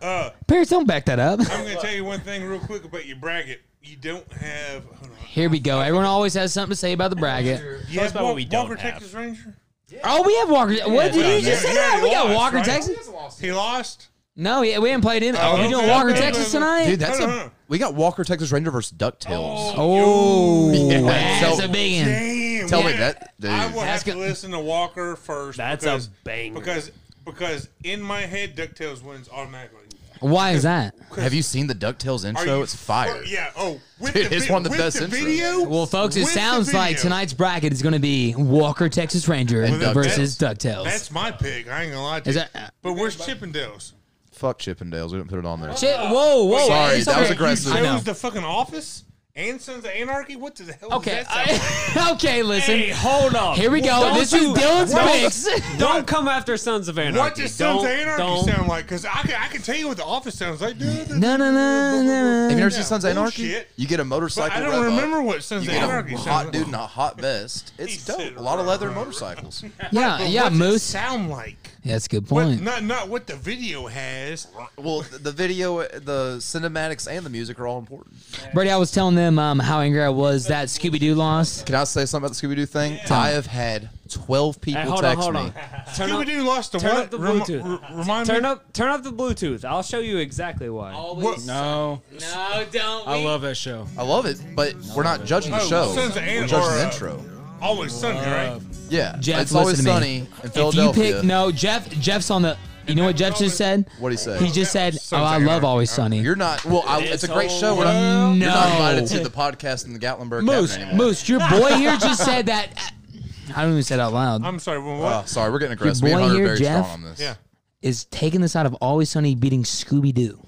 Speaker 6: Uh,
Speaker 5: Paris? Don't back that up.
Speaker 6: I'm gonna tell you one thing real quick about your bracket. You don't have. Hold on.
Speaker 5: Here we go. Everyone always has something to say about the bracket.
Speaker 6: You
Speaker 7: Tell us
Speaker 6: have
Speaker 7: about what we don't
Speaker 6: Walker
Speaker 7: have.
Speaker 6: Texas Ranger.
Speaker 5: Oh, we have Walker. what
Speaker 6: yeah,
Speaker 5: did you
Speaker 6: yeah,
Speaker 5: just say?
Speaker 6: yeah,
Speaker 5: That?
Speaker 6: he
Speaker 5: We got
Speaker 6: lost,
Speaker 5: Walker
Speaker 6: right?
Speaker 5: Texas.
Speaker 6: He lost.
Speaker 5: No, yeah, we haven't played in. Oh,
Speaker 6: Oh,
Speaker 5: you doing
Speaker 6: okay,
Speaker 5: Walker
Speaker 6: okay,
Speaker 5: Texas
Speaker 6: okay.
Speaker 5: tonight?
Speaker 8: Dude, that's
Speaker 6: Hold on, hold
Speaker 8: a,
Speaker 6: on.
Speaker 8: we got Walker Texas Ranger versus DuckTales.
Speaker 5: oh,
Speaker 8: Yeah.
Speaker 5: that's
Speaker 8: So-
Speaker 5: a big one.
Speaker 6: Damn.
Speaker 8: Tell me
Speaker 6: yeah.
Speaker 8: that, dude.
Speaker 6: I will
Speaker 5: That's
Speaker 6: have to
Speaker 5: go-
Speaker 6: listen to Walker first.
Speaker 1: That's a
Speaker 6: because,
Speaker 1: banger.
Speaker 6: Because because in my head, Ducktales wins automatically.
Speaker 5: Why is that?
Speaker 8: Have you seen the DuckTales
Speaker 6: Are
Speaker 8: intro?
Speaker 6: you
Speaker 8: It's fire.
Speaker 6: fu- yeah. Oh, with
Speaker 8: Dude,
Speaker 6: the,
Speaker 8: it's
Speaker 6: vi-
Speaker 8: one of the
Speaker 6: with
Speaker 8: best
Speaker 6: the
Speaker 8: intros.
Speaker 6: video.
Speaker 5: Well, folks, it
Speaker 6: With the
Speaker 5: sounds like
Speaker 6: video.
Speaker 5: tonight's bracket is going to be Walker Texas Ranger
Speaker 8: And DuckTales.
Speaker 5: versus DuckTales.
Speaker 6: That's my pick. I ain't gonna lie to
Speaker 5: Is
Speaker 6: you.
Speaker 5: that-
Speaker 6: but where's Chippendales?
Speaker 8: Fuck Chippendales. We didn't put it on there.
Speaker 5: Shit, whoa, whoa.
Speaker 8: Sorry,
Speaker 5: it's
Speaker 8: that was
Speaker 5: okay.
Speaker 8: aggressive.
Speaker 5: I know.
Speaker 6: Chose the fucking office and Sons of Anarchy. What the hell?
Speaker 5: Okay,
Speaker 6: Is that sound
Speaker 5: I- okay, listen.
Speaker 1: Hey, hold on.
Speaker 5: Here we go.
Speaker 1: Don't
Speaker 5: this is
Speaker 1: you-
Speaker 5: Dylan's
Speaker 1: don't-
Speaker 5: picks.
Speaker 1: Don't come after Sons of Anarchy.
Speaker 6: What does
Speaker 1: Don't-
Speaker 6: Sons of Anarchy
Speaker 1: don't-
Speaker 6: sound like? Because I can, I can tell you what the office sounds like. Dude,
Speaker 5: No, no, no, no.
Speaker 8: Have you ever
Speaker 6: Yeah,
Speaker 8: seen Sons of Anarchy?
Speaker 6: bullshit.
Speaker 8: You get a
Speaker 6: Oh, But
Speaker 8: motorcycle.
Speaker 6: I
Speaker 8: rev
Speaker 6: don't
Speaker 8: up.
Speaker 6: remember what Sons
Speaker 8: You
Speaker 6: of
Speaker 8: get
Speaker 6: Anarchy
Speaker 8: a
Speaker 6: sounds
Speaker 8: hot
Speaker 6: like.
Speaker 8: dude in a hot vest. It's
Speaker 6: said
Speaker 8: dope. A lot of leather
Speaker 6: right, right,
Speaker 8: motorcycles.
Speaker 5: Yeah,
Speaker 6: But
Speaker 5: yeah,
Speaker 6: what does it
Speaker 5: Moose.
Speaker 6: sound like?
Speaker 5: Yeah, that's a good
Speaker 6: What,
Speaker 5: point.
Speaker 6: not not what the video has.
Speaker 8: Well, th- the video, the cinematics, and the music are all important.
Speaker 5: Brady, I was telling them um, how angry I was that Scooby Doo lost.
Speaker 8: Can I say something about the Scooby Doo thing? I have had 12 people
Speaker 1: Hey, hold on,
Speaker 8: text
Speaker 1: hold on.
Speaker 8: me.
Speaker 1: Turn
Speaker 6: Scooby
Speaker 1: up,
Speaker 6: Doo lost the
Speaker 1: turn
Speaker 6: what?
Speaker 1: up the
Speaker 6: Remi-
Speaker 1: Bluetooth.
Speaker 6: r- remind
Speaker 1: turn
Speaker 6: me.
Speaker 1: up, turn up the Bluetooth. I'll show you exactly why.
Speaker 6: What-
Speaker 3: No,
Speaker 5: No, don't.
Speaker 3: I love that show.
Speaker 8: I love it, but we're not judging the
Speaker 6: Oh,
Speaker 8: show.
Speaker 6: Sons of
Speaker 8: We're
Speaker 6: Anar-
Speaker 8: judging
Speaker 6: or,
Speaker 8: the
Speaker 6: uh,
Speaker 8: intro.
Speaker 6: Always Sunday, right?
Speaker 8: Yeah.
Speaker 5: Jeff,
Speaker 8: it's always
Speaker 5: listen to
Speaker 8: sunny
Speaker 5: me.
Speaker 8: in
Speaker 5: If you
Speaker 8: Philadelphia.
Speaker 5: pick no, Jeff. Jeff's on the. You know what Jeff just said?
Speaker 8: What'd he say?
Speaker 5: He just said, "Oh, I love Always Sunny."
Speaker 8: You're not. Well, I, it's a great show. We're
Speaker 5: Well,
Speaker 8: not, you're not
Speaker 5: no.
Speaker 8: invited to the podcast in the Gatlinburg
Speaker 5: Moose,
Speaker 8: Cabin anymore.
Speaker 5: Moose, your boy here just said that. uh, I don't even say it out loud.
Speaker 6: I'm sorry. Well,
Speaker 8: Uh,
Speaker 6: what?
Speaker 8: sorry, we're getting aggressive. Me
Speaker 5: boy
Speaker 8: and Hunter are
Speaker 5: here,
Speaker 8: very
Speaker 5: Jeff?
Speaker 8: strong on this.
Speaker 6: Yeah.
Speaker 5: Is taking this out of Always Sunny beating Scooby Doo.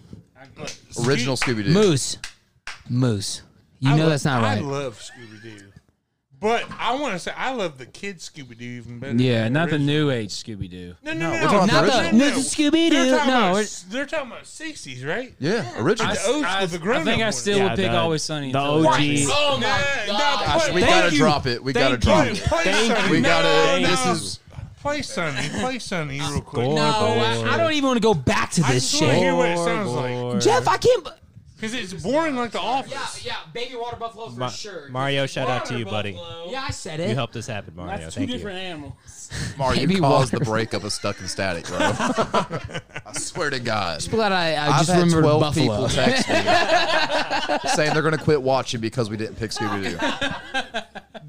Speaker 8: Original Scooby Doo.
Speaker 5: Moose, Moose. You
Speaker 6: I
Speaker 5: know
Speaker 6: lo-
Speaker 5: that's not
Speaker 6: I
Speaker 5: right.
Speaker 6: love Scooby Doo, but I want to say I love the kids Scooby Doo even better.
Speaker 3: Yeah,
Speaker 6: than
Speaker 3: not the
Speaker 6: original.
Speaker 3: new age Scooby Doo.
Speaker 6: No, no, no.
Speaker 8: we're talking
Speaker 6: no.
Speaker 5: Not
Speaker 8: the
Speaker 5: the,
Speaker 8: original.
Speaker 5: no, Scooby Doo.
Speaker 6: They're talking,
Speaker 5: No,
Speaker 6: about,
Speaker 5: we're-
Speaker 6: s- they're talking about 60s, right?
Speaker 8: Yeah, original.
Speaker 6: The old school, the grown
Speaker 3: I think I still
Speaker 1: Yeah,
Speaker 3: would pick
Speaker 1: the-
Speaker 3: Always Sunny. in
Speaker 1: the
Speaker 3: Philadelphia.
Speaker 1: OG.
Speaker 6: Oh, my God.
Speaker 8: Gosh, we gotta drop it. We gotta drop it.
Speaker 6: Play Sunny.
Speaker 8: We
Speaker 6: No,
Speaker 8: gotta.
Speaker 6: no.
Speaker 8: This is.
Speaker 6: Play Sunny. Play Sunny real quick.
Speaker 5: no, Oh, I, I don't even want to go back to
Speaker 6: I
Speaker 5: this
Speaker 6: just want to
Speaker 5: shit.
Speaker 6: hear what it sounds like.
Speaker 5: Jeff, I can't.
Speaker 6: Because it's boring like The Office.
Speaker 5: yeah, baby water buffalo for
Speaker 7: Ma- Mario, shout out to you, buddy.
Speaker 5: Yeah, I said
Speaker 7: You
Speaker 5: it.
Speaker 7: helped us happen, Mario.
Speaker 3: That's two
Speaker 7: Thank you.
Speaker 3: different animals.
Speaker 8: Mario,
Speaker 5: Maybe
Speaker 8: you caused
Speaker 5: water.
Speaker 8: the breakup of Stuck and Static, bro. I swear to God.
Speaker 5: Glad I, I
Speaker 8: I've
Speaker 5: just
Speaker 8: had
Speaker 5: remembered
Speaker 8: 12
Speaker 5: Buffalo.
Speaker 8: people text me saying they're going to quit watching because we didn't pick Scooby Doo.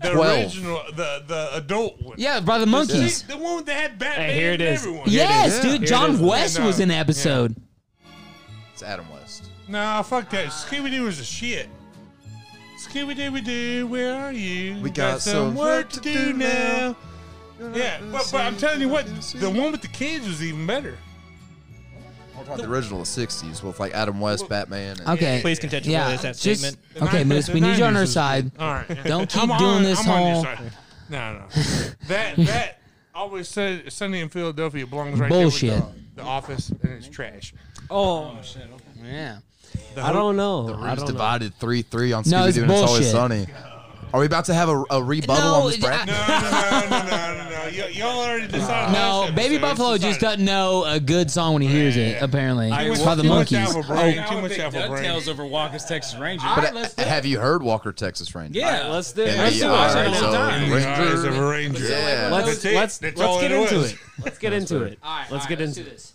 Speaker 6: The
Speaker 8: Twelve.
Speaker 6: original, the, the adult one.
Speaker 5: Yeah, by the
Speaker 6: See,
Speaker 5: monkeys.
Speaker 6: The one that had Batman
Speaker 1: Hey, here it
Speaker 6: and
Speaker 1: is.
Speaker 6: everyone.
Speaker 5: Yes,
Speaker 8: Yeah.
Speaker 5: dude.
Speaker 1: Here it
Speaker 5: John
Speaker 1: is.
Speaker 5: West
Speaker 6: Yeah, no.
Speaker 5: was in the episode.
Speaker 8: It's Adam West.
Speaker 6: Nah, fuck that. Scooby Doo was a shit. Scooby Doo Doo, where are you?
Speaker 8: We got some work to do now.
Speaker 6: Yeah, but, but I'm telling you what, the one with the kids was even better.
Speaker 8: We're talking the original '60s with like Adam West, Batman. And
Speaker 5: Okay.
Speaker 7: Please contextualize
Speaker 5: Yeah.
Speaker 7: that
Speaker 5: just-
Speaker 7: statement.
Speaker 6: The
Speaker 5: okay,
Speaker 6: 90s
Speaker 5: Moose, we need you on
Speaker 6: 90s
Speaker 5: our
Speaker 6: was
Speaker 5: side.
Speaker 6: good. All right.
Speaker 5: Don't keep
Speaker 6: I'm
Speaker 5: doing
Speaker 6: on-
Speaker 5: this
Speaker 6: I'm on your
Speaker 5: whole-
Speaker 6: side. No, no. That that always said Sunday in Philadelphia belongs right there
Speaker 5: Bullshit.
Speaker 6: with the, the office and it's trash.
Speaker 1: Oh,
Speaker 5: Yeah.
Speaker 1: I don't know.
Speaker 8: The
Speaker 1: I
Speaker 8: room's
Speaker 1: don't know.
Speaker 8: divided three three on
Speaker 5: No,
Speaker 8: Scooby
Speaker 5: it's
Speaker 8: Doo and it's always sunny.
Speaker 5: bullshit.
Speaker 8: Are we about to have a, a rebuttal
Speaker 5: No,
Speaker 8: on this
Speaker 5: it-
Speaker 8: bracket?
Speaker 6: No, no, no, no, no, no, no. Y- y'all already decided.
Speaker 5: No,
Speaker 6: last
Speaker 5: Baby
Speaker 6: episode.
Speaker 5: Buffalo
Speaker 6: It's
Speaker 5: just doesn't
Speaker 6: decided.
Speaker 5: know a good song when he hears it, apparently.
Speaker 6: Too
Speaker 5: It's
Speaker 6: much-
Speaker 5: by the
Speaker 6: too much
Speaker 5: monkeys.
Speaker 6: Alpha brain, too much alpha brain.
Speaker 3: Dovetails over Walker's Texas Ranger.
Speaker 8: But uh, have you heard Walker Texas Ranger?
Speaker 3: yeah,
Speaker 1: Let's do it.
Speaker 8: Yeah,
Speaker 1: Let's
Speaker 8: yeah,
Speaker 1: do
Speaker 8: all
Speaker 1: it.
Speaker 8: right,
Speaker 1: Let's
Speaker 8: so-
Speaker 1: do it.
Speaker 6: In the eyes of a ranger.
Speaker 8: Yeah.
Speaker 1: Let's
Speaker 6: That's it.
Speaker 1: let's
Speaker 6: That's
Speaker 1: let's
Speaker 6: all
Speaker 1: get
Speaker 6: it
Speaker 1: into
Speaker 6: was.
Speaker 1: it. Let's get into it. Let's get into it.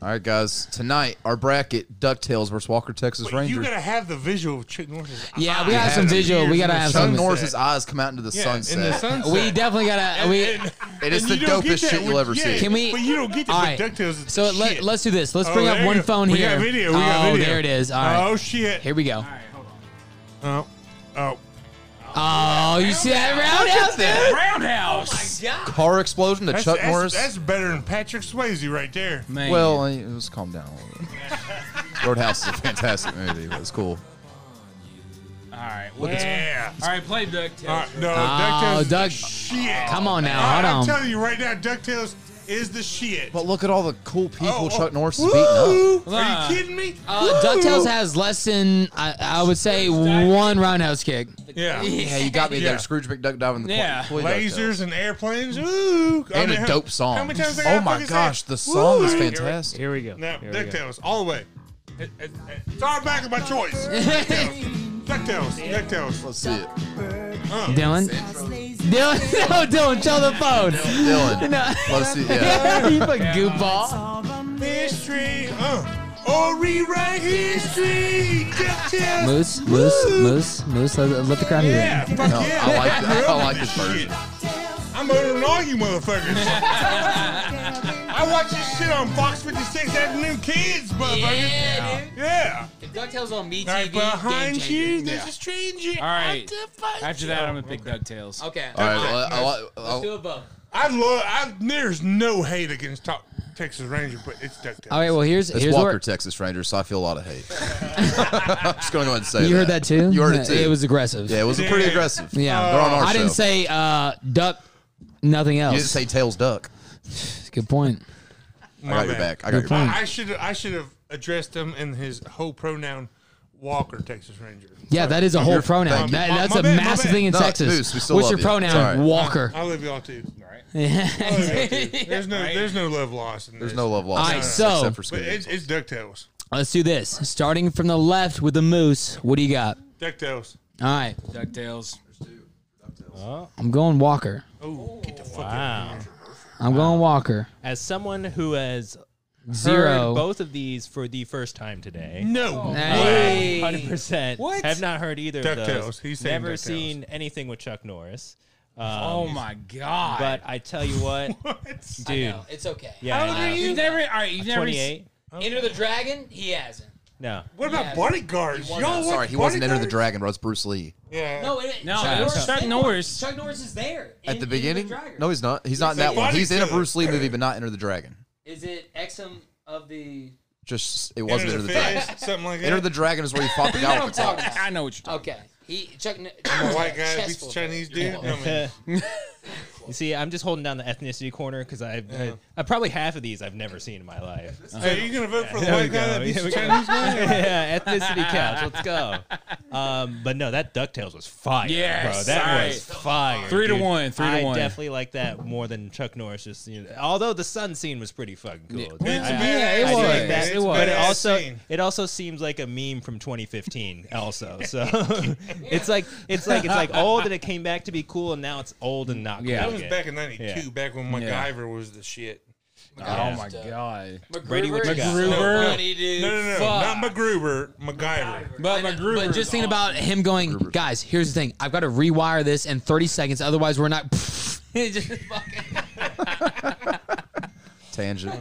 Speaker 8: All right, guys. Tonight our bracket Ducktales versus Walker Texas
Speaker 6: But
Speaker 8: Ranger.
Speaker 6: you gotta have the visual of Chick Norris's
Speaker 5: Yeah, we
Speaker 6: eyes
Speaker 5: gotta have some
Speaker 6: and
Speaker 5: visual. We
Speaker 6: ears
Speaker 5: gotta
Speaker 6: and
Speaker 5: have
Speaker 6: the
Speaker 8: Chuck
Speaker 5: some-
Speaker 6: sunset.
Speaker 8: Norris's eyes come out into the
Speaker 6: Yeah,
Speaker 8: sunset.
Speaker 6: In the sunset.
Speaker 5: We definitely gotta. We,
Speaker 8: It is
Speaker 6: And
Speaker 8: the
Speaker 6: you don't get
Speaker 8: dopest
Speaker 6: that
Speaker 8: shit
Speaker 6: with-
Speaker 8: you'll ever
Speaker 6: yeah,
Speaker 8: see.
Speaker 5: Can we-
Speaker 6: But you don't get the
Speaker 5: All right.
Speaker 6: DuckTales.
Speaker 5: so let,
Speaker 6: shit.
Speaker 5: let's do this. Let's
Speaker 6: Oh,
Speaker 5: bring up
Speaker 6: there
Speaker 5: one
Speaker 6: you go.
Speaker 5: phone
Speaker 6: we
Speaker 5: here.
Speaker 6: Got video. We
Speaker 5: oh,
Speaker 6: got video.
Speaker 5: there it is. All right.
Speaker 6: Oh shit.
Speaker 5: Here we go.
Speaker 6: Oh. Oh.
Speaker 5: Oh, you see that roundhouse, dude?
Speaker 3: Roundhouse.
Speaker 8: Car explosion to
Speaker 6: That's,
Speaker 8: Chuck
Speaker 6: that's,
Speaker 8: Norris.
Speaker 6: that's better than Patrick Swayze right there.
Speaker 3: Man.
Speaker 8: well, I- it was calm down a little bit. Roadhouse is a fantastic movie. But it's cool.
Speaker 3: all right. Well,
Speaker 6: yeah.
Speaker 3: all right, play duck.
Speaker 6: All right, no,
Speaker 5: Oh,
Speaker 6: DuckTales is
Speaker 5: Duck-
Speaker 6: the shit.
Speaker 5: Come on now,
Speaker 6: I-
Speaker 5: hold
Speaker 6: I'm
Speaker 5: on.
Speaker 6: telling you right now, DuckTales is the shit.
Speaker 8: But look at all the cool people
Speaker 6: Oh, oh.
Speaker 8: Chuck Norris is beating up.
Speaker 6: Woo! Are you kidding me?
Speaker 5: Uh, Ducktales has less than I, I would say one roundhouse kick.
Speaker 6: yeah.
Speaker 8: Yeah, you got me
Speaker 6: Yeah.
Speaker 8: there. Scrooge McDuck diving the coin-
Speaker 3: Yeah.
Speaker 8: coin DuckTales.
Speaker 6: Lasers and airplanes. Ooh. I
Speaker 8: and
Speaker 6: mean,
Speaker 8: a
Speaker 6: how-
Speaker 8: dope song.
Speaker 6: How many times they
Speaker 8: oh
Speaker 6: gotta
Speaker 8: my
Speaker 6: fucking say
Speaker 8: gosh,
Speaker 6: it?
Speaker 8: the song is
Speaker 6: Woo!
Speaker 8: fantastic.
Speaker 1: Here we go.
Speaker 6: No,
Speaker 1: Here we go.
Speaker 6: DuckTales, all the way. It- it- it- It's all back of my choice. DuckTales, DuckTales.
Speaker 8: Let's see it.
Speaker 5: Dylan, Dylan, no, Dylan, show the phone.
Speaker 8: Dylan.
Speaker 5: No.
Speaker 8: Let's see. Yeah.
Speaker 5: you a goofball.
Speaker 6: Mystery, uh, or rewrite history. DuckTales.
Speaker 5: Moose, moose,
Speaker 6: Woo!
Speaker 5: moose, moose. Let, let the crowd hear
Speaker 6: Yeah,
Speaker 5: it.
Speaker 6: fuck
Speaker 8: No,
Speaker 6: yeah.
Speaker 8: I like that. I like
Speaker 6: love
Speaker 8: this
Speaker 6: shit.
Speaker 8: version.
Speaker 6: I'm better than all you motherfuckers. I watch this shit on Fox 56 Afternoon Kids, motherfucker.
Speaker 5: Yeah,
Speaker 6: dude. Yeah.
Speaker 5: Ducktales on me
Speaker 6: All right, behind you, there's a stranger.
Speaker 3: All right.
Speaker 6: find
Speaker 3: After that, I'm gonna pick Ducktales.
Speaker 5: Okay.
Speaker 8: All right. well, I- I- I-
Speaker 6: I love. I, there's no hate against top Texas Ranger, but it's DuckTales.
Speaker 5: All right. Well, here's
Speaker 8: it's
Speaker 5: here's
Speaker 8: Walker,
Speaker 5: where
Speaker 8: Texas Ranger, so I feel a lot of hate. I'm just gonna go ahead and say
Speaker 5: you
Speaker 8: that.
Speaker 5: heard that too.
Speaker 8: You heard it too.
Speaker 5: It was aggressive.
Speaker 8: yeah, it was pretty aggressive.
Speaker 5: Yeah.
Speaker 8: they're on our
Speaker 5: I
Speaker 8: show.
Speaker 5: didn't say uh, duck. Nothing else.
Speaker 8: You didn't say tails duck.
Speaker 5: Good point.
Speaker 8: I got your
Speaker 6: bad.
Speaker 8: back. I got your
Speaker 3: Hmm.
Speaker 8: back.
Speaker 6: I should I should have addressed him in his whole pronoun Walker Texas Ranger.
Speaker 5: Yeah, that is a whole pronoun.
Speaker 8: you.
Speaker 5: That,
Speaker 6: My-
Speaker 5: that's
Speaker 6: my
Speaker 5: a
Speaker 6: bad, my
Speaker 5: massive
Speaker 6: bad.
Speaker 5: thing in
Speaker 8: No,
Speaker 5: Texas.
Speaker 8: Moose, we still
Speaker 5: What's
Speaker 8: love
Speaker 5: your
Speaker 8: you.
Speaker 5: pronoun?
Speaker 8: It's all right.
Speaker 5: Walker.
Speaker 6: I love y'all too.
Speaker 5: All
Speaker 6: I love y'all too. There's no there's no love lost in this.
Speaker 8: There's no love lost.
Speaker 5: right, so
Speaker 8: except for
Speaker 6: But
Speaker 8: Scooby.
Speaker 6: it's, it's Ducktales.
Speaker 5: let's do this. Starting from the left with the moose. What do you got?
Speaker 6: Ducktales.
Speaker 5: All right,
Speaker 3: Ducktales.
Speaker 5: I'm going Walker.
Speaker 6: Oh, get the fuck
Speaker 7: Wow.
Speaker 5: I'm going Walker.
Speaker 7: As someone who has
Speaker 5: Zero.
Speaker 7: heard both of these for the first time today.
Speaker 6: No.
Speaker 3: Oh.
Speaker 5: Hey.
Speaker 7: Hundred percent.
Speaker 3: What?
Speaker 7: Have not heard either of those.
Speaker 6: DuckTales. He's saying
Speaker 7: Never
Speaker 6: DuckTales.
Speaker 7: seen anything with Chuck Norris. Um,
Speaker 3: Oh my god.
Speaker 7: But I tell you what, dude.
Speaker 5: It's okay.
Speaker 7: Yeah.
Speaker 3: You've never. All right. You've never.
Speaker 7: Twenty-eight.
Speaker 5: Enter the Dragon. He hasn't.
Speaker 7: No.
Speaker 6: What about bodyguards?
Speaker 8: I'm
Speaker 6: Y'all watch
Speaker 8: sorry, he wasn't Enter the
Speaker 6: Bodyguards?
Speaker 8: Dragon, bro. It's Bruce Lee.
Speaker 6: Yeah.
Speaker 5: it,
Speaker 3: No, Chuck Norris- Chuck Norris.
Speaker 5: Chuck Norris is there
Speaker 8: At the beginning? no, he's not. He's not in
Speaker 6: a
Speaker 8: that one. He's in a
Speaker 6: bodyguard.
Speaker 8: Bruce Lee movie, but not Enter the Dragon.
Speaker 5: is it Exum of the?
Speaker 8: Just it wasn't Enter the Dragon.
Speaker 6: Fist, something like that.
Speaker 8: Enter the Dragon is where he fought the guy with the
Speaker 5: talking
Speaker 8: tongue.
Speaker 5: about.
Speaker 3: I know what you're talking.
Speaker 5: Okay, he Chuck.
Speaker 6: white guy beats the Chinese dude. I mean,
Speaker 7: you see, I'm just holding down the ethnicity corner because I've I, I probably half of these I've never seen in my life.
Speaker 6: so you gonna vote for the
Speaker 7: There we
Speaker 6: white guy that
Speaker 7: go.
Speaker 6: beats the
Speaker 7: Uh-huh. Yeah, we
Speaker 6: Chinese
Speaker 7: got-
Speaker 6: guy?
Speaker 7: yeah, ethnicity counts. Let's go. Um, but no, that Ducktales was fire, bro.
Speaker 3: Yes,
Speaker 7: That
Speaker 3: all
Speaker 7: was
Speaker 3: right.
Speaker 7: fire.
Speaker 3: Three to
Speaker 7: dude.
Speaker 3: one, three to
Speaker 7: I
Speaker 3: one.
Speaker 7: definitely like that more than Chuck Norris. Just you know, although the sun scene was pretty fucking cool. dude.
Speaker 6: It's
Speaker 7: I-
Speaker 6: a
Speaker 7: I-
Speaker 6: badass
Speaker 3: it
Speaker 7: I do
Speaker 3: was.
Speaker 6: scene.
Speaker 7: like that.
Speaker 6: It's a
Speaker 7: But it
Speaker 6: badass
Speaker 7: also
Speaker 6: scene.
Speaker 7: it also seems like a meme from 2015 also. So it's like it's like it's like old and it came back to be cool and now it's old and not cool.
Speaker 3: Yeah.
Speaker 6: That was
Speaker 7: again.
Speaker 6: back in '92,
Speaker 7: Yeah.
Speaker 6: back when MacGyver was the shit.
Speaker 3: About. Oh my god.
Speaker 7: Brady, what you got?
Speaker 3: Gruber.
Speaker 6: No, no, no, not MacGruber, MacGyver.
Speaker 3: But my Gruber.
Speaker 5: But just thinking about him going, guys. Here's the thing. I've got to rewire this in 30 seconds. Otherwise, we're not. It just fucking-
Speaker 8: Tangent.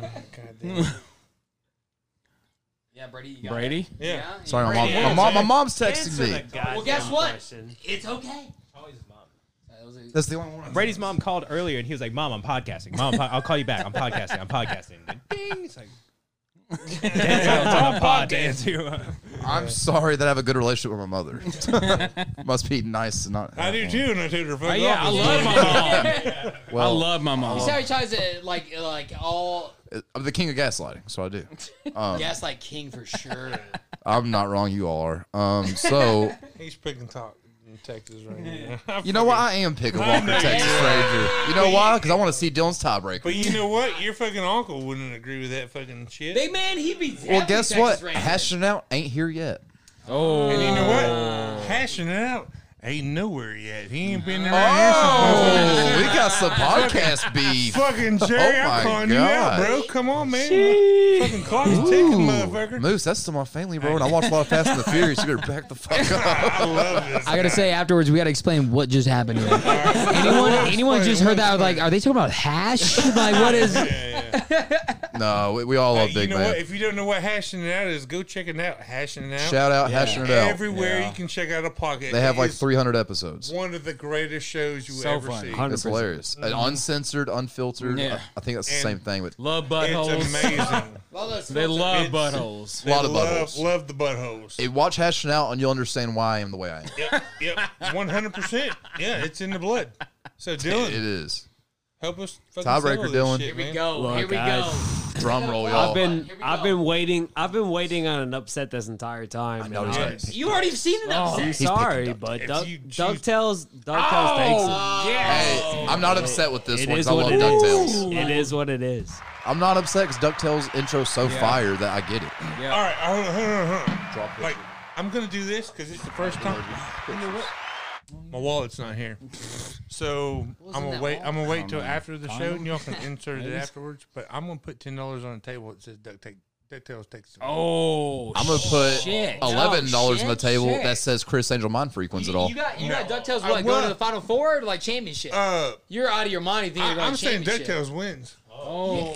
Speaker 5: yeah, Brady. You got it.
Speaker 3: Brady.
Speaker 6: Yeah.
Speaker 8: Sorry, my mom. My, mom my mom's texting me.
Speaker 5: Well, guess what? It's okay.
Speaker 8: That's the only one.
Speaker 7: Brady's mom called earlier and he was like, "Mom, I'm podcasting. Mom, I'm po- I'll call you back. I'm podcasting. I'm podcasting." Then ding, it's like. dance on a pod dance.
Speaker 8: I'm sorry that I have a good relationship with my mother. Must be nice to not.
Speaker 6: I do too, and I took her phone.
Speaker 3: yeah, I love my mom. I love my mom.
Speaker 9: See how he tries to like like all
Speaker 8: I'm the king of gaslighting, so I do. Um,
Speaker 9: yes like king for sure.
Speaker 8: I'm not wrong. You all are. Um, so
Speaker 6: He's picking talk in Texas right now.
Speaker 8: you know what? I am pick a Walker, Texas Ranger. You know why? Because I want to see Dylan's tiebreaker.
Speaker 6: But you know what? Your fucking uncle wouldn't agree with that fucking shit.
Speaker 9: Big man, he beats.
Speaker 8: Well, guess what? Hashing out ain't here yet.
Speaker 6: and you know what? Hashing it out ain't nowhere yet. He ain't been around
Speaker 8: Oh, we got some podcast beef.
Speaker 6: here since fucking Jerry.
Speaker 8: Oh
Speaker 6: I'm
Speaker 8: my
Speaker 6: calling you out,
Speaker 8: gosh.
Speaker 6: bro. Come on, man. Fucking clock's ticking, motherfucker.
Speaker 8: Moose, that's to my family, bro. And I watch a lot of Fast and the Furious. You better back the fuck up.
Speaker 6: I love this.
Speaker 5: I gotta say afterwards, we gotta explain what just happened. Here. anyone, anyone just heard that? Like, are they talking about hash? Like, what is?
Speaker 8: No, we, we all love
Speaker 6: Hey, you
Speaker 8: Big
Speaker 6: know
Speaker 8: Man.
Speaker 6: what? If you don't know what hashing it out is, go check it out. Hashing it out.
Speaker 8: Shout out, hashing it out.
Speaker 6: Everywhere you can check out a pocket.
Speaker 8: They have
Speaker 6: It
Speaker 8: like
Speaker 6: is
Speaker 8: 300 episodes.
Speaker 6: One of the greatest shows you
Speaker 3: So
Speaker 6: ever
Speaker 3: funny.
Speaker 6: see.
Speaker 8: It's hilarious. An uncensored, unfiltered.
Speaker 3: Yeah.
Speaker 8: I- I think that's the
Speaker 6: And-
Speaker 8: same thing with
Speaker 3: Love
Speaker 6: It's
Speaker 3: buttholes.
Speaker 6: amazing.
Speaker 3: They love
Speaker 6: It's-
Speaker 3: buttholes.
Speaker 8: a lot of
Speaker 6: love,
Speaker 8: buttholes.
Speaker 6: love the buttholes.
Speaker 8: Hey, watch Hashing Out and you'll understand why I am the way I am.
Speaker 6: yep, yep, one hundred percent. Yeah, it's in the blood. So
Speaker 8: It
Speaker 6: Dylan,
Speaker 8: is.
Speaker 6: help us. fucking
Speaker 8: Tiebreaker,
Speaker 6: settle this
Speaker 8: Dylan.
Speaker 6: shit,
Speaker 8: Here
Speaker 9: Here
Speaker 6: man.
Speaker 9: we go.
Speaker 1: Look,
Speaker 9: Here we go.
Speaker 1: guys.
Speaker 8: Drum roll,
Speaker 1: I've
Speaker 8: y'all.
Speaker 1: been
Speaker 9: Here we
Speaker 1: I've
Speaker 9: go.
Speaker 1: been waiting I've been waiting on an upset this entire time. and
Speaker 8: noticed
Speaker 1: I-
Speaker 8: that.
Speaker 9: You already have seen it.
Speaker 1: I'm
Speaker 9: upset.
Speaker 1: sorry, but
Speaker 6: If
Speaker 1: Duck,
Speaker 6: you choose-
Speaker 1: Ducktales Ducktales takes
Speaker 8: Hey, I'm not upset with this
Speaker 1: it. It
Speaker 8: one
Speaker 1: is
Speaker 8: because I love
Speaker 1: what it is.
Speaker 8: DuckTales.
Speaker 1: It is what it is.
Speaker 8: I'm not upset because DuckTales intro's so fire that I get it.
Speaker 6: All right, hold on, hold on, hold on. Like, I'm gonna do this because it's the first time. You know what? My wallet's not here, so I'm gonna
Speaker 9: that
Speaker 6: wait.
Speaker 9: wallet?
Speaker 6: I'm gonna wait till after the show, and y'all can insert it afterwards. But I'm gonna put ten dollars on the table that says duck take. DuckTales takes the
Speaker 3: Oh,
Speaker 8: I'm going to put
Speaker 3: shit.
Speaker 8: $11 on the
Speaker 9: shit,
Speaker 8: table
Speaker 9: shit.
Speaker 8: that says Chris Angel Mind Frequence
Speaker 9: You,
Speaker 8: at all.
Speaker 9: you got you got
Speaker 6: No.
Speaker 9: Ducktales.
Speaker 6: I
Speaker 9: What going
Speaker 6: won.
Speaker 9: to the final four like championship?
Speaker 6: Uh,
Speaker 9: You're out of your mind. You think
Speaker 6: I,
Speaker 9: you're going
Speaker 6: I'm
Speaker 9: to
Speaker 6: saying
Speaker 9: championship?
Speaker 6: DuckTales wins.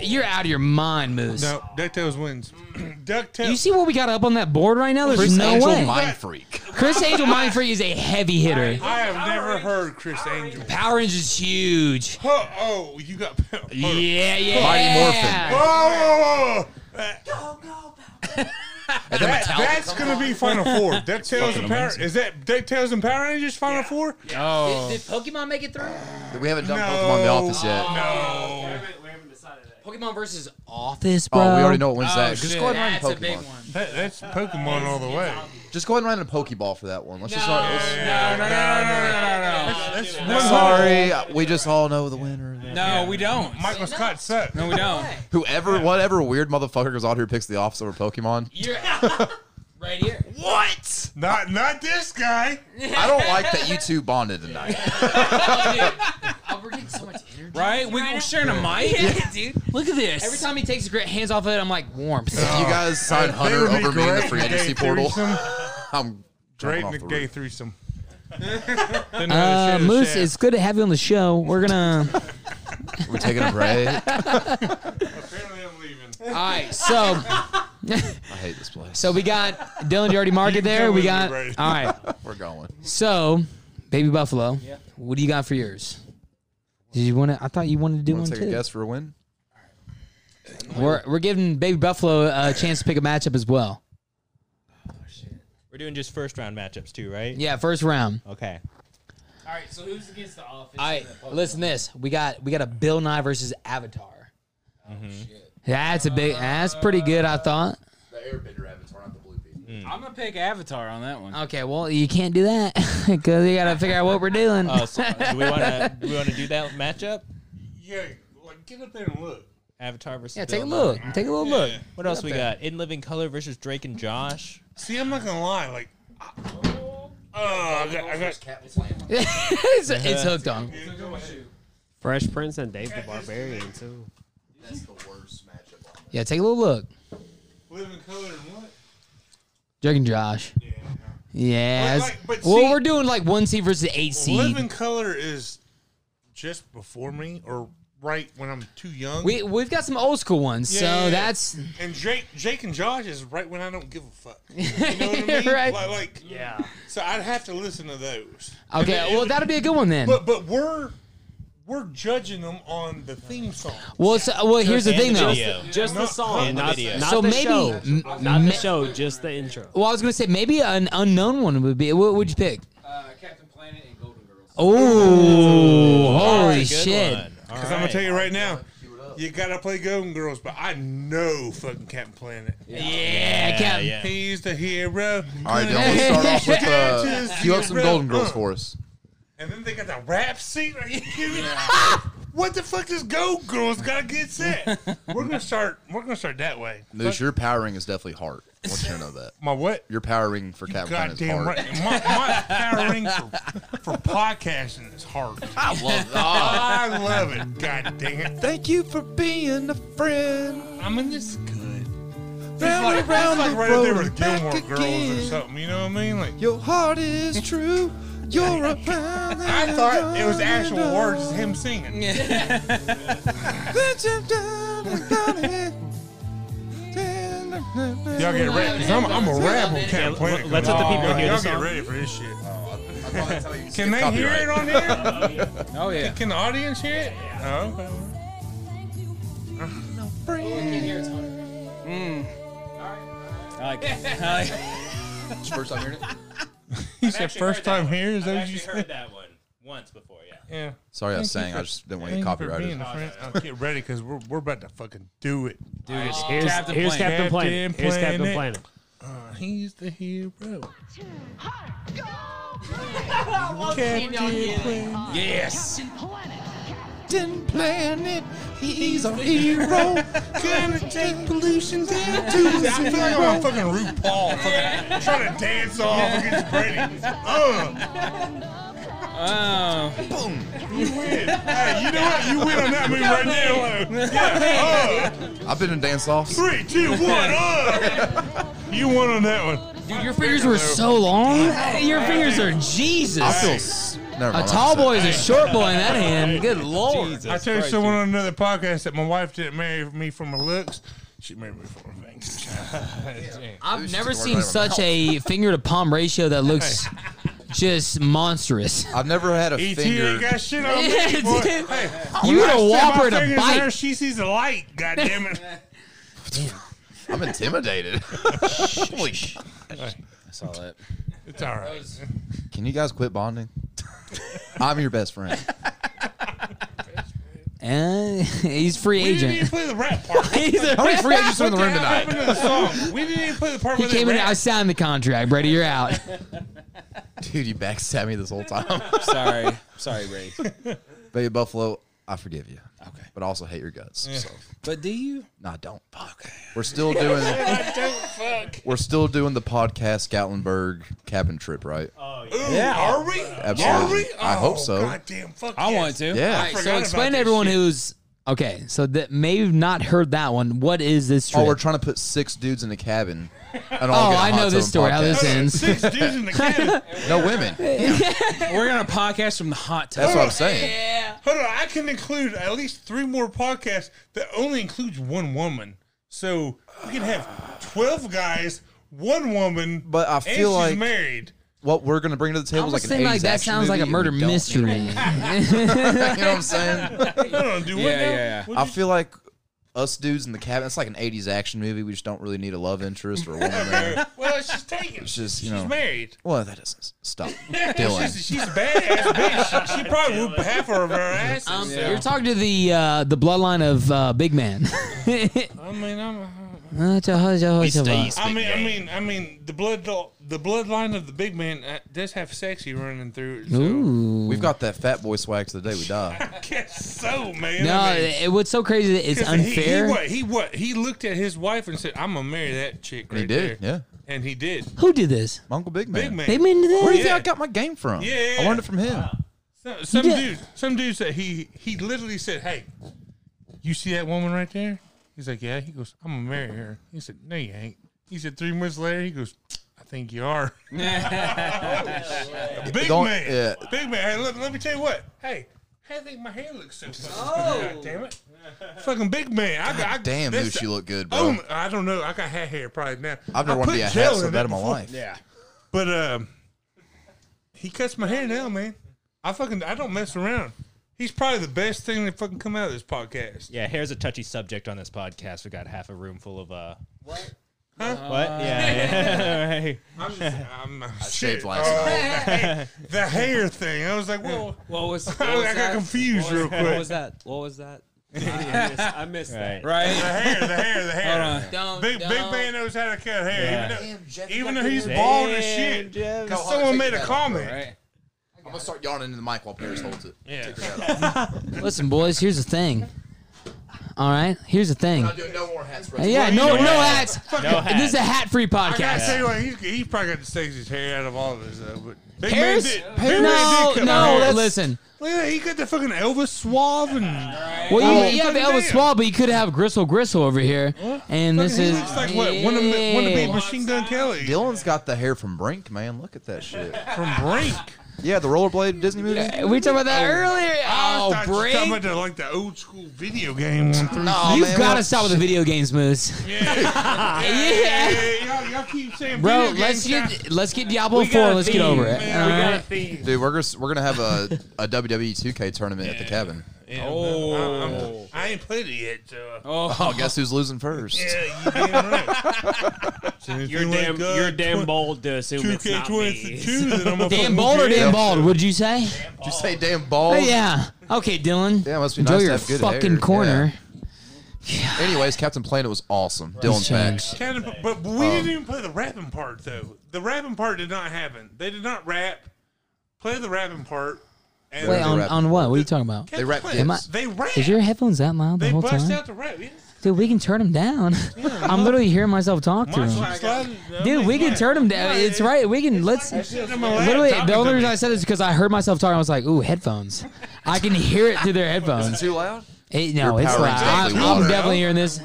Speaker 5: You're out of your mind, Moose.
Speaker 6: No, DuckTales wins. DuckTales.
Speaker 5: You see what we got up on that board right now? There's
Speaker 8: Chris
Speaker 5: no
Speaker 8: Angel
Speaker 5: way.
Speaker 8: Mind Freak.
Speaker 5: Chris Angel Mind Free is a heavy hitter.
Speaker 6: I have never heard Chris Angel.
Speaker 5: Power Rangers is huge.
Speaker 6: Oh, oh, you got. Oh,
Speaker 5: Yeah, yeah.
Speaker 8: Mighty Morphin.
Speaker 6: oh, oh, oh.
Speaker 8: And then
Speaker 6: That- that's gonna be Final Four. Ducktales and Power. Is that Ducktales and Power Rangers Final Four?
Speaker 9: Did, did Pokemon make it through?
Speaker 8: Metallica. We haven't done
Speaker 6: No.
Speaker 8: Pokemon in the office yet.
Speaker 6: No.
Speaker 9: Pokemon versus off.
Speaker 5: Office, bro.
Speaker 8: Oh, we already know what wins that. Just
Speaker 3: shit.
Speaker 8: go ahead and
Speaker 9: That's
Speaker 8: write
Speaker 9: a
Speaker 8: a
Speaker 9: big
Speaker 8: Pokemon.
Speaker 9: one.
Speaker 6: That, that's Pokemon all the way.
Speaker 8: Just go ahead and write a Pokeball for that one. Let's just.
Speaker 9: No.
Speaker 8: Not, let's,
Speaker 6: No, no, no, no, no, no. That's, that's
Speaker 8: Sorry, we just all know the winner.
Speaker 3: No, we don't.
Speaker 6: Michael Scott sucks.
Speaker 3: No, we don't.
Speaker 8: Whoever, whatever weird motherfucker goes out here picks the office over Pokemon.
Speaker 9: You're right here.
Speaker 8: What?
Speaker 6: Not, not this guy.
Speaker 8: I don't like that you two bonded tonight.
Speaker 9: Oh, we're getting so much energy.
Speaker 3: Right? We, we're sharing a mic.
Speaker 9: dude.
Speaker 5: Look at this.
Speaker 9: Every time he takes a grip, hands off of it, I'm like warmth.
Speaker 8: If you guys sign
Speaker 6: They
Speaker 8: Hunter
Speaker 6: would be
Speaker 8: over me in the
Speaker 6: great
Speaker 8: free
Speaker 6: in a
Speaker 8: agency
Speaker 6: gay
Speaker 8: portal,
Speaker 6: threesome.
Speaker 8: I'm
Speaker 6: Great
Speaker 8: jumping off
Speaker 6: in
Speaker 8: the
Speaker 6: a gay
Speaker 8: roof.
Speaker 6: threesome.
Speaker 5: Uh, Moose, it's good to have you on the show. We're gonna.
Speaker 8: We're taking a break. I
Speaker 6: Apparently, I'm leaving.
Speaker 9: All right, so
Speaker 5: So,
Speaker 8: hate this place.
Speaker 5: so we got Dylan. You already marked it there.
Speaker 6: come
Speaker 5: We
Speaker 6: with me,
Speaker 5: got.
Speaker 6: Brady.
Speaker 5: All right.
Speaker 8: We're going.
Speaker 5: So, baby buffalo. What do you got for yours? Did you want to? I thought you wanted to do
Speaker 8: Want
Speaker 5: one
Speaker 8: to take a
Speaker 5: too.
Speaker 8: guess for a win?
Speaker 5: We're we're giving baby buffalo a chance to pick a matchup as well.
Speaker 7: We're doing just first round matchups too, right?
Speaker 5: Yeah, first round.
Speaker 7: Okay.
Speaker 9: all right, so who's against the office?
Speaker 5: All right, listen. to This we got we got a Bill Nye versus Avatar.
Speaker 8: Mm-hmm.
Speaker 5: That's a big. That's pretty good. I thought.
Speaker 8: The airbender avatar, not the blue people.
Speaker 6: Mm.
Speaker 3: I'm gonna pick Avatar on that one.
Speaker 5: Okay, well you can't do that because we gotta figure out what we're doing.
Speaker 7: Oh, so, do we want to do we want to do that matchup?
Speaker 6: Yeah, like get up there and look.
Speaker 7: Avatar versus
Speaker 5: yeah, take a
Speaker 7: Bill
Speaker 5: look.
Speaker 7: Nye.
Speaker 5: Take a little look.
Speaker 7: What else we got? In Living Color versus Drake and Josh.
Speaker 6: See, I'm not gonna lie. Like, I, oh, I got, I got
Speaker 5: it's, it's hooked on.
Speaker 1: Fresh Prince and Dave the Barbarian too.
Speaker 5: Yeah, take a little look.
Speaker 6: living color and what?
Speaker 5: Drake and Josh. Yes.
Speaker 6: But like- but
Speaker 5: well,
Speaker 6: see-
Speaker 5: we're doing like one seed versus eight seed.
Speaker 6: Living color is just before me, or right when I'm too young.
Speaker 5: We we've got some old school ones,
Speaker 6: Yeah,
Speaker 5: so
Speaker 6: yeah, yeah.
Speaker 5: that's
Speaker 6: and Jake, Jake and Josh is right when I don't give a fuck. You know what I mean?
Speaker 5: Right.
Speaker 6: Like, like, yeah. So I'd have to listen to those.
Speaker 5: okay. Well, that'll be a good one then.
Speaker 6: But but we're we're judging them on the theme song.
Speaker 5: Well, so, well, here's the
Speaker 7: and
Speaker 5: thing
Speaker 7: the
Speaker 5: though.
Speaker 7: video.
Speaker 1: Just the
Speaker 6: Not-
Speaker 1: song,
Speaker 7: and the
Speaker 1: not,
Speaker 7: video.
Speaker 1: not
Speaker 5: So
Speaker 1: the
Speaker 5: maybe-
Speaker 1: show.
Speaker 5: m-
Speaker 1: not
Speaker 5: ma-
Speaker 1: the show, just the intro.
Speaker 5: Well, I was gonna say maybe an unknown one would be. What would you pick?
Speaker 9: Uh, Captain Planet and Golden Girls.
Speaker 5: Oh, holy
Speaker 7: Good
Speaker 5: shit!
Speaker 7: one. All
Speaker 6: Because I'm gonna
Speaker 7: right.
Speaker 6: tell you right now, you gotta play Golden Girls. But I know fucking Captain Planet.
Speaker 5: Yeah, Cap.
Speaker 7: yeah.
Speaker 6: He's the hero.
Speaker 8: All right, Dylan, let's start off with uh,
Speaker 6: Catches
Speaker 8: cue up some
Speaker 6: zero.
Speaker 8: Golden Girls
Speaker 6: Uh.
Speaker 8: for us.
Speaker 6: And then they got that rap scene. Are you kidding me? what the fuck does Golden Girls gotta get set? we're gonna start. We're gonna start that way.
Speaker 8: Moose, your power ring is definitely heart. I want you to know that.
Speaker 6: My what?
Speaker 8: Your power ring for Captain Planet is
Speaker 6: Goddamn
Speaker 8: heart.
Speaker 6: right. My, my power ring for, for podcasting is hard.
Speaker 8: I
Speaker 2: Oh.
Speaker 8: love that.
Speaker 6: I love it. God dang it.
Speaker 2: Thank you for being a friend.
Speaker 6: I mean, this is good.
Speaker 2: Round
Speaker 6: It's like,
Speaker 2: and
Speaker 6: it's
Speaker 2: round
Speaker 6: like
Speaker 2: the
Speaker 6: right up there
Speaker 2: road
Speaker 6: with
Speaker 2: and
Speaker 6: Gilmore
Speaker 2: back
Speaker 6: Girls or
Speaker 2: again.
Speaker 6: something. You know what I mean? Like,
Speaker 2: Your heart is true. You're a friend.
Speaker 6: I thought it was actual words, it's him singing. Y'all get ready, because I'm, I'm a rap on Captain
Speaker 1: Yeah,
Speaker 6: Planet.
Speaker 1: let's let the people hear
Speaker 6: Y'all
Speaker 1: the
Speaker 6: get
Speaker 1: song.
Speaker 6: ready for this shit.
Speaker 7: Oh,
Speaker 6: Can they hear it on here?
Speaker 3: Oh yeah.
Speaker 6: Can the audience hear it? Oh, okay.
Speaker 3: I like it. I like it.
Speaker 8: First time hearing it?
Speaker 6: You said first time here? Is that what you
Speaker 7: actually
Speaker 6: said?
Speaker 7: heard that one once before. Yeah.
Speaker 6: Yeah.
Speaker 8: Sorry, I was saying. I just didn't want to get
Speaker 6: Thank you for being
Speaker 8: copyrighted.
Speaker 6: a friend. Uh, Get ready, because we're, we're about to fucking do it.
Speaker 1: Here's
Speaker 3: Captain
Speaker 1: here's
Speaker 3: Planet.
Speaker 1: Captain Planet.
Speaker 6: Captain
Speaker 1: Here's Captain
Speaker 6: Planet.
Speaker 1: Planet.
Speaker 6: He's the hero.
Speaker 3: Yes.
Speaker 2: Captain Planet, he's our hero. Gonna take pollution down to
Speaker 6: I feel like I'm fucking RuPaul, fucking trying to dance off against Brady. Uh,
Speaker 3: Oh.
Speaker 6: you win. Hey, you know what? You win on that move right now. Uh, yeah. Uh,
Speaker 8: I've been in dance offs.
Speaker 6: three, two, one. Uh. You won on that one.
Speaker 5: Dude, your fingers were so long. Your fingers are Jesus.
Speaker 8: I feel. s- Never
Speaker 5: A
Speaker 8: mind,
Speaker 5: tall
Speaker 8: I'm
Speaker 5: boy
Speaker 8: upset.
Speaker 5: is a short boy in that hand. Good lord.
Speaker 6: I told someone on another podcast that my wife didn't marry me for my looks. She married me for my fangs.
Speaker 5: I've
Speaker 8: Who's
Speaker 5: never
Speaker 8: just
Speaker 5: seen
Speaker 8: worried about
Speaker 5: such a finger to palm ratio that looks just monstrous.
Speaker 8: I've never had a
Speaker 6: ET
Speaker 8: finger.
Speaker 6: E ain't got shit on me,
Speaker 5: Yeah,
Speaker 6: boy.
Speaker 5: dude.
Speaker 6: Hey,
Speaker 5: You
Speaker 6: when
Speaker 5: had a
Speaker 6: I stick my
Speaker 5: whopper and a
Speaker 6: fingers in
Speaker 5: bite.
Speaker 6: her, she sees the light. God damn it.
Speaker 8: I'm intimidated. Holy sh-
Speaker 3: I saw that.
Speaker 6: It's all right.
Speaker 8: Can you guys quit bonding? I'm your best friend.
Speaker 5: And Eh, he's free
Speaker 6: We didn't even
Speaker 5: agent.
Speaker 6: play the rap part.
Speaker 5: He's a-
Speaker 8: How many free agents are in the room
Speaker 6: What
Speaker 8: tonight?
Speaker 6: happened to the song? We didn't even play the part
Speaker 5: he
Speaker 6: where they
Speaker 5: came in.
Speaker 6: rap.
Speaker 5: I signed the contract, Brady. You're out.
Speaker 8: Dude, you backstabbed me this whole time.
Speaker 3: Sorry. Sorry, Ray.
Speaker 8: Baby Buffalo, I forgive you. Okay. But I also hate your guts. So.
Speaker 3: But do you?
Speaker 8: No, I don't. Fuck. We're still doing. We're still doing the podcast Gatlinburg cabin trip, right?
Speaker 6: yeah. Are we? Are
Speaker 8: Absolutely.
Speaker 6: we?
Speaker 8: I
Speaker 6: Oh,
Speaker 8: hope so.
Speaker 6: Goddamn, fuck
Speaker 3: I
Speaker 6: yes.
Speaker 3: want to.
Speaker 8: yeah.
Speaker 5: All right,
Speaker 6: forgot
Speaker 5: so
Speaker 6: about
Speaker 5: explain to
Speaker 6: that
Speaker 5: everyone
Speaker 6: shit.
Speaker 5: who's okay. So that may have not heard that one. What is this trip?
Speaker 8: Oh, we're trying to put six dudes in a cabin. And
Speaker 5: Oh,
Speaker 8: all get a
Speaker 5: I
Speaker 8: hot
Speaker 5: know
Speaker 8: tub
Speaker 5: this
Speaker 8: and
Speaker 5: story, how this
Speaker 8: podcast.
Speaker 5: ends.
Speaker 6: Six dudes in the cabin.
Speaker 8: No women.
Speaker 3: We're gonna podcast from the hot tub.
Speaker 8: That's what I'm saying.
Speaker 6: Hold on, I can include at least three more podcasts that only includes one woman. So we can have twelve guys, one woman,
Speaker 8: But I
Speaker 6: and
Speaker 8: feel
Speaker 6: she's
Speaker 8: like-
Speaker 6: married.
Speaker 8: What we're gonna bring to the table is like an
Speaker 5: think
Speaker 8: 80s
Speaker 5: like that
Speaker 8: action
Speaker 5: sounds
Speaker 8: movie,
Speaker 5: like a
Speaker 8: and
Speaker 5: murder
Speaker 8: we don't need it.
Speaker 5: mystery.
Speaker 8: you know what I'm saying?
Speaker 6: Hold on, do
Speaker 3: Yeah,
Speaker 6: what now?
Speaker 3: yeah, yeah.
Speaker 6: What'd
Speaker 8: I
Speaker 6: you-
Speaker 8: feel like us dudes in the cabin. It's like an '80s action movie. We just don't really need a love interest or a woman there.
Speaker 6: well, she's taken.
Speaker 8: It's just you
Speaker 6: she's
Speaker 8: know.
Speaker 6: married.
Speaker 8: Well, that doesn't s- stop,
Speaker 6: She's,
Speaker 8: Dylan.
Speaker 6: she's a badass bitch. She, she probably whooped half of her ass.
Speaker 5: Um, You're talking to the uh, the bloodline of uh, Big Man.
Speaker 6: I mean, I'm.
Speaker 5: Uh,
Speaker 6: I mean, I mean, I mean, the blood, the bloodline of the big man uh, does have sexy running through it. So.
Speaker 5: Ooh.
Speaker 8: We've got that fat boy swag to the day we die.
Speaker 6: I guess so, man.
Speaker 5: No,
Speaker 6: I mean,
Speaker 5: it, what's so crazy that it's
Speaker 6: 'cause
Speaker 5: unfair.
Speaker 6: He, he what? He what? He looked at his wife and said, "I'm gonna marry that chick." Right
Speaker 8: he did,
Speaker 6: there.
Speaker 8: yeah.
Speaker 6: and he did.
Speaker 5: Who did this?
Speaker 8: My Uncle Big Man.
Speaker 6: Big man.
Speaker 5: They mean to
Speaker 8: Where do
Speaker 5: that?
Speaker 8: you think I
Speaker 6: Yeah.
Speaker 8: got my game from?
Speaker 6: Yeah. Uh,
Speaker 8: I learned it from him.
Speaker 6: So- some
Speaker 5: Yeah.
Speaker 6: dude, some dude said he he literally said, "Hey, you see that woman right there?" He's like, "Yeah." He goes, "I'm gonna marry her." He said, "No, you ain't." He said, three months later, he goes, "I think you are." big
Speaker 8: Don't-
Speaker 6: man,
Speaker 8: yeah.
Speaker 6: big man. Hey, let, let me tell you what. Hey, Hey, I think my hair looks so fucking oh. God damn it. Fucking big man. I got I,
Speaker 8: Damn,
Speaker 6: this-
Speaker 8: Moose, you look good, bro.
Speaker 6: Oh, I don't know. I got hat hair probably now.
Speaker 8: I've never
Speaker 6: I
Speaker 8: wanted to
Speaker 6: put
Speaker 8: be a
Speaker 6: gel
Speaker 8: hat so
Speaker 6: it
Speaker 8: bad in my
Speaker 6: before.
Speaker 8: life.
Speaker 3: Yeah.
Speaker 6: But um, he cuts my hair now, man. I fucking I don't mess around. He's probably the best thing that fucking come out of this podcast.
Speaker 7: Yeah, hair's a touchy subject on this podcast. We got half a room full of uh. What?
Speaker 9: Uh,
Speaker 7: What? Yeah. yeah. right.
Speaker 6: I'm just, I'm, I'm
Speaker 8: Shaved
Speaker 6: shit.
Speaker 8: last
Speaker 6: Oh,
Speaker 8: night.
Speaker 6: the hair thing. I was like, well,
Speaker 1: What was, what
Speaker 6: I
Speaker 1: was
Speaker 6: got
Speaker 1: that? what
Speaker 6: confused
Speaker 1: was,
Speaker 6: real
Speaker 1: What
Speaker 6: quick.
Speaker 1: was that? What was that? I missed, I missed that.
Speaker 6: the
Speaker 3: Right.
Speaker 6: hair, the hair, the hair.
Speaker 5: Don't,
Speaker 6: Big big man knows how to cut hair,
Speaker 7: Yeah.
Speaker 6: even though,
Speaker 8: Damn, Jeff, you
Speaker 6: even
Speaker 8: got
Speaker 6: though
Speaker 8: the
Speaker 6: he's
Speaker 8: hair.
Speaker 6: bald as
Speaker 7: Damn,
Speaker 6: shit.
Speaker 7: Jeff.
Speaker 6: Because
Speaker 8: Go hard,
Speaker 6: someone
Speaker 8: take
Speaker 6: made a
Speaker 8: that off,
Speaker 6: comment.
Speaker 3: Right.
Speaker 8: I'm gonna start yawning into the mic while Paris holds it.
Speaker 6: Yeah.
Speaker 5: Listen, boys, here's the thing. All right, here's the thing.
Speaker 8: doing no more hats, bro.
Speaker 5: Hey, yeah, no, no
Speaker 6: doing?
Speaker 5: hats.
Speaker 7: No
Speaker 5: This is a
Speaker 7: hat.
Speaker 5: hat-free
Speaker 6: I gotta
Speaker 5: podcast.
Speaker 6: tell you what, he's, he's probably got the sexiest hair out of all of us, though. But big
Speaker 5: Harris?
Speaker 6: man did. Big man
Speaker 5: No,
Speaker 6: did cut my
Speaker 5: no,
Speaker 6: hair.
Speaker 5: listen.
Speaker 6: Look at that, he got the fucking Elvis swab and
Speaker 5: Well,
Speaker 6: Oh,
Speaker 5: you, you have
Speaker 6: fucking
Speaker 5: Elvis
Speaker 6: damn.
Speaker 5: Swall, but you could have Gristle Gristle over here. And this
Speaker 6: he
Speaker 5: is
Speaker 6: looks like what? One of the one of the machine gun Kelly
Speaker 8: Dylan's got the hair from Brink, man. Look at that shit.
Speaker 6: from Brink.
Speaker 8: Yeah, the rollerblade Disney movie.
Speaker 5: Hey, We talked about that earlier.
Speaker 6: I
Speaker 5: Oh,
Speaker 6: thought you were talking
Speaker 5: Brink.
Speaker 6: about the, like the old school video game one through.
Speaker 8: No,
Speaker 5: You've
Speaker 8: man,
Speaker 5: got
Speaker 8: what-
Speaker 5: to stop with the video games, Moose.
Speaker 6: Yeah, yeah, y'all, y'all keep saying
Speaker 5: Ah, Bro,
Speaker 6: video game
Speaker 5: let's
Speaker 6: sound-
Speaker 5: get let's get Diablo four. Let's get over it.
Speaker 6: Man, we
Speaker 5: all
Speaker 6: got
Speaker 5: right?
Speaker 6: a theme.
Speaker 8: Dude, we're gonna, we're gonna have a, a WWE 2K tournament at the cabin.
Speaker 6: Yeah,
Speaker 3: Oh.
Speaker 6: I'm- I'm- I ain't played it yet, so. uh,
Speaker 8: Oh, guess who's losing first?
Speaker 6: Yeah, you damn right. So if
Speaker 1: You're
Speaker 6: you uh,
Speaker 1: damn,
Speaker 6: ain't got
Speaker 1: you're damn
Speaker 6: twen-
Speaker 1: bold to assume it's not me.
Speaker 6: 2K22, then I'm
Speaker 5: Damn
Speaker 6: gonna fucking
Speaker 8: Oh,
Speaker 5: bold or
Speaker 6: get
Speaker 5: damn
Speaker 6: it.
Speaker 5: bald? Would you say?
Speaker 8: Did you say damn balls?
Speaker 5: Oh, yeah. Okay, Dylan.
Speaker 8: Yeah, must be
Speaker 5: Enjoy
Speaker 8: nice to
Speaker 5: your
Speaker 8: have good
Speaker 5: fucking
Speaker 8: hair.
Speaker 5: corner.
Speaker 8: Anyways, Captain Planet was awesome. Dylan's back.
Speaker 5: changed.
Speaker 6: Kind of, but we
Speaker 1: Oh.
Speaker 6: didn't even play the rapping part though. The rapping part did not happen. They did not rap. Play the rapping part. And
Speaker 5: Wait,
Speaker 8: they
Speaker 5: on,
Speaker 8: rap-
Speaker 5: on what? What are you talking about?
Speaker 8: They rap
Speaker 6: Play-
Speaker 8: dips.
Speaker 5: Am I-
Speaker 6: They rap.
Speaker 5: Is your headphones that loud the
Speaker 6: they
Speaker 5: whole
Speaker 6: bust
Speaker 5: time?
Speaker 6: out the rap. Yeah.
Speaker 5: Dude, we can turn them down. I'm literally hearing myself talk to
Speaker 6: My
Speaker 5: them.
Speaker 6: slide- I
Speaker 5: Dude,
Speaker 6: mean,
Speaker 5: we can
Speaker 6: like-
Speaker 5: turn them down.
Speaker 6: Yeah,
Speaker 5: It's right. We can let's.
Speaker 6: I sit in my lap
Speaker 5: Literally,
Speaker 6: talking
Speaker 5: the only
Speaker 6: to
Speaker 5: reason
Speaker 6: me.
Speaker 5: I said this is because I heard myself talking. I was like, "Ooh, headphones! I can hear it through their headphones."
Speaker 8: Too loud?
Speaker 5: It- no, it's
Speaker 8: power
Speaker 5: loud.
Speaker 8: exactly
Speaker 5: I'm,
Speaker 8: water.
Speaker 5: I'm definitely hearing this.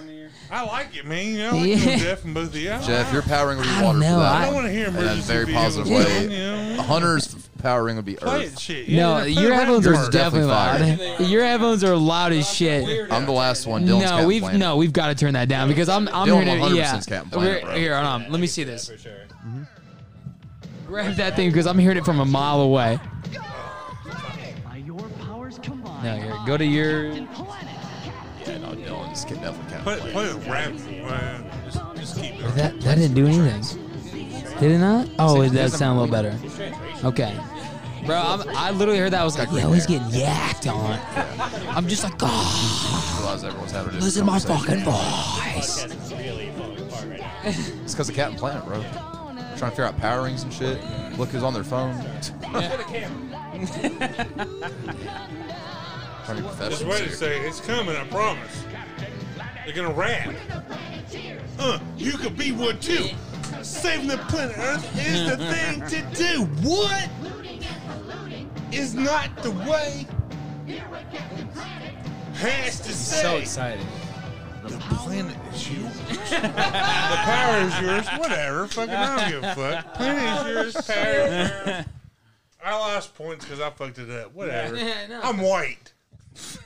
Speaker 6: I like it, man. You know, I like
Speaker 5: Yeah.
Speaker 6: yeah. Jeff and both of you. I-
Speaker 8: Jeff, you're powering with
Speaker 5: I
Speaker 8: your water
Speaker 5: know,
Speaker 8: for that.
Speaker 6: I
Speaker 5: I-
Speaker 6: don't want to hear
Speaker 8: In
Speaker 6: emergency
Speaker 8: a very
Speaker 6: vehicles
Speaker 8: positive
Speaker 6: on,
Speaker 8: way.
Speaker 6: you know?
Speaker 8: A hunter's powering would be
Speaker 6: Play it,
Speaker 8: Earth.
Speaker 6: shit. Yeah,
Speaker 5: No,
Speaker 6: play the
Speaker 5: your
Speaker 6: rap
Speaker 5: headphones
Speaker 8: Yours
Speaker 5: are
Speaker 8: is
Speaker 5: definitely
Speaker 8: definitely
Speaker 5: loud. Your headphones are loud as shit.
Speaker 8: I'm the last one. Dylan's
Speaker 5: No,
Speaker 8: Captain
Speaker 5: we've
Speaker 8: Planet.
Speaker 5: no, we've got to turn that down because I'm I'm
Speaker 8: Dylan
Speaker 5: hearing it.
Speaker 8: 100%
Speaker 5: Yeah,
Speaker 8: is Captain
Speaker 5: We're-
Speaker 8: Planet, bro.
Speaker 5: here, hold on. Let me see this.
Speaker 7: For sure.
Speaker 5: Grab that thing because I'm hearing it from a mile away. No, here, go to your.
Speaker 8: Yeah, no, Dylan's ca- definitely Captain
Speaker 6: Play,
Speaker 8: Planet.
Speaker 6: play the rap. man. Just, just keep it.
Speaker 5: That that didn't do anything. Did it not? Oh, it does sound a little better. Okay. Bro, I'm, I literally heard that. I was like, yo, he's getting yacked on. I'm just like, oh,
Speaker 8: Realize everyone's having a different
Speaker 5: listen to my
Speaker 8: conversation.
Speaker 5: fucking voice.
Speaker 8: It's because of Captain Planet, bro. We're trying to figure out power rings and shit. Look who's on their phone. Trying to be
Speaker 6: Just
Speaker 8: professional
Speaker 6: wait a
Speaker 8: here.
Speaker 6: second. It's coming, I promise. They're gonna rap. Uh, you could be one too. Saving the planet Earth is the thing to do. What? Is not the way. Has
Speaker 3: So
Speaker 6: to say.
Speaker 3: excited.
Speaker 6: the planet is yours. the power is yours. Whatever. Fucking I don't give a fuck. Planet is yours. Power is yours. I lost points because I fucked it up. Whatever. I'm white.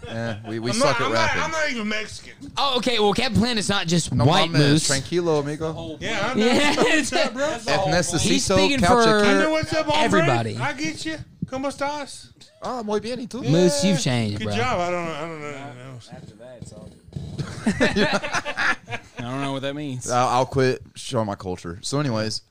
Speaker 8: Yeah, Eh, we we
Speaker 6: I'm
Speaker 8: suck
Speaker 6: not,
Speaker 8: at
Speaker 6: I'm not,
Speaker 8: rapping.
Speaker 6: I'm not even Mexican.
Speaker 5: Oh, okay. Well, Captain Planet's not just
Speaker 8: No
Speaker 5: white
Speaker 8: mames,
Speaker 5: moose.
Speaker 8: Tranquilo, amigo.
Speaker 6: Yeah, I know.
Speaker 5: Yeah,
Speaker 6: What's up, bro?
Speaker 5: He's
Speaker 8: Ethnecito,
Speaker 5: speaking
Speaker 6: You
Speaker 5: for-
Speaker 8: Calchic.
Speaker 6: know what's up, hombre?
Speaker 5: Everybody.
Speaker 6: I get you. ¿Cómo estás?
Speaker 8: Ah, muy bien, y tú?
Speaker 5: Moose, you've changed,
Speaker 6: Good
Speaker 5: bro.
Speaker 6: job. I don't know. I don't know. I don't know.
Speaker 3: I don't know what that means.
Speaker 8: I'll, I'll quit showing my culture. So, anyways,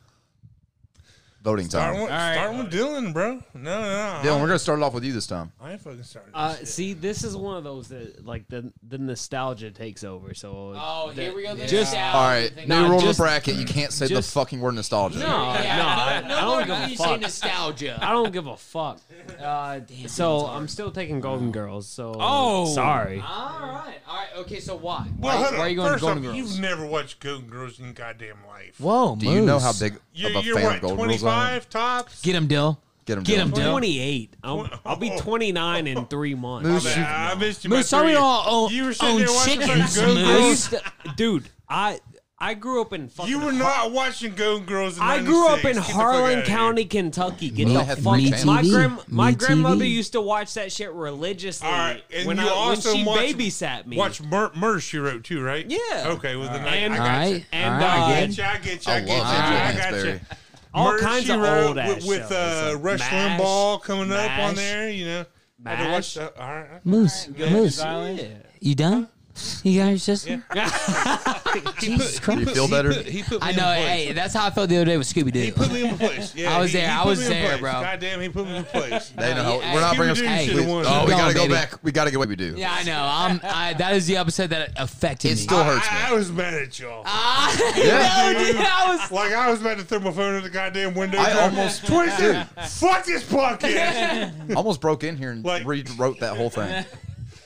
Speaker 8: voting
Speaker 6: Start,
Speaker 8: time.
Speaker 6: with, start with Dylan, bro. No, no.
Speaker 8: Dylan, we're gonna start it off with you this time.
Speaker 6: I ain't fucking starting.
Speaker 1: Uh, see, this is one of those that like the the nostalgia takes over. So
Speaker 5: Oh, here we go.
Speaker 8: Just all right. New
Speaker 5: Nah,
Speaker 8: rule
Speaker 5: just-
Speaker 8: of the bracket: you can't say
Speaker 1: just-
Speaker 8: the fucking word nostalgia.
Speaker 1: no, no, I, I don't give a fuck.
Speaker 5: nostalgia.
Speaker 1: I don't give a fuck. Uh, so I'm still taking Golden Girls. So
Speaker 3: Oh.
Speaker 1: sorry.
Speaker 5: All right. All right. Okay. So why?
Speaker 6: well, hold on.
Speaker 5: why are you going to
Speaker 6: First
Speaker 5: Golden
Speaker 6: off,
Speaker 5: Girls?
Speaker 6: You've never watched Golden Girls in your goddamn life.
Speaker 5: Whoa,
Speaker 8: Do you know how big
Speaker 6: You're,
Speaker 8: of a
Speaker 6: you're
Speaker 8: fan
Speaker 6: what?
Speaker 8: of Golden Rules I am?
Speaker 6: 25 tops.
Speaker 5: Get him, Dill.
Speaker 8: Get him.
Speaker 5: Get him,
Speaker 8: Dylan.
Speaker 5: Dill.
Speaker 1: 28. I'm, I'll be 29 in three months.
Speaker 8: Moose, you-
Speaker 6: I missed you. by
Speaker 5: Moose, sorry,
Speaker 6: three.
Speaker 5: y'all own,
Speaker 6: You were sitting
Speaker 5: own
Speaker 6: there watching
Speaker 5: chickens,
Speaker 6: fucking Golden
Speaker 1: I
Speaker 5: Moose.
Speaker 1: used to, dude. I I grew up in fucking
Speaker 6: You were not watching Golden Girls. In
Speaker 1: I grew up
Speaker 6: 96.
Speaker 1: in
Speaker 6: Get the fuck outta
Speaker 1: Harlan
Speaker 6: here.
Speaker 1: County, Kentucky. Get
Speaker 8: Me-
Speaker 1: the
Speaker 8: Me
Speaker 1: fuck
Speaker 8: TV.
Speaker 1: my grand my
Speaker 5: Me
Speaker 1: grandmother
Speaker 5: TV.
Speaker 1: used to watch that shit religiously
Speaker 6: All right, and
Speaker 1: when
Speaker 6: you
Speaker 1: I
Speaker 6: also
Speaker 1: when she
Speaker 6: watch,
Speaker 1: babysat me.
Speaker 6: Watch Mur- Murse you wrote too, right?
Speaker 1: Yeah.
Speaker 6: Okay. Well, then I-
Speaker 1: and
Speaker 6: I
Speaker 5: All
Speaker 6: got
Speaker 5: right,
Speaker 6: you.
Speaker 1: and
Speaker 5: all
Speaker 1: I
Speaker 5: right.
Speaker 6: I get you. I get you. I
Speaker 8: I
Speaker 6: get you.
Speaker 8: love
Speaker 6: I
Speaker 8: Angela
Speaker 6: got you.
Speaker 8: Lansbury.
Speaker 1: all
Speaker 6: Murder,
Speaker 1: kinds
Speaker 6: She
Speaker 1: of
Speaker 6: Wrote
Speaker 1: old ass
Speaker 6: with, with
Speaker 1: shows,
Speaker 6: uh,
Speaker 1: like
Speaker 6: Rush
Speaker 1: Mash,
Speaker 6: Limbaugh coming up on
Speaker 1: Mash,
Speaker 6: there. You know, I had to watch
Speaker 1: Mash.
Speaker 6: that. All right.
Speaker 5: Moose, Moose,
Speaker 1: Yeah.
Speaker 5: you done? You got your system? Jesus Christ.
Speaker 8: You feel better?
Speaker 6: He put me
Speaker 5: I
Speaker 6: in
Speaker 5: know.
Speaker 6: place.
Speaker 5: Hey, that's how I felt the other day with Scooby
Speaker 6: He put
Speaker 5: Doo.
Speaker 6: me in place. Yeah,
Speaker 5: I was
Speaker 6: he-
Speaker 5: there.
Speaker 6: he
Speaker 5: I
Speaker 6: put
Speaker 5: was
Speaker 6: me in
Speaker 5: there,
Speaker 6: place.
Speaker 5: bro.
Speaker 6: God damn, he put me in place.
Speaker 8: They know how,
Speaker 5: Hey,
Speaker 8: we're not
Speaker 5: hey,
Speaker 8: bringing.
Speaker 6: Scooby-Doo
Speaker 5: Hey.
Speaker 8: We,
Speaker 6: should've
Speaker 8: oh, we
Speaker 6: won.
Speaker 5: Keep
Speaker 8: gotta
Speaker 5: going,
Speaker 8: go
Speaker 5: baby.
Speaker 8: back. We gotta get what we do.
Speaker 5: Yeah, I know. I'm, I, that is the episode that affected
Speaker 8: It's
Speaker 5: me.
Speaker 8: still hurts me.
Speaker 6: I, I was mad at y'all.
Speaker 8: Yeah.
Speaker 5: No, dude, I was
Speaker 6: like I was about to throw my phone at the goddamn window.
Speaker 8: I
Speaker 6: bro.
Speaker 8: almost-
Speaker 6: Twisted.
Speaker 8: Dude.
Speaker 6: Fuck this podcast.
Speaker 8: Almost broke in here and
Speaker 6: Like-
Speaker 8: rewrote that whole thing.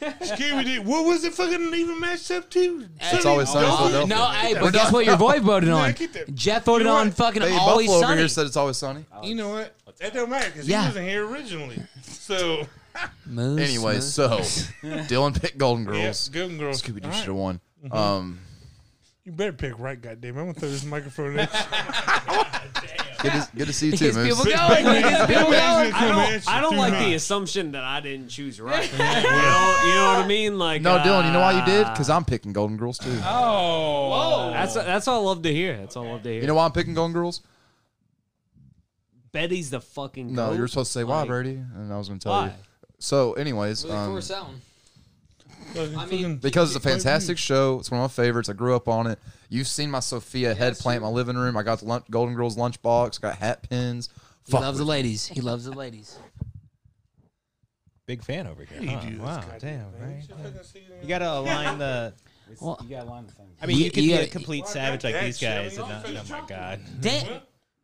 Speaker 6: Scooby Doo. What was it fucking even matched up to?
Speaker 8: It's always sunny in Philadelphia.
Speaker 5: No, Oh, hey,
Speaker 8: We're
Speaker 5: but guess
Speaker 8: done.
Speaker 5: what? Your boy voted on.
Speaker 6: get that.
Speaker 5: Jeff voted
Speaker 6: You know
Speaker 5: on
Speaker 6: what?
Speaker 5: fucking
Speaker 8: Baby
Speaker 5: always
Speaker 8: Buffalo over
Speaker 5: sunny.
Speaker 8: here said it's always sunny.
Speaker 6: You know what? That don't matter because
Speaker 5: Yeah.
Speaker 6: he wasn't here originally. So
Speaker 5: Moose,
Speaker 8: Anyway,
Speaker 5: Moose.
Speaker 8: so Dylan picked Golden Girls.
Speaker 6: Yeah, Golden Girls.
Speaker 8: Scooby Doo
Speaker 6: All right.
Speaker 8: should have won. Um,
Speaker 6: You better pick right, goddamn. I'm gonna throw this microphone at you.
Speaker 8: good, to, good to see you
Speaker 5: he
Speaker 8: too,
Speaker 5: gets people
Speaker 8: Moose.
Speaker 5: going. He gets
Speaker 6: Nobody's
Speaker 5: people
Speaker 6: gonna
Speaker 5: going.
Speaker 1: I
Speaker 6: come
Speaker 1: don't,
Speaker 6: at you
Speaker 1: I don't
Speaker 6: too
Speaker 1: like
Speaker 6: high.
Speaker 1: the assumption that I didn't choose right. you, know, you know what I mean? Like
Speaker 8: No, Dylan, you know why you did?
Speaker 1: uh,
Speaker 8: Because I'm picking Golden Girls too.
Speaker 1: That's that's all I love to hear. That's all I love to hear.
Speaker 8: You know why I'm picking Golden Girls?
Speaker 1: Betty's the fucking.
Speaker 8: No,
Speaker 1: goat.
Speaker 8: you were supposed to say why,
Speaker 1: Like,
Speaker 8: Brady, and I was going to tell you.
Speaker 1: Why?
Speaker 8: So, anyways, um,
Speaker 6: Fucking-
Speaker 5: I mean,
Speaker 8: because it's a fantastic show. It's one of my favorites. I grew up on it. You've seen my Sophia head plant in my living room. I got the lunch, Golden Girls lunchbox. Got hat pins.
Speaker 5: He
Speaker 8: Fuck
Speaker 5: loves the
Speaker 8: with
Speaker 5: ladies. He loves the ladies.
Speaker 7: Big fan over here.
Speaker 6: you
Speaker 7: huh?
Speaker 6: do this
Speaker 7: Wow,
Speaker 6: goddamn
Speaker 7: damn,
Speaker 6: thing.
Speaker 7: right?
Speaker 6: Should fucking see
Speaker 7: You gotta align the.
Speaker 5: Well,
Speaker 9: You gotta line the things.
Speaker 7: I mean,
Speaker 5: You-
Speaker 7: you, could
Speaker 5: you
Speaker 7: be a
Speaker 5: gotta-
Speaker 7: complete
Speaker 6: Well, I
Speaker 7: savage
Speaker 6: got
Speaker 7: like
Speaker 6: that
Speaker 7: these
Speaker 6: shit.
Speaker 7: guys,
Speaker 6: I
Speaker 7: and
Speaker 6: mean,
Speaker 7: not,
Speaker 6: I'm
Speaker 7: oh my
Speaker 6: fucking
Speaker 7: god,
Speaker 5: damn.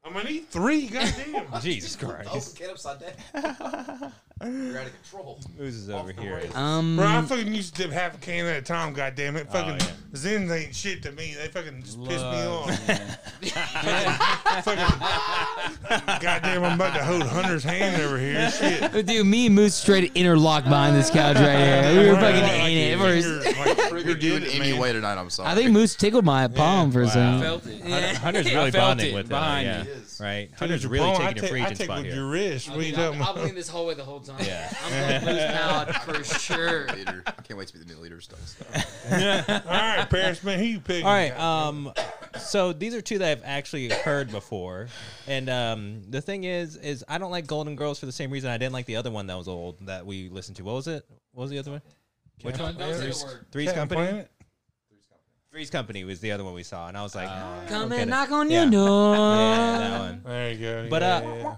Speaker 6: I'm gonna eat three, goddamn.
Speaker 7: Jesus Christ,
Speaker 8: get upside down. You're out of control.
Speaker 7: Moose is over here.
Speaker 5: Um,
Speaker 6: Bro, I fucking used to dip half a can at a time, goddamn it. Fucking
Speaker 7: yeah.
Speaker 6: Zins ain't shit to me. They fucking just piss me
Speaker 9: Love
Speaker 6: off. fucking, goddamn, I'm about to hold Hunter's hand over here. Shit.
Speaker 5: dude, me and Moose straight interlocked behind this couch right here. We were
Speaker 6: Right,
Speaker 5: fucking
Speaker 6: like,
Speaker 5: in it.
Speaker 6: you-
Speaker 5: We're-
Speaker 6: you're, like,
Speaker 8: You're doing it anyway tonight. I'm sorry.
Speaker 5: I think Moose tickled my palm for a
Speaker 7: I
Speaker 5: second.
Speaker 7: felt it. Hunter, Hunter's really
Speaker 9: felt
Speaker 7: bonding
Speaker 9: it
Speaker 7: with
Speaker 9: behind
Speaker 7: him.
Speaker 9: you.
Speaker 7: Yeah. Right. Hunter's really
Speaker 6: Bro, I
Speaker 7: taking
Speaker 6: take-
Speaker 7: it for
Speaker 6: I
Speaker 7: agent
Speaker 6: take
Speaker 7: spot
Speaker 6: with
Speaker 7: here.
Speaker 6: your wrist. What are you talking about?
Speaker 5: this hallway the whole time.
Speaker 7: Yeah.
Speaker 5: I'm going Moose Powell for sure.
Speaker 8: Leader. I can't wait to be the new leader of Stokes.
Speaker 6: All right, Paris, man, who you picking?
Speaker 7: All right. Um, so these are two that I've actually heard before, and um, the thing is, is I don't like Golden Girls for the same reason I didn't like the other one that was old that we listened to. What was it? What was the other one? Which one? Three's, Three's
Speaker 6: Captain
Speaker 7: Company.
Speaker 6: Planet?
Speaker 7: Three's Company was the other one we saw, and I was like, "Ah,
Speaker 5: Come
Speaker 7: okay,
Speaker 5: and Oh,
Speaker 7: that-
Speaker 5: knock on
Speaker 7: yeah.
Speaker 5: your door.
Speaker 7: yeah, that one.
Speaker 6: There you go.
Speaker 7: But
Speaker 6: yeah,
Speaker 7: uh,
Speaker 6: yeah,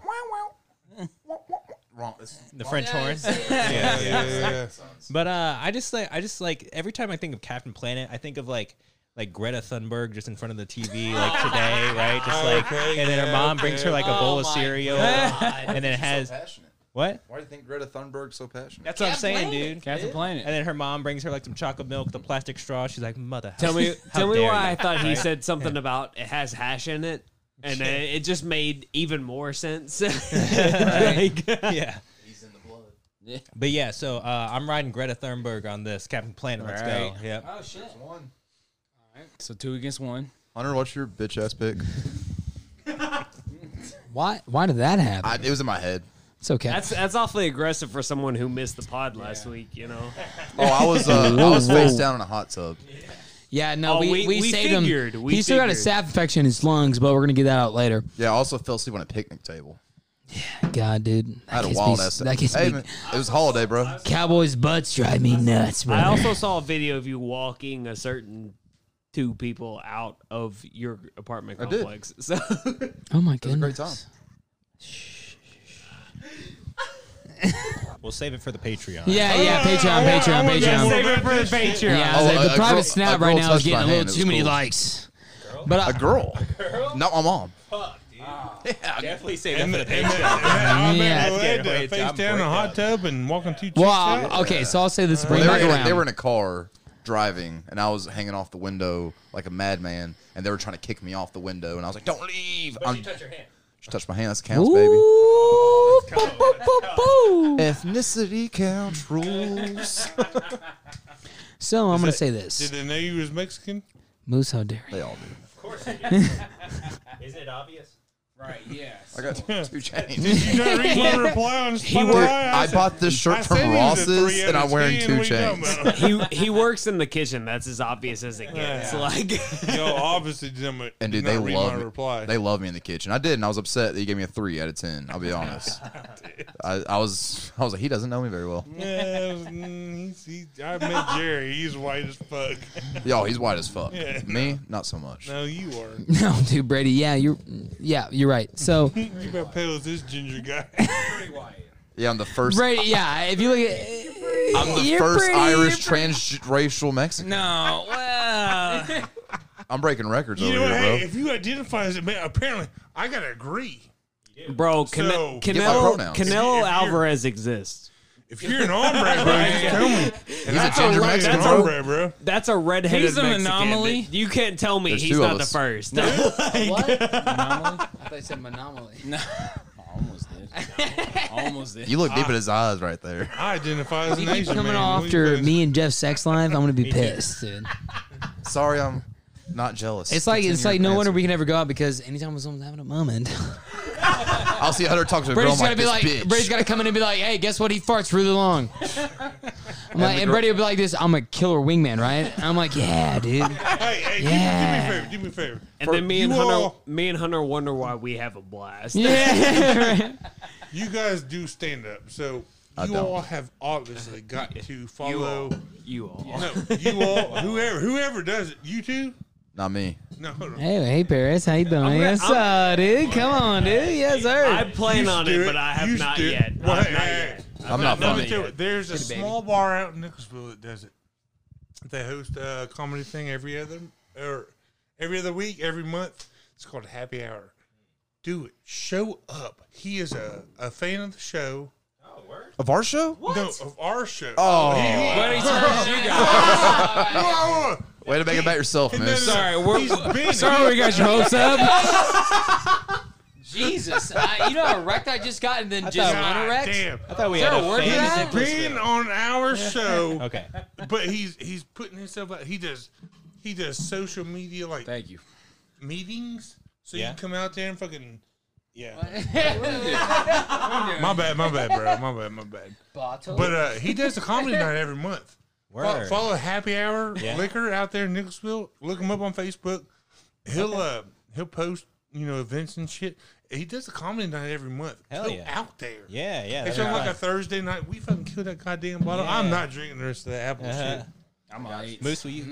Speaker 8: Wrong. This-
Speaker 7: the French horn.
Speaker 6: yeah, yeah, yeah.
Speaker 7: But uh, I just like I just like every time I think of Captain Planet, I think of like like Greta Thunberg just in front of the TV like today, right? Just
Speaker 8: Oh,
Speaker 7: like,
Speaker 6: Okay,
Speaker 7: and then her
Speaker 6: yeah,
Speaker 7: mom brings her
Speaker 6: okay.
Speaker 7: like a bowl of
Speaker 5: my
Speaker 7: cereal, and then it has
Speaker 8: so passionate.
Speaker 7: what?
Speaker 8: Why do you think Greta Thunberg's so passionate?
Speaker 7: That's what I'm saying, dude.
Speaker 9: Captain Planet.
Speaker 7: And then her mom brings her like some chocolate milk, the plastic straw. She's like, "Mother,
Speaker 1: Tell me,
Speaker 7: how
Speaker 1: tell me
Speaker 7: dare
Speaker 1: why
Speaker 7: you."
Speaker 1: I thought he
Speaker 7: Right?
Speaker 1: said something about it has hash in it, and it, it just made even more sense. Like,
Speaker 7: yeah."
Speaker 8: He's in the blood.
Speaker 7: But yeah, so uh, I'm riding Greta Thunberg on this Captain Planet. Let's go.
Speaker 9: Right.
Speaker 7: Yep.
Speaker 5: Oh, shit.
Speaker 8: One.
Speaker 9: So two against one.
Speaker 8: Hunter, what's your bitch ass pick?
Speaker 5: Why, why did that happen?
Speaker 8: I, it was in my head.
Speaker 5: It's okay.
Speaker 1: that's that's awfully aggressive for someone who missed the pod last week. You know,
Speaker 8: Oh, I was uh, I was face down in a hot tub.
Speaker 5: Yeah, no,
Speaker 1: Oh,
Speaker 5: we, we,
Speaker 1: we- we
Speaker 5: saved
Speaker 1: figured,
Speaker 5: him.
Speaker 1: we
Speaker 5: He's still got a
Speaker 1: figured.
Speaker 5: staph infection in his lungs, but we're gonna get that out later.
Speaker 8: Yeah, I also fell asleep on a picnic table.
Speaker 5: God, dude, that
Speaker 8: I had a
Speaker 5: gets
Speaker 8: wild
Speaker 5: me-
Speaker 8: ass.
Speaker 5: That gets
Speaker 8: Hey,
Speaker 5: me-
Speaker 8: man, it was holiday, bro.
Speaker 5: Cowboys butts drive me nuts, bro.
Speaker 1: I also saw a video of you walking a certain two people out of your apartment
Speaker 8: did.
Speaker 1: complex. So
Speaker 5: oh my
Speaker 8: It was a great
Speaker 5: goodness.
Speaker 8: time.
Speaker 7: We'll save it for the Patreon.
Speaker 5: Yeah, yeah, Patreon,
Speaker 6: I want- I
Speaker 5: Patreon,
Speaker 6: want that
Speaker 5: Patreon.
Speaker 6: one.
Speaker 1: save it for the Patreon.
Speaker 5: Yeah, I was
Speaker 8: Oh,
Speaker 5: like,
Speaker 8: a
Speaker 5: the
Speaker 8: girl-
Speaker 5: private
Speaker 8: a
Speaker 5: snap
Speaker 8: girl
Speaker 5: right now is
Speaker 8: touched
Speaker 5: getting
Speaker 8: my
Speaker 5: a little
Speaker 8: hand. It
Speaker 5: too
Speaker 8: was
Speaker 5: many
Speaker 8: cool.
Speaker 5: likes. But uh, I,
Speaker 8: A girl. Not my mom.
Speaker 7: Definitely save
Speaker 6: And
Speaker 7: it
Speaker 6: the,
Speaker 7: for
Speaker 6: and
Speaker 7: the
Speaker 6: the, and
Speaker 7: Patreon.
Speaker 6: the
Speaker 5: Yeah.
Speaker 6: yeah, led
Speaker 7: Let's get
Speaker 6: to
Speaker 7: it. I'm
Speaker 6: face down in a hot
Speaker 7: breakup.
Speaker 6: tub and walking two chicks
Speaker 5: well,
Speaker 6: out.
Speaker 5: I'll- okay, so I'll say this.
Speaker 8: Well,
Speaker 5: Bring
Speaker 8: they,
Speaker 5: back
Speaker 8: were in a,
Speaker 5: around.
Speaker 8: they were in a car driving, and I was hanging off the window like a madman, and they were trying to kick me off the window, and I was like, "Don't leave!" But she touched your hand. She touched my hand. That's counts,
Speaker 5: Ooh, boo, boo, boo, boo.
Speaker 8: baby. Ethnicity counts rules.
Speaker 5: So I'm gonna say
Speaker 6: Did
Speaker 5: this.
Speaker 6: they know you was Mexican?
Speaker 5: Moose, how dare you?
Speaker 8: They all do.
Speaker 7: Of course it is. is it obvious?
Speaker 3: Right. Yeah.
Speaker 8: I got two
Speaker 6: Did
Speaker 8: chains.
Speaker 6: you not read my reply on Spotify?
Speaker 8: Dude,
Speaker 6: I
Speaker 8: I
Speaker 6: said-
Speaker 8: bought this
Speaker 6: I
Speaker 8: shirt
Speaker 6: said he
Speaker 8: from
Speaker 6: was a
Speaker 8: Ross's,
Speaker 6: three out
Speaker 8: and
Speaker 6: of
Speaker 8: I'm wearing
Speaker 6: 10.
Speaker 8: two
Speaker 6: What are you talking
Speaker 8: chains.
Speaker 6: about?
Speaker 1: he he works in the kitchen. That's as obvious as it gets.
Speaker 6: Yeah.
Speaker 1: Like
Speaker 6: Yo, obviously, didn't
Speaker 8: And dude,
Speaker 6: not
Speaker 8: they
Speaker 6: read
Speaker 8: love
Speaker 6: my
Speaker 8: me.
Speaker 6: reply.
Speaker 8: They love me in the kitchen. I did, and I was upset that he gave me a three out of ten. I'll be honest. I, I was, I was like, he doesn't know me very well.
Speaker 6: yeah, it was, mm, he's, he, I met Jerry. He's white as fuck.
Speaker 8: Yo, he's white as fuck.
Speaker 6: Yeah.
Speaker 8: me, not so much.
Speaker 6: No, you are.
Speaker 5: No, dude, Brady. Yeah, you're. Yeah, you're right. So,
Speaker 6: You about pale as this ginger guy.
Speaker 8: Yeah, I'm the first.
Speaker 5: Brady. Yeah, if you look at,
Speaker 8: I'm the
Speaker 5: You're
Speaker 8: first
Speaker 5: pretty,
Speaker 8: Irish
Speaker 5: you're
Speaker 8: transracial Mexican.
Speaker 3: No. Well.
Speaker 8: I'm breaking records
Speaker 6: you
Speaker 8: over
Speaker 6: know what?
Speaker 8: here, bro.
Speaker 6: Hey, if you identify as a man, apparently I gotta agree.
Speaker 1: Bro, Cane-
Speaker 6: So-
Speaker 8: Get my
Speaker 1: Canelo,
Speaker 8: pronouns.
Speaker 1: Canelo Alvarez exists.
Speaker 6: If you're an hombre, bro, just tell me. And I
Speaker 8: a
Speaker 6: thought
Speaker 8: ginger
Speaker 6: he was
Speaker 8: Mexican,
Speaker 6: an
Speaker 8: bro.
Speaker 6: hombre, bro.
Speaker 1: That's a redheaded
Speaker 3: He's an
Speaker 1: Mexican.
Speaker 3: anomaly.
Speaker 1: You can't tell me
Speaker 8: There's
Speaker 1: he's
Speaker 8: two of
Speaker 1: not the
Speaker 8: us.
Speaker 1: first.
Speaker 5: what? I thought you said monomaly.
Speaker 3: No. I almost did. almost did.
Speaker 8: You look deep in
Speaker 6: Ah.
Speaker 8: his eyes right there.
Speaker 6: I identify as an
Speaker 5: You keep
Speaker 6: Asian
Speaker 5: coming
Speaker 6: man.
Speaker 5: off
Speaker 6: What do you
Speaker 5: after
Speaker 6: think?
Speaker 5: me and Jeff's sex life. I'm gonna be pissed, dude.
Speaker 8: Sorry, I'm not jealous.
Speaker 5: It's like it's
Speaker 8: Continue
Speaker 5: like
Speaker 8: your
Speaker 5: no wonder
Speaker 8: answer.
Speaker 5: we can ever go out because anytime someone's having a moment,
Speaker 8: I'll see Hunter talk to a girl.
Speaker 5: Brady's
Speaker 8: I'm
Speaker 5: gotta
Speaker 8: like,
Speaker 5: be
Speaker 8: this
Speaker 5: like,
Speaker 8: bitch.
Speaker 5: Brady's gotta come in and be like, hey, guess what? He farts really long. I'm like, and
Speaker 8: girl-
Speaker 5: Brady would be like, this, I'm a killer wingman, right? I'm like, yeah, dude.
Speaker 6: Hey, hey,
Speaker 5: Yeah.
Speaker 6: do, do me a favor. Do me a favor.
Speaker 1: and then me and
Speaker 6: you
Speaker 1: Hunter,
Speaker 6: all-
Speaker 1: me and Hunter wonder why we have a blast.
Speaker 5: Yeah.
Speaker 6: You guys do stand up, so you
Speaker 8: don't.
Speaker 6: all have obviously got to follow.
Speaker 1: You all.
Speaker 6: No, you all, whoever, whoever does it, you two.
Speaker 8: Not me.
Speaker 6: No, hold on.
Speaker 5: Hey, hey, Paris, how you doing? yes, sir, dude. Come on, dude. Yes,
Speaker 1: I
Speaker 5: sir.
Speaker 1: plan
Speaker 6: You
Speaker 1: on
Speaker 6: do
Speaker 1: it, but I
Speaker 6: You
Speaker 1: have not
Speaker 6: do it.
Speaker 1: yet.
Speaker 6: Well,
Speaker 1: I have
Speaker 6: hey,
Speaker 1: not
Speaker 6: hey,
Speaker 1: yet.
Speaker 8: I'm not
Speaker 6: Let me
Speaker 8: funny.
Speaker 6: tell you, there's a small bar out in Nicholasville that does it. They host a comedy thing every other or every other week, every month. It's called Happy Hour. Do it. Show up. He is a, a fan of the show.
Speaker 8: Of our show?
Speaker 6: No, of our show.
Speaker 8: Oh.
Speaker 6: He- he-
Speaker 3: Buddy, sorry, you guys.
Speaker 6: whoa, whoa, whoa.
Speaker 8: Way to make it about yourself,
Speaker 6: No, no, no.
Speaker 8: Moose.
Speaker 3: Sorry, we're-
Speaker 6: He's been-
Speaker 3: Sorry, we got your hopes up.
Speaker 5: Jesus. I, you know how wrecked I just got and then just
Speaker 6: God
Speaker 5: wrecked?
Speaker 6: damn.
Speaker 7: I thought we
Speaker 5: Is
Speaker 7: had
Speaker 5: there
Speaker 7: a
Speaker 5: a word for
Speaker 7: fan
Speaker 5: that?
Speaker 7: of Nicholasville.
Speaker 6: Been on our show.
Speaker 7: Okay.
Speaker 6: but he's he's putting himself out. He does he does social media like
Speaker 3: Thank you.
Speaker 6: meetings. So
Speaker 7: Yeah.
Speaker 6: you come out there and fucking yeah. my bad, my bad, bro. My bad, my bad. But uh, he does a comedy night every month. Follow,
Speaker 7: Word.
Speaker 6: follow Happy Hour
Speaker 7: Yeah.
Speaker 6: Liquor out there in Nicholasville. Look him up on Facebook. He'll uh, he'll post you know events and shit. He does a comedy night every month.
Speaker 7: Hell
Speaker 6: Go
Speaker 7: yeah.
Speaker 6: out there.
Speaker 7: Yeah, yeah.
Speaker 6: It's
Speaker 7: that'd
Speaker 6: on
Speaker 7: be
Speaker 6: like a
Speaker 7: fun.
Speaker 6: Thursday night. We fucking kill that goddamn bottle. I'm
Speaker 7: Yeah.
Speaker 6: not drinking the rest of the apple
Speaker 7: Uh-huh.
Speaker 6: shit.
Speaker 3: I'm all right.
Speaker 7: Moose, will you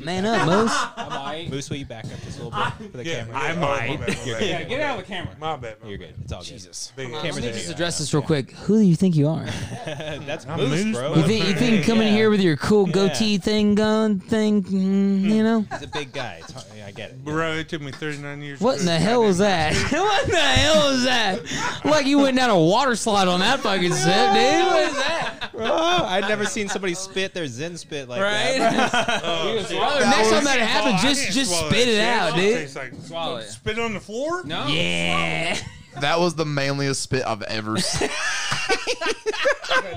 Speaker 5: Man up, Moose.
Speaker 3: I'm all right.
Speaker 7: Moose, will you back up just a little bit for the
Speaker 6: Yeah,
Speaker 7: camera?
Speaker 6: I
Speaker 1: might.
Speaker 6: My bad, my bad.
Speaker 3: Yeah, get out of the camera.
Speaker 6: My bad. my
Speaker 7: You're
Speaker 6: bad.
Speaker 7: good. It's all good.
Speaker 3: Jesus.
Speaker 6: Big
Speaker 7: Let
Speaker 5: Let
Speaker 7: me
Speaker 5: me
Speaker 7: Yeah.
Speaker 5: just address this real quick. Who do you think you are?
Speaker 7: That's
Speaker 6: I'm
Speaker 7: Moose,
Speaker 6: Moose,
Speaker 7: bro.
Speaker 6: bro.
Speaker 5: You think you think coming in here with your cool goatee thing going thing, mm, you know?
Speaker 7: He's a big guy. It's hard. I get it.
Speaker 6: Bro, it took me 39 years.
Speaker 5: What in the hell was that? what in the hell was that? Like you went down a water slide on that fucking sip, dude. What is that?
Speaker 7: I'd never seen somebody spit their Zen spit like that.
Speaker 6: Uh,
Speaker 5: Brother, next time that happens, just just spit it out, dude.
Speaker 6: Tastes like
Speaker 3: Swallow it.
Speaker 6: spit on the floor.
Speaker 3: No.
Speaker 5: Yeah.
Speaker 8: That was the manliest spit I've ever seen.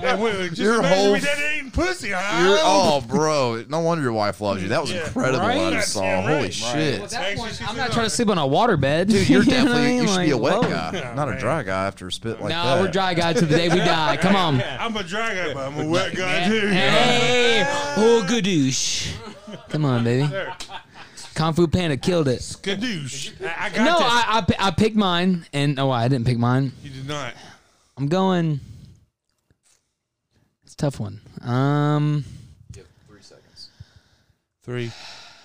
Speaker 6: That- wait, wait, just
Speaker 8: Your
Speaker 6: your
Speaker 8: whole-
Speaker 6: whole that ain't pussy. Huh?
Speaker 8: You're, oh, bro. No wonder your wife loves you. That was
Speaker 6: Yeah.
Speaker 8: incredible what I
Speaker 6: Right?
Speaker 8: just saw.
Speaker 6: Goddamn
Speaker 8: Holy
Speaker 6: right.
Speaker 8: shit.
Speaker 5: Well, that
Speaker 6: Actually,
Speaker 5: one,
Speaker 6: she's
Speaker 5: I'm not
Speaker 6: in
Speaker 5: trying
Speaker 6: on
Speaker 5: to sleep on a water bed. Dude,
Speaker 8: You're definitely, you should be a
Speaker 5: Like,
Speaker 8: wet
Speaker 5: whoa.
Speaker 8: guy, not a
Speaker 6: man.
Speaker 8: dry guy after a spit like
Speaker 5: Nah,
Speaker 8: that.
Speaker 5: we're dry guys to the day we die. Come on.
Speaker 6: I'm a dry guy, but I'm a wet guy too.
Speaker 5: Hey, oh, gadoosh. Come on, baby.
Speaker 6: There.
Speaker 5: Kung Fu Panda killed it.
Speaker 6: Skadoosh. I, I got
Speaker 5: No,
Speaker 6: that.
Speaker 5: I, I, pi- I picked mine, and oh, I didn't pick mine.
Speaker 6: you did not.
Speaker 5: I'm going. It's a tough one. Um,
Speaker 6: Three,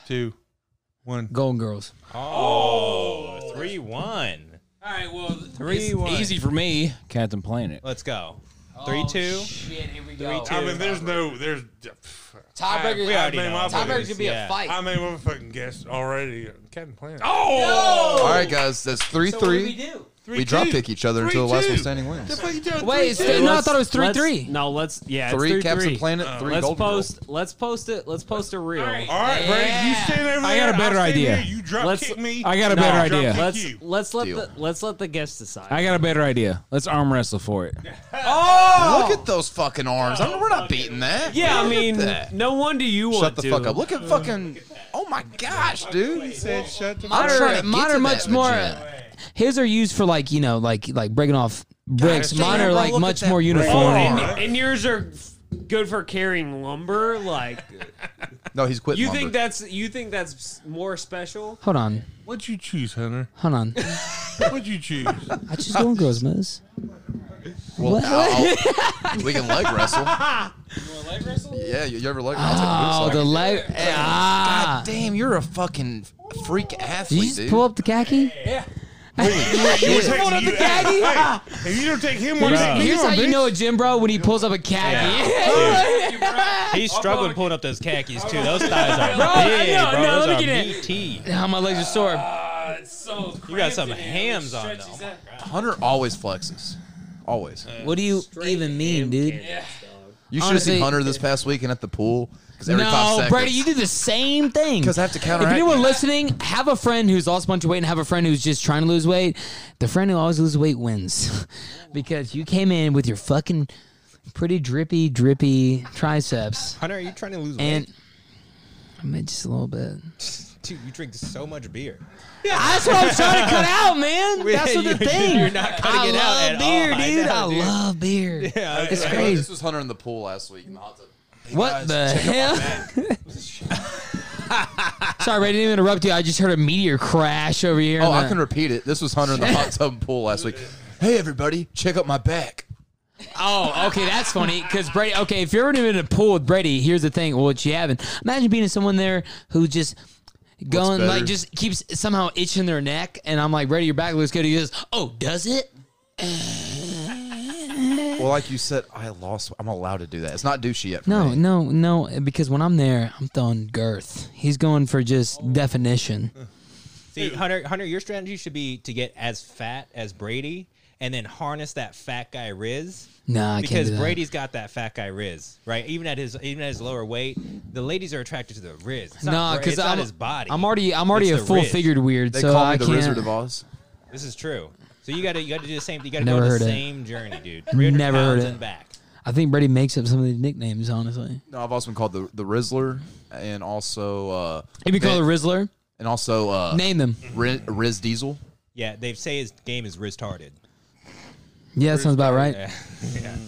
Speaker 6: two, one.
Speaker 5: Golden Girls.
Speaker 7: Oh, three one.
Speaker 3: All right. Well,
Speaker 7: Three one.
Speaker 3: easy for me. Captain Planet.
Speaker 7: Let's go. Three two.
Speaker 5: Shit, here we
Speaker 7: go.
Speaker 6: I mean, there's no, there's.
Speaker 5: Tiebreaker-
Speaker 6: I, I made my
Speaker 5: Tiebreaker's
Speaker 7: Tiebreaker's
Speaker 6: fucking-
Speaker 5: gonna be
Speaker 7: Yeah.
Speaker 5: a fight.
Speaker 6: I made my fucking guess already. Captain Planet.
Speaker 8: All
Speaker 5: Oh!
Speaker 6: Oh!
Speaker 8: right, guys. That's 3 3. we
Speaker 5: do?
Speaker 8: drop kick each other until the last one
Speaker 6: two.
Speaker 8: standing wins.
Speaker 6: The fuck you doing?
Speaker 5: Wait,
Speaker 6: Three,
Speaker 5: it's-
Speaker 6: two?
Speaker 5: no, I thought it was
Speaker 1: Let's-
Speaker 5: three
Speaker 1: let's-
Speaker 5: three.
Speaker 1: No, let's yeah, it's
Speaker 8: Three Captain
Speaker 1: three.
Speaker 8: Planet, three
Speaker 1: Let's
Speaker 8: Golden Girls.
Speaker 1: post. Let's post it. Let's post a reel.
Speaker 6: All right, Brady, you
Speaker 5: Yeah.
Speaker 6: stand over there.
Speaker 3: I got a better
Speaker 6: I'll stand
Speaker 3: idea.
Speaker 6: here, You drop
Speaker 1: Let's-
Speaker 6: kick me.
Speaker 3: I got a
Speaker 6: and I'll
Speaker 3: better
Speaker 6: drop
Speaker 3: idea.
Speaker 6: kick
Speaker 1: Let's
Speaker 6: you.
Speaker 1: let's let
Speaker 8: Deal.
Speaker 1: the let's let the guests decide.
Speaker 3: I got a better idea. Let's arm wrestle for it.
Speaker 8: Look at those fucking arms. I mean, we're not beating that.
Speaker 1: yeah, I
Speaker 8: Look at
Speaker 1: mean,
Speaker 8: that.
Speaker 1: no wonder you want
Speaker 8: Shut the
Speaker 1: to.
Speaker 8: fuck up. Look at fucking. Oh my gosh, dude.
Speaker 6: said shut the
Speaker 8: I'm
Speaker 5: Mine
Speaker 8: trying
Speaker 5: are,
Speaker 8: to
Speaker 5: mine
Speaker 8: get
Speaker 5: are
Speaker 8: to
Speaker 5: much
Speaker 8: that
Speaker 5: more.
Speaker 8: legit.
Speaker 5: His are used for like you know like like breaking off bricks.
Speaker 8: damn,
Speaker 5: Mine are
Speaker 8: bro,
Speaker 5: like
Speaker 8: look
Speaker 5: much
Speaker 8: at that
Speaker 5: more
Speaker 8: brick.
Speaker 5: uniform.
Speaker 1: and, and yours are f- good for carrying lumber. Like
Speaker 8: No, he's quitting.
Speaker 1: you
Speaker 8: lumber.
Speaker 1: think that's you think that's s- more special?
Speaker 5: Hold on,
Speaker 6: What'd you choose, Hunter?
Speaker 5: hold on.
Speaker 6: What'd you choose?
Speaker 5: I just go on Grismos.
Speaker 8: Well, I'll- we can leg wrestle. Yeah, you, you ever leg wrestle? I'll
Speaker 5: Oh,
Speaker 8: take
Speaker 5: the
Speaker 8: boots off.
Speaker 5: leg. Ah,
Speaker 8: God damn, you're a fucking freak athlete,
Speaker 5: did you just
Speaker 8: dude.
Speaker 5: pull up the khaki? Yeah. you just pulled up the khaki.
Speaker 6: If you don't take him
Speaker 5: Here's,
Speaker 6: with
Speaker 5: here's how you know a gym bro when he pulls up a khaki.
Speaker 7: He struggled pulling up those khakis too. Those thighs are
Speaker 5: Bro,
Speaker 7: big,
Speaker 5: no,
Speaker 7: bro.
Speaker 5: no,
Speaker 7: Those
Speaker 5: let
Speaker 7: are
Speaker 5: me get in.
Speaker 7: meaty.
Speaker 5: How my legs are sore.
Speaker 1: So
Speaker 7: You got some hams on them.
Speaker 8: Hunter always flexes. Always.
Speaker 5: what do you even mean, dude?
Speaker 8: You should have
Speaker 5: Honestly-
Speaker 8: seen Hunter this past weekend at the pool. Because every five
Speaker 5: No,
Speaker 8: seconds.
Speaker 5: Brady, you do the same thing.
Speaker 8: 'Cause I have to
Speaker 5: If
Speaker 8: counteract
Speaker 5: anyone
Speaker 8: you.
Speaker 5: listening, have a friend who's lost a bunch of weight and have a friend who's just trying to lose weight. The friend who always loses weight wins because you came in with your fucking pretty drippy, drippy triceps
Speaker 7: Hunter, are you trying to lose weight?
Speaker 5: and. I mean, just a little bit.
Speaker 7: Dude, you drink so much beer.
Speaker 5: That's what I'm trying to cut out, man. That's what the
Speaker 7: You're-
Speaker 5: thing.
Speaker 7: you're not cutting
Speaker 5: I
Speaker 7: it out
Speaker 5: love
Speaker 7: at all.
Speaker 5: beer,
Speaker 7: I
Speaker 5: dude.
Speaker 7: know,
Speaker 5: I,
Speaker 7: dude.
Speaker 5: love beer. it's
Speaker 8: This
Speaker 5: crazy.
Speaker 8: was Hunter in the pool last week in the hot tub.
Speaker 5: What the hell? Sorry, Brady, I didn't interrupt you. I just heard a meteor crash over here.
Speaker 8: Oh,
Speaker 5: in
Speaker 8: I
Speaker 5: the-
Speaker 8: can repeat it. This was Hunter in the hot tub pool last week. Hey, everybody, check out my back.
Speaker 5: Oh, okay, that's funny. Because Brady, okay, if you're ever in a pool with Brady, here's the thing. Well, which you haven't. Imagine being someone there who just going
Speaker 8: better?
Speaker 5: like just keeps somehow itching their neck, and I'm like, Brady, your back looks good. He goes, Oh, does it?
Speaker 8: Well, like you said, I lost. I'm allowed to do that. It's not douchey yet. For
Speaker 5: No,
Speaker 8: me.
Speaker 5: no, no. Because when I'm there, I'm throwing girth. He's going for just definition.
Speaker 7: See, Hunter, Hunter, your strategy should be to get as fat as Brady and then harness that fat guy Riz.
Speaker 5: Nah, I can't
Speaker 7: because
Speaker 5: do that.
Speaker 7: Brady's got that fat guy Riz, right? Even at his even at his lower weight, the ladies are attracted to the Riz. It's
Speaker 5: Nah,
Speaker 7: not, Bra-
Speaker 5: because
Speaker 7: it's not
Speaker 5: I'm
Speaker 7: his body.
Speaker 5: I'm already I'm already
Speaker 7: It's
Speaker 5: a
Speaker 7: the
Speaker 5: full
Speaker 7: Riz.
Speaker 5: figured weird.
Speaker 8: They
Speaker 5: so
Speaker 8: call me
Speaker 5: I
Speaker 8: the
Speaker 5: can't.
Speaker 8: Wizard of Oz.
Speaker 7: This is true. So you gotta you gotta do the same. You gotta
Speaker 5: Never
Speaker 7: go on
Speaker 5: heard
Speaker 7: the
Speaker 5: it.
Speaker 7: same journey, dude. 300
Speaker 5: Never
Speaker 7: pounds
Speaker 5: heard it.
Speaker 7: and back.
Speaker 5: I think Brady makes up some of these nicknames. Honestly,
Speaker 8: No, I've also been called the the Rizzler, and also uh,
Speaker 5: he be called
Speaker 8: Vin-
Speaker 5: a Rizzler.
Speaker 8: and also uh,
Speaker 5: Name them.
Speaker 8: Riz, Riz Diesel.
Speaker 7: Yeah, they say his game is Riz retarded.
Speaker 5: Yeah, that sounds about right.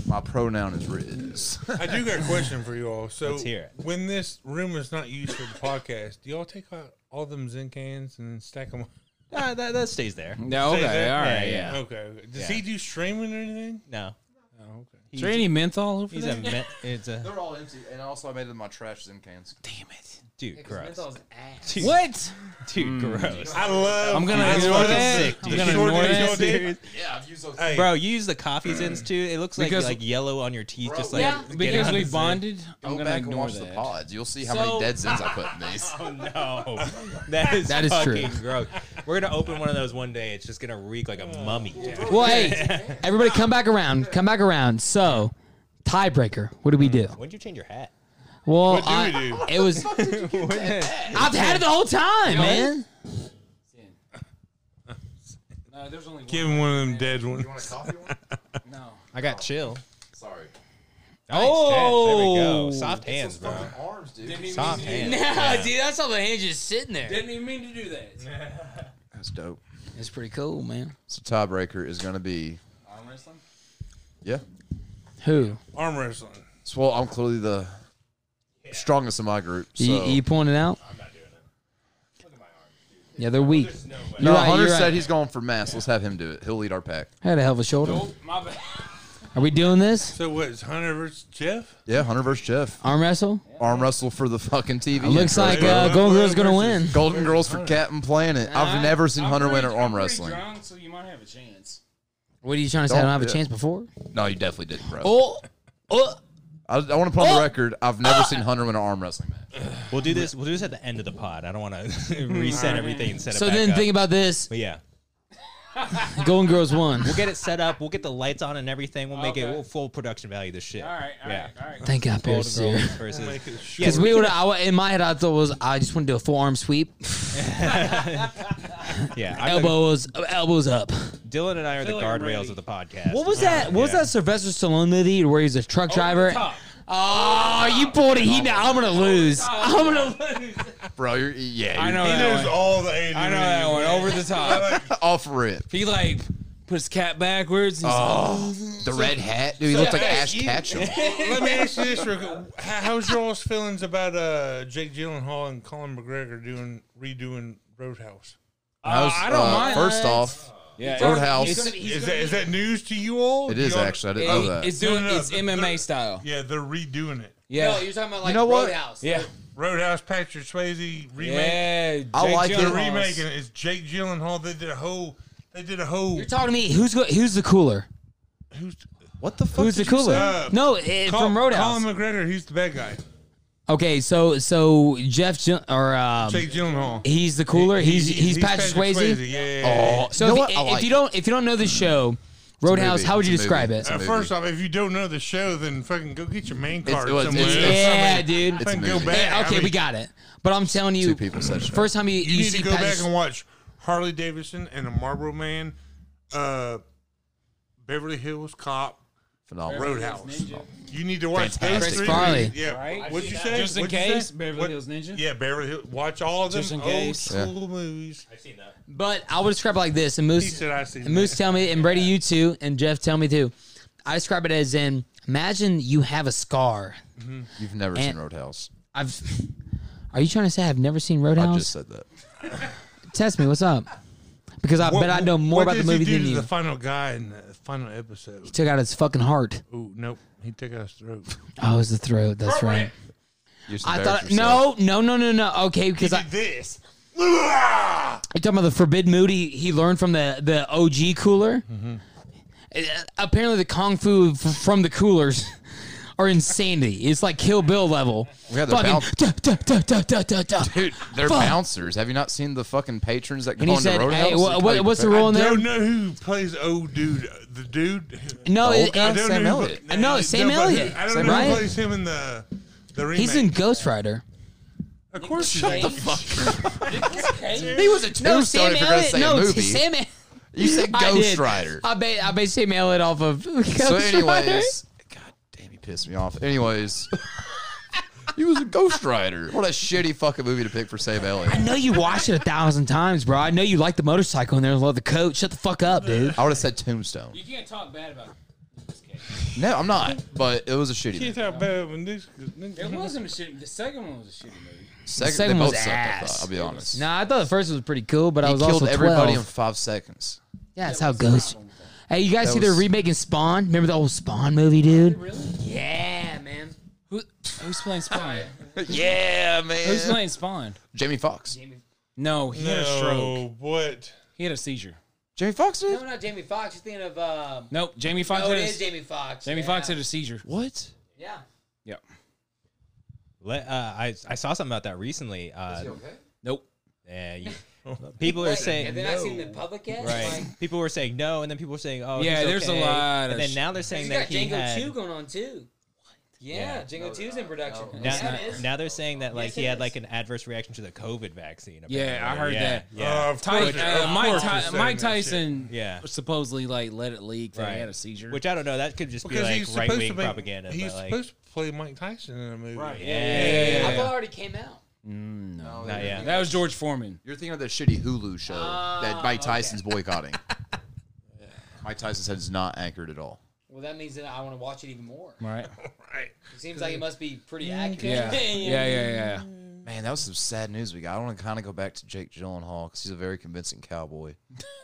Speaker 8: My pronoun is Riz.
Speaker 6: I do got a question for you all. So
Speaker 7: Let's hear it.
Speaker 6: when this room is not used for the podcast, do y'all take out all them zinc cans and stack them?
Speaker 7: Nah, that, that stays there.
Speaker 3: No, okay, all right, yeah.
Speaker 6: Okay. okay. Does he do streaming or anything?
Speaker 7: No,
Speaker 3: Is there any menthol over
Speaker 7: he's
Speaker 3: there?
Speaker 7: a me- it's a
Speaker 8: They're all empty, and also I made them my trash Zim cans.
Speaker 7: dude gross.
Speaker 3: what? Hmm.
Speaker 7: Dude gross.
Speaker 6: I love.
Speaker 3: I'm gonna
Speaker 6: I
Speaker 3: ignore
Speaker 6: love
Speaker 3: that.
Speaker 6: Sick,
Speaker 3: I'm
Speaker 6: dude.
Speaker 3: gonna
Speaker 6: Short
Speaker 3: ignore
Speaker 6: dude,
Speaker 3: that.
Speaker 6: short dude.
Speaker 8: Yeah, I've used those.
Speaker 6: Hey,
Speaker 7: Bro, you use the coffee zins too. It looks like
Speaker 3: Because-
Speaker 7: like yellow on your teeth, just like
Speaker 3: Yeah,
Speaker 7: getting
Speaker 3: because
Speaker 7: on
Speaker 3: we
Speaker 7: the zin.
Speaker 3: bonded. I'm
Speaker 8: Go
Speaker 3: gonna
Speaker 8: back and
Speaker 3: ignore
Speaker 8: watch
Speaker 3: that.
Speaker 8: the pods. You'll see how
Speaker 3: So-
Speaker 8: many dead Zims I put in these.
Speaker 7: Oh no, that is
Speaker 5: That is
Speaker 7: fucking
Speaker 5: true.
Speaker 7: gross. We're gonna open one of those one day. It's just gonna reek like a mummy. dude.
Speaker 5: Well, hey, everybody, come back around. Come back around. So, tiebreaker. What do we do?
Speaker 7: When'd you change your hat?
Speaker 5: Well,
Speaker 6: do
Speaker 5: I-
Speaker 6: we do?
Speaker 5: it was. I've had it the whole time, man.
Speaker 3: No, there's only
Speaker 6: give him one of them dead ones.
Speaker 3: No.
Speaker 7: I got chill.
Speaker 8: Sorry.
Speaker 7: Nice, oh, there we
Speaker 3: Oh.
Speaker 7: go. Soft hands, bro.
Speaker 8: Arms, dude.
Speaker 7: Soft
Speaker 5: Oh.
Speaker 7: hands.
Speaker 5: dude, I saw the hand just sitting there.
Speaker 3: Didn't even mean to do that.
Speaker 8: That's dope.
Speaker 5: It's pretty cool, man.
Speaker 8: So tiebreaker is going to be.
Speaker 3: Arm wrestling?
Speaker 8: Yeah.
Speaker 5: Who?
Speaker 6: Arm wrestling.
Speaker 8: So, well, I'm clearly the strongest in my group. So.
Speaker 5: You, you pointed out? Yeah, they're weak.
Speaker 8: no,
Speaker 5: You're right,
Speaker 8: Hunter
Speaker 5: you're
Speaker 8: said
Speaker 5: right.
Speaker 8: he's going for mass. Let's have him do it. He'll lead our pack.
Speaker 5: I had a hell of a shoulder.
Speaker 3: My bad.
Speaker 5: Are we doing this?
Speaker 6: So what? Is Hunter versus Jeff?
Speaker 8: Yeah, Hunter versus Jeff.
Speaker 5: Arm wrestle?
Speaker 8: Arm wrestle for the fucking TV.
Speaker 5: Looks
Speaker 8: intro.
Speaker 5: like uh, Golden Girl's gonna win.
Speaker 8: Golden Girls for Captain Planet. I've never seen Hunter win at arm wrestling.
Speaker 3: Drunk, so you might have a chance.
Speaker 5: What are you trying to say? I don't have a
Speaker 8: Yeah.
Speaker 5: chance before?
Speaker 8: No, you definitely didn't, bro.
Speaker 5: Oh, oh.
Speaker 8: I, I want to put on the record. I've never seen Hunter win an arm wrestling match.
Speaker 7: We'll do this. We'll do this at the end of the pod. I don't want to reset everything and set it.
Speaker 5: So
Speaker 7: back
Speaker 5: then
Speaker 7: up.
Speaker 5: think about this.
Speaker 7: But yeah,
Speaker 5: Golden Girls won.
Speaker 7: we'll get it set up. We'll get the lights on and everything. We'll make it we'll full production value. This shit.
Speaker 3: All right, all right,
Speaker 7: yeah.
Speaker 3: all right.
Speaker 5: Thank God, Pierce.
Speaker 7: Golden Girls versus. Yeah,
Speaker 5: Because we would, I, in my head, I thought was I just want to do a forearm sweep,
Speaker 7: yeah. I'm the-
Speaker 5: elbows, elbows up.
Speaker 7: Dylan and I are the
Speaker 3: like I'm
Speaker 7: guardrails
Speaker 3: ready.
Speaker 7: of the podcast.
Speaker 5: What was that? What was
Speaker 7: Yeah.
Speaker 5: that Sylvester Stallone movie where he's a truck driver?
Speaker 3: top.
Speaker 5: Oh, you pulled it. He, now I'm gonna lose. I'm gonna.
Speaker 8: bro. You're, yeah,
Speaker 3: I
Speaker 8: you're
Speaker 3: know
Speaker 6: He knows
Speaker 3: that one.
Speaker 6: all the E. aliens.
Speaker 3: I know that one.
Speaker 6: man.
Speaker 3: Over the top.
Speaker 8: off rip.
Speaker 3: He like puts his cap backwards. And he's
Speaker 8: Oh, the red hat, dude. He looks like Ash Ketchum.
Speaker 6: Let me ask you this real quick. How, how's your all's feelings about uh, Jake Gyllenhaal and Colin McGregor doing redoing Roadhouse?
Speaker 8: I, was, uh,
Speaker 3: I don't mind
Speaker 8: First
Speaker 3: that.
Speaker 8: off,
Speaker 3: yeah,
Speaker 8: Roadhouse.
Speaker 6: Is that, is that news to you all?
Speaker 8: It
Speaker 6: Do
Speaker 8: is
Speaker 6: y'all-
Speaker 8: actually. I didn't know
Speaker 3: It,
Speaker 8: that.
Speaker 3: it's doing
Speaker 6: No, no, no,
Speaker 3: it's
Speaker 6: the-
Speaker 3: MMA
Speaker 6: the-
Speaker 3: style.
Speaker 6: Yeah, they're redoing it.
Speaker 3: Yeah,
Speaker 9: No, you're talking about like
Speaker 8: know what?
Speaker 9: Roadhouse.
Speaker 3: yeah,
Speaker 6: Roadhouse, Patrick Swayze remake.
Speaker 3: yeah. Jake
Speaker 8: I like it.
Speaker 6: They're
Speaker 3: Gyllenhaal's.
Speaker 6: remaking it. It's Jake Gyllenhaal. They did a whole. They did a whole.
Speaker 5: You're talking to me. Who's go, who's the cooler?
Speaker 6: who's
Speaker 8: What the fuck?
Speaker 5: Who's the
Speaker 8: did you
Speaker 5: cooler?
Speaker 8: say?
Speaker 6: Uh,
Speaker 5: no, eh,
Speaker 6: Col-
Speaker 5: from Roadhouse.
Speaker 6: Colin McGregor. He's the bad guy.
Speaker 5: Okay, so so Jeff Gil- or um,
Speaker 6: Jake Gyllenhaal.
Speaker 5: he's the cooler. He's he's, Patrick, Swayze.
Speaker 6: Yeah. yeah, yeah.
Speaker 8: Oh,
Speaker 5: So
Speaker 8: you know
Speaker 5: if,
Speaker 8: what?
Speaker 5: you-
Speaker 8: I
Speaker 5: if
Speaker 8: like
Speaker 5: you
Speaker 8: it.
Speaker 5: don't if you don't know the show, Roadhouse,
Speaker 8: movie.
Speaker 5: how would you
Speaker 8: It's a movie.
Speaker 5: describe it?
Speaker 8: It's a
Speaker 6: Uh,
Speaker 8: movie.
Speaker 6: first off, if you don't know the show, then fucking go get your main
Speaker 8: It's-
Speaker 6: card
Speaker 8: it was-
Speaker 6: somewhere.
Speaker 8: it's-
Speaker 6: Or
Speaker 5: yeah,
Speaker 6: something.
Speaker 5: dude.
Speaker 8: It's a
Speaker 6: Fucking go
Speaker 8: movie.
Speaker 6: back.
Speaker 5: Yeah,
Speaker 6: I
Speaker 5: okay,
Speaker 6: mean,
Speaker 5: we got it. But I'm telling you,
Speaker 8: Two people said shit.
Speaker 5: first time you,
Speaker 6: You,
Speaker 5: you,
Speaker 6: need
Speaker 5: see
Speaker 6: to go
Speaker 5: Patrick,
Speaker 6: back and watch Harley Davidson and the Marlboro Man, uh, Beverly Hills Cop,
Speaker 8: phenomenal.
Speaker 6: Roadhouse. You need to watch
Speaker 8: Fantastic.
Speaker 6: those three.
Speaker 5: Chris Farley.
Speaker 6: Yeah, what'd you say?
Speaker 9: Just in
Speaker 6: What'd you
Speaker 9: case,
Speaker 6: say?
Speaker 9: Beverly
Speaker 6: What-
Speaker 9: Hills Ninja.
Speaker 6: Yeah, Beverly Hills. Watch all of them
Speaker 9: Just in
Speaker 6: old
Speaker 9: case.
Speaker 6: school movies.
Speaker 5: But I would describe it like this, and Moose,
Speaker 6: He said, "I seen
Speaker 5: and Moose,
Speaker 6: that."
Speaker 5: tell me, and Brady, you too, and Jeff, tell me too. I describe it as in imagine you have a scar.
Speaker 8: You've never
Speaker 5: And-
Speaker 8: seen Roadhouse.
Speaker 5: I've. Are you trying to say I've never seen
Speaker 8: I
Speaker 5: Roadhouse?
Speaker 8: just said that.
Speaker 5: Test me. What's up? Because I bet I know more
Speaker 6: what
Speaker 5: about the
Speaker 6: does
Speaker 5: movie
Speaker 6: he do
Speaker 5: than
Speaker 6: to
Speaker 5: you.
Speaker 6: The final guy in the final episode.
Speaker 5: Took out his fucking heart.
Speaker 6: Ooh, nope. He took out his throat.
Speaker 5: Oh, it was the throat. That's right.
Speaker 8: You just
Speaker 5: I
Speaker 8: embarrassed
Speaker 5: thought
Speaker 8: yourself.
Speaker 5: no, no, no, no, no. Okay, because I
Speaker 6: Did this.
Speaker 5: you talking about the forbidden mood he, he learned from the the OG cooler.
Speaker 8: Mm-hmm.
Speaker 5: Uh, apparently, the kung fu f- from the coolers are insanity. It's like Kill Bill level.
Speaker 8: Yeah, they're
Speaker 5: Fucking duh, duh, duh, duh, duh, duh, duh.
Speaker 8: Dude, they're
Speaker 5: Fuck.
Speaker 8: bouncers. Have you not seen the fucking patrons that go
Speaker 5: And he
Speaker 8: on the
Speaker 5: said,
Speaker 8: Roadhouse?
Speaker 5: "Hey, wha-
Speaker 8: They
Speaker 5: what,
Speaker 8: call
Speaker 5: what's
Speaker 8: you
Speaker 5: the rule in
Speaker 6: I
Speaker 5: there?"
Speaker 6: don't know who plays old dude. The dude.
Speaker 5: No,
Speaker 8: old
Speaker 5: it-
Speaker 8: guy?
Speaker 5: it-
Speaker 8: Sam Elliott.
Speaker 5: I know, Sam
Speaker 6: but who-
Speaker 5: Elliott.
Speaker 6: I don't
Speaker 5: Sam
Speaker 6: know who
Speaker 5: Elliott.
Speaker 6: plays him in the the remake.
Speaker 5: he's in Ghost Rider.
Speaker 6: Of course, shut the fuck.
Speaker 5: He was a no
Speaker 8: tombstone
Speaker 5: Sam
Speaker 8: if you're gonna
Speaker 5: Elliott.
Speaker 8: say a
Speaker 5: No,
Speaker 8: movie.
Speaker 5: Sam. El-
Speaker 8: You said
Speaker 5: I
Speaker 8: Ghost
Speaker 5: did.
Speaker 8: Rider.
Speaker 5: I bet I bet Sam Elliott off of Ghost
Speaker 8: so,
Speaker 5: Rider.
Speaker 8: anyways, God damn, he pissed me off. Anyways, he was a Ghost Rider. What a shitty fucking movie to pick for Save Elliott.
Speaker 5: I know you watched it a thousand times, bro. I know you like the motorcycle and there love the coat. Shut the fuck up, dude.
Speaker 8: I would have said Tombstone.
Speaker 9: You can't talk bad about it.
Speaker 8: No, I'm not. But it was a shitty.
Speaker 6: Can't
Speaker 8: Movie.
Speaker 6: talk bad when this. this-
Speaker 9: It wasn't a shitty. The second one was a shitty movie.
Speaker 8: Second,
Speaker 5: second
Speaker 8: they
Speaker 5: was
Speaker 8: both sucked. I
Speaker 5: ass.
Speaker 8: thought, I'll be honest.
Speaker 5: No, I thought the first was pretty cool, but I
Speaker 8: he
Speaker 5: was
Speaker 8: killed
Speaker 5: also
Speaker 8: everybody in
Speaker 5: twelve.
Speaker 8: five seconds.
Speaker 5: Yeah, that's how it goes. Hey, you guys
Speaker 8: That
Speaker 5: see they're
Speaker 8: was-
Speaker 5: remaking Spawn? Remember the old Spawn movie, dude? Yeah, man.
Speaker 9: Who, who's playing Spawn?
Speaker 8: yeah,
Speaker 9: who's
Speaker 8: man.
Speaker 9: playing Spawn?
Speaker 8: Jamie Foxx.
Speaker 9: No, he had a stroke.
Speaker 6: No, what?
Speaker 9: He had a seizure.
Speaker 8: Jamie Foxx did.
Speaker 5: not Jamie Foxx. You're thinking of. Uh,
Speaker 9: Nope. Jamie Foxx
Speaker 1: Oh,
Speaker 9: had a, Jamie,
Speaker 5: Foxx.
Speaker 9: Foxx had a seizure.
Speaker 8: What?
Speaker 5: Yeah.
Speaker 9: Yep.
Speaker 7: Let, uh, I I saw something about that recently. Uh,
Speaker 9: Nope.
Speaker 7: yeah, you- people are saying no.
Speaker 5: the public yet?
Speaker 7: Right. People were saying no, and then people were saying, "Oh,
Speaker 9: Yeah,
Speaker 7: he's
Speaker 9: there's a
Speaker 7: okay.
Speaker 9: lot of
Speaker 7: And then
Speaker 9: sh-
Speaker 7: now they're saying that he had.
Speaker 5: going on too.
Speaker 7: Yeah,
Speaker 5: Jingo 2's in production.
Speaker 7: Now, now they're saying that like
Speaker 5: Yes,
Speaker 7: he
Speaker 5: it
Speaker 7: had
Speaker 5: is.
Speaker 7: like an adverse reaction to the COVID vaccine.
Speaker 9: Yeah, I
Speaker 7: apparently.
Speaker 9: heard
Speaker 7: Yeah,
Speaker 9: that.
Speaker 7: Yeah.
Speaker 6: Uh, of
Speaker 9: Ty-
Speaker 6: course,
Speaker 9: uh,
Speaker 6: of
Speaker 9: Mike,
Speaker 6: course
Speaker 9: Ty-
Speaker 6: he's saying
Speaker 9: Mike
Speaker 6: that shit.
Speaker 9: Tyson
Speaker 7: Yeah.
Speaker 9: supposedly like let it leak that
Speaker 7: Right.
Speaker 9: he had a seizure.
Speaker 7: Which I don't know. That could just
Speaker 6: Because
Speaker 7: be
Speaker 6: he's
Speaker 7: like right
Speaker 6: supposed to
Speaker 7: wing
Speaker 6: be,
Speaker 7: propaganda.
Speaker 6: He's
Speaker 7: but, like,
Speaker 6: supposed to play Mike Tyson in a movie. Right.
Speaker 7: yeah, yeah, yeah,
Speaker 5: I thought it already came out.
Speaker 8: No,
Speaker 7: Not yet.
Speaker 9: that was George Foreman.
Speaker 8: You're thinking of that shitty Hulu show that Mike Tyson's boycotting. Mike Tyson said it's not anchored at all.
Speaker 5: Well, that means that I want to watch it even more.
Speaker 9: Right.
Speaker 6: Right.
Speaker 5: It seems like it must be pretty accurate.
Speaker 9: Yeah. yeah. Yeah. Yeah.
Speaker 8: Man, that was some sad news we got. I want to kind of go back to Jake Gyllenhaal because he's a very convincing cowboy.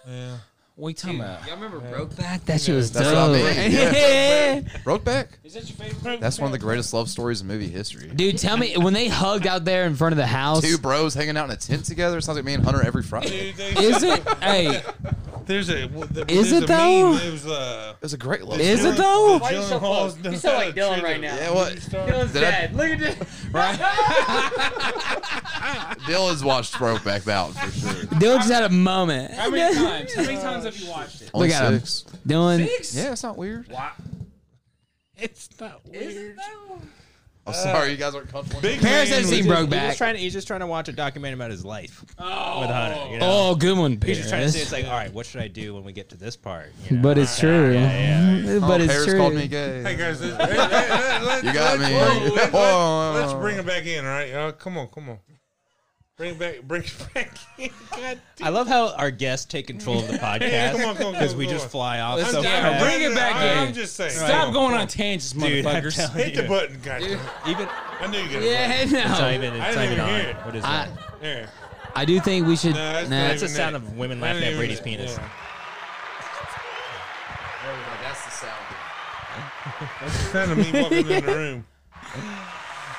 Speaker 6: Yeah.
Speaker 9: What are you talking about?
Speaker 5: Y'all remember Brokeback? That shit was
Speaker 8: That's
Speaker 5: dope.
Speaker 8: what I mean.
Speaker 5: Yeah.
Speaker 8: Brokeback.
Speaker 9: Is that your favorite?
Speaker 8: That's one of the greatest love stories in movie history.
Speaker 5: Dude, tell me when they hugged out there in front of the house.
Speaker 8: Two bros hanging out in a tent together. Sounds like me and Hunter every Friday.
Speaker 6: Dude,
Speaker 8: It
Speaker 6: they-
Speaker 9: Is it? hey,
Speaker 6: There's a. w- the-
Speaker 5: Is
Speaker 6: there's
Speaker 5: it
Speaker 6: a
Speaker 5: though?
Speaker 6: Meme. It was uh.
Speaker 8: was a great love.
Speaker 5: Is
Speaker 8: story.
Speaker 5: it though?
Speaker 6: Why you so close? You sound like Dylan right now.
Speaker 8: Yeah, what?
Speaker 5: Dylan's
Speaker 8: Did I- dead.
Speaker 5: Look at this.
Speaker 8: Dylan's watched Brokeback Mountain for sure.
Speaker 5: Dylan just had a moment.
Speaker 9: how many times? How many times have you watched it?
Speaker 8: Only
Speaker 5: Look at him.
Speaker 8: six.
Speaker 5: Dylan,
Speaker 8: Yeah, it's not weird.
Speaker 6: It's not weird.
Speaker 8: I'm sorry, you guys aren't comfortable.
Speaker 6: Big
Speaker 5: Paris hasn't
Speaker 6: man was-
Speaker 5: seen
Speaker 7: He's just
Speaker 5: Brokeback.
Speaker 7: trying. He's just trying to watch a documentary about his life with Hunter. You know?
Speaker 5: Oh, good one,
Speaker 7: He's just trying to say it's
Speaker 5: Paris.
Speaker 7: like, all right, what should I do when we get to this part? You know?
Speaker 5: But it's true. But
Speaker 8: Oh,
Speaker 5: it's
Speaker 8: Paris
Speaker 5: true.
Speaker 8: called me gay.
Speaker 6: Hey guys, let's, let, let, let, let's-
Speaker 8: You got
Speaker 6: let's
Speaker 8: me.
Speaker 6: Bring, let,
Speaker 8: Oh.
Speaker 6: us bring it back in. All right, uh, come on, come on. Bring back, bring back. God
Speaker 7: I love how our guests take control of the podcast
Speaker 6: come on, come on,
Speaker 7: because
Speaker 6: come
Speaker 7: we
Speaker 6: on, come
Speaker 7: just
Speaker 6: on.
Speaker 7: fly off.
Speaker 3: Let's
Speaker 7: so
Speaker 3: get
Speaker 7: fast.
Speaker 3: her. Bring it back
Speaker 6: I,
Speaker 3: in.
Speaker 6: I'm just saying.
Speaker 3: Stop going on tangents,
Speaker 7: Dude, I'm
Speaker 3: motherfuckers.
Speaker 7: telling
Speaker 6: Hit the
Speaker 7: you.
Speaker 6: button, goddamn.
Speaker 7: Even
Speaker 6: I knew you got
Speaker 5: Yeah,
Speaker 7: it's not
Speaker 5: no.
Speaker 7: even,
Speaker 6: I didn't
Speaker 7: it's not even
Speaker 6: even
Speaker 7: on.
Speaker 6: hear it.
Speaker 7: What is
Speaker 5: I,
Speaker 7: that?
Speaker 6: Yeah.
Speaker 5: I do think we should.
Speaker 6: No, that's
Speaker 5: nah,
Speaker 6: not
Speaker 7: That's the
Speaker 6: even
Speaker 7: sound
Speaker 6: it.
Speaker 7: of women
Speaker 6: I
Speaker 7: laughing
Speaker 6: didn't
Speaker 7: at
Speaker 6: even-
Speaker 7: Brady's penis.
Speaker 6: yeah.
Speaker 10: That's the sound.
Speaker 6: That's the sound of me walking in the room.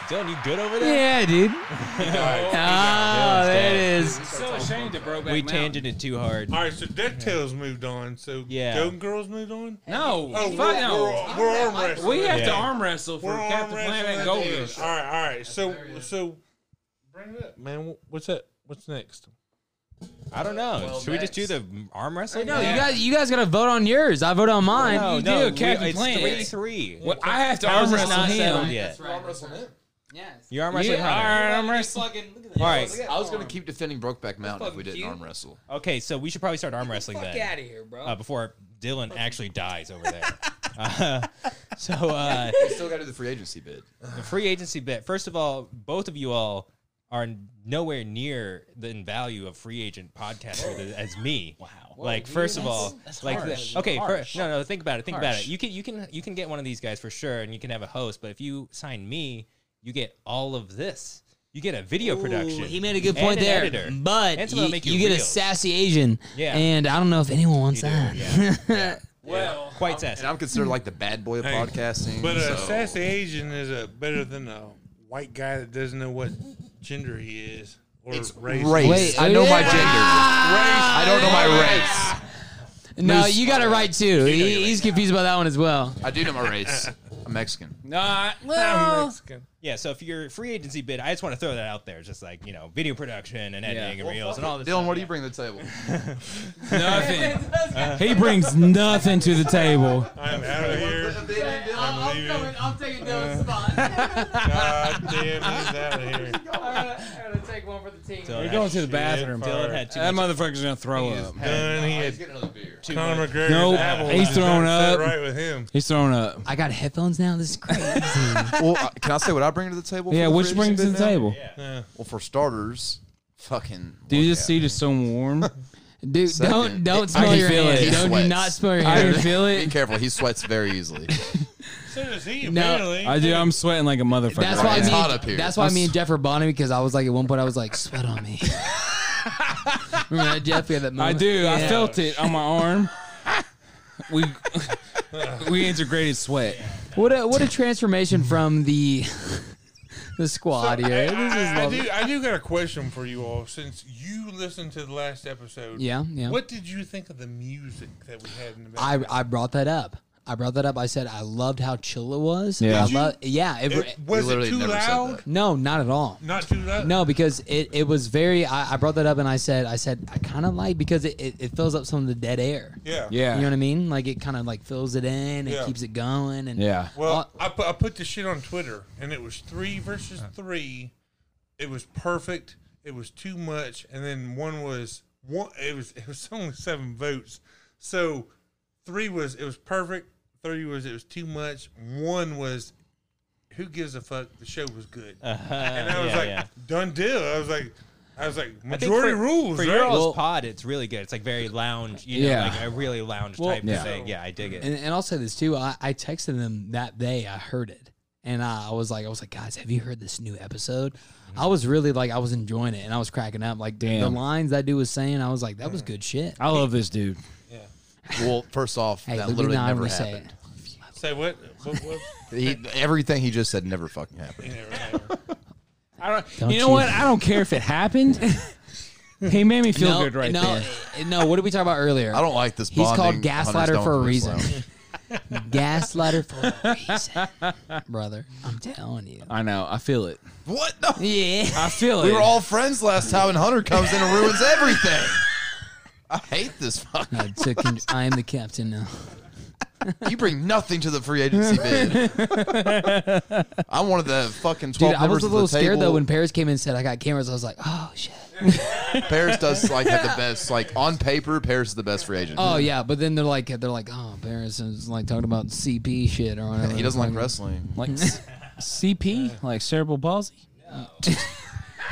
Speaker 7: Dylan, you good over there?
Speaker 5: yeah, dude.
Speaker 6: All right.
Speaker 5: Oh, there it is.
Speaker 1: So ashamed of Brokeback
Speaker 7: We
Speaker 1: Mountain.
Speaker 7: tangented too hard.
Speaker 6: All right, so DuckTales moved on. So
Speaker 7: Yeah.
Speaker 6: Golden Girls moved on?
Speaker 1: No,
Speaker 6: Oh,
Speaker 1: fuck
Speaker 6: we're,
Speaker 1: no.
Speaker 6: we're, we're arm wrestling.
Speaker 1: We have to
Speaker 7: Yeah.
Speaker 1: arm wrestle for
Speaker 6: We're arm
Speaker 1: Captain Planet
Speaker 6: wrestling.
Speaker 1: and
Speaker 6: All
Speaker 1: Goldfish.
Speaker 6: right, all right. So, so bring it up, man. Wh- What's that? What's next?
Speaker 7: I don't know. Should we just do the arm wrestling?
Speaker 5: No, you guys, you guys gotta vote on yours. I vote on mine.
Speaker 7: No,
Speaker 3: You
Speaker 7: no,
Speaker 3: do, Captain
Speaker 7: we, it's
Speaker 3: Planet.
Speaker 7: three three.
Speaker 3: Well, I have to
Speaker 7: How
Speaker 3: arm
Speaker 7: is this
Speaker 3: wrestle
Speaker 7: not settled
Speaker 3: him.
Speaker 7: yet?
Speaker 11: Yes.
Speaker 7: You're arm
Speaker 3: Yeah,
Speaker 7: wrestling.
Speaker 3: all
Speaker 7: Hunter.
Speaker 3: right, arm wrestling.
Speaker 7: All right.
Speaker 8: I was gonna keep defending Brokeback Mountain if we didn't arm wrestle.
Speaker 7: Okay, so we should probably start arm wrestling
Speaker 11: Fuck
Speaker 7: then.
Speaker 11: out of here, bro.
Speaker 7: Uh, before Dylan actually dies over there. Uh, so uh,
Speaker 8: We still got to do the free agency bid.
Speaker 7: the free agency bet. First of all, both of you all are nowhere near the in value of free agent podcasting as me. Wow. Like first of all, like the- okay, fir- no, no. Think about it. Think about it. You can you can you can get one of these guys for sure, and you can have a host. But if you sign me, you get all of this. You get a video production.
Speaker 5: He made a good
Speaker 7: and
Speaker 5: point
Speaker 7: an
Speaker 5: there,
Speaker 7: editor, and
Speaker 5: but
Speaker 7: someone
Speaker 5: you,
Speaker 7: to make your
Speaker 5: you get a
Speaker 7: reels.
Speaker 5: sassy Asian,
Speaker 7: Yeah.
Speaker 5: and I don't know if anyone wants
Speaker 7: You do,
Speaker 5: that.
Speaker 7: yeah.
Speaker 1: Well,
Speaker 6: Um,
Speaker 7: quite sassy.
Speaker 8: And I'm considered like the bad boy of
Speaker 6: Hmm. Hey,
Speaker 8: podcasting.
Speaker 6: But a
Speaker 8: uh, so-
Speaker 6: sassy Asian is a better than a white guy that doesn't know what gender he is or race.
Speaker 8: race.
Speaker 5: Wait,
Speaker 8: I know my
Speaker 5: yeah.
Speaker 8: gender. I don't know my race.
Speaker 5: No, you got it right too. He, he's confused about that one as well.
Speaker 8: I do know my race. I'm Mexican.
Speaker 3: Nah,
Speaker 6: I'm Mexican.
Speaker 7: Yeah, so if you're a free agency bid, I just want to throw that out there. Just like, you know, video production and editing and reels and all this.
Speaker 8: Dylan,
Speaker 7: stuff.
Speaker 8: what do you bring to the table?
Speaker 3: nothing. he brings nothing to the table.
Speaker 6: I'm out of here. I'm leaving.
Speaker 11: I'm taking Dylan's spot.
Speaker 6: God damn, he's out of here.
Speaker 11: I'm gonna take one for the team.
Speaker 7: Dylan
Speaker 3: We're
Speaker 7: had-
Speaker 3: going to the
Speaker 6: bathroom.
Speaker 3: bathroom.
Speaker 7: Dylan had too
Speaker 3: That
Speaker 7: much.
Speaker 3: motherfucker's gonna throw up.
Speaker 6: Done. He had
Speaker 8: Get another beer.
Speaker 6: Conor McGregor's
Speaker 3: Nope.
Speaker 6: apple.
Speaker 3: He's
Speaker 6: Just
Speaker 3: thrown
Speaker 6: don't
Speaker 3: up.
Speaker 6: sit Right with him.
Speaker 3: He's throwing up.
Speaker 5: I got headphones now. This is crazy.
Speaker 8: Well, uh, can I say what I bring to the table? for
Speaker 3: Yeah,
Speaker 8: the
Speaker 3: what
Speaker 8: free
Speaker 3: you bring
Speaker 8: agency
Speaker 3: to the
Speaker 8: bid now?
Speaker 3: table?
Speaker 8: Well, for starters, fucking.
Speaker 3: Do you
Speaker 8: workout.
Speaker 3: just see just so warm?
Speaker 5: Dude,
Speaker 8: Second.
Speaker 5: don't don't
Speaker 8: It-
Speaker 5: smell
Speaker 3: I can
Speaker 5: your
Speaker 3: feel
Speaker 5: hands.
Speaker 3: it.
Speaker 5: Don't do
Speaker 8: Sweats.
Speaker 5: not smell your
Speaker 3: I can
Speaker 5: hands.
Speaker 3: feel
Speaker 8: Be
Speaker 3: it.
Speaker 8: careful. He sweats very easily.
Speaker 6: So does he,
Speaker 5: No,
Speaker 6: apparently.
Speaker 3: I do. I'm sweating like a motherfucker.
Speaker 5: That's
Speaker 3: right
Speaker 5: why
Speaker 8: It's
Speaker 5: me.
Speaker 8: hot up here.
Speaker 5: That's why me and Jeff are bonding because I was like at one point I was like sweat on me. Remember that Jeff? We had that
Speaker 3: I
Speaker 5: moment.
Speaker 3: do. I
Speaker 5: Yeah.
Speaker 3: felt it on my arm. we we integrated sweat.
Speaker 5: What a what a transformation from the the squad here. This is
Speaker 6: I, I- I
Speaker 5: lovely.
Speaker 6: do, I do got a question for you all since you listened to the last episode.
Speaker 5: Yeah, yeah.
Speaker 6: What did you think of the music that we had in the
Speaker 5: I
Speaker 6: background?
Speaker 5: I brought that up. I brought that up. I said I loved how chill it was.
Speaker 3: Yeah.
Speaker 5: I
Speaker 3: Did
Speaker 6: you?
Speaker 5: love. Yeah. It,
Speaker 6: It- was
Speaker 8: We
Speaker 6: it
Speaker 8: literally
Speaker 6: too
Speaker 8: never said
Speaker 6: loud?
Speaker 8: that.
Speaker 5: no, not at all.
Speaker 6: Not too loud?
Speaker 5: No, because it, it was very. I, I brought that up and I said I said I kind of like because it, it, it fills up some of the dead air.
Speaker 6: Yeah.
Speaker 3: Yeah.
Speaker 5: You know what I mean? Like it kind of like fills it in. It
Speaker 6: Yeah.
Speaker 5: keeps it going. And
Speaker 3: Yeah.
Speaker 6: Well,
Speaker 5: all-
Speaker 6: I put, I put the shit on Twitter, and it was three versus
Speaker 5: Uh.
Speaker 6: three. It was perfect. It was too much, and then one was one. It was it was only seven votes, so three was it was perfect. Three was it was too much. One was who gives a fuck. The show was good,
Speaker 5: Uh-huh.
Speaker 6: and I was
Speaker 7: yeah,
Speaker 6: like
Speaker 7: yeah.
Speaker 6: done deal. I was like, I was like
Speaker 7: I think
Speaker 6: majority
Speaker 7: for,
Speaker 6: rules.
Speaker 7: For
Speaker 6: right?
Speaker 7: your all's
Speaker 5: Well-
Speaker 7: pod, it's really good. It's like very lounge, you know,
Speaker 3: Yeah.
Speaker 7: like a really lounge type
Speaker 3: yeah.
Speaker 7: of thing. Yeah, I dig it.
Speaker 5: And, and I'll say this too. I, I texted them that day. I heard it, and I, I was like, I was like, guys, have you heard this new episode? I was really like, I was enjoying it, and I was cracking up. Like the- the
Speaker 3: Damn.
Speaker 5: lines that dude was saying, I was like, that was good shit.
Speaker 3: I love this dude.
Speaker 8: Well, first off,
Speaker 5: Hey,
Speaker 8: that
Speaker 5: Lou
Speaker 8: literally
Speaker 5: Diamond
Speaker 8: never
Speaker 5: would say
Speaker 8: happened.
Speaker 6: Say what? what, what?
Speaker 8: He, everything he just said never fucking happened.
Speaker 6: Never, never.
Speaker 3: I don't,
Speaker 5: Don't
Speaker 3: you know
Speaker 5: you-
Speaker 3: what? I don't care if it happened. he made me feel
Speaker 5: no,
Speaker 3: good right
Speaker 5: no,
Speaker 3: there.
Speaker 5: eh, no. What did we talk about earlier?
Speaker 8: I don't like this.
Speaker 5: He's called
Speaker 8: bonding. Hunters
Speaker 5: gaslighter
Speaker 8: don't
Speaker 5: for a
Speaker 8: police
Speaker 5: reason.
Speaker 8: lounge.
Speaker 5: Gaslighter for a reason, brother. I'm telling you.
Speaker 3: I know. I feel it.
Speaker 8: What? No.
Speaker 5: Yeah.
Speaker 3: I feel it.
Speaker 8: We were all friends last time, and Hunter comes in and ruins everything. I hate this fucking.
Speaker 5: I took. con- I am the captain now.
Speaker 8: You bring nothing to the free agency bid. I wanted the fucking
Speaker 5: Dude,
Speaker 8: twelve
Speaker 5: I was
Speaker 8: members
Speaker 5: a
Speaker 8: of
Speaker 5: little
Speaker 8: the table.
Speaker 5: scared though when Paris came in and said I got cameras. I was like, oh shit.
Speaker 8: Paris does like have the best. Like on paper, Paris is the best free agent.
Speaker 5: Oh yeah, but then they're like they're like oh Paris is like talking about CP shit or whatever.
Speaker 8: he doesn't like wrestling.
Speaker 3: like s- CP, like cerebral palsy.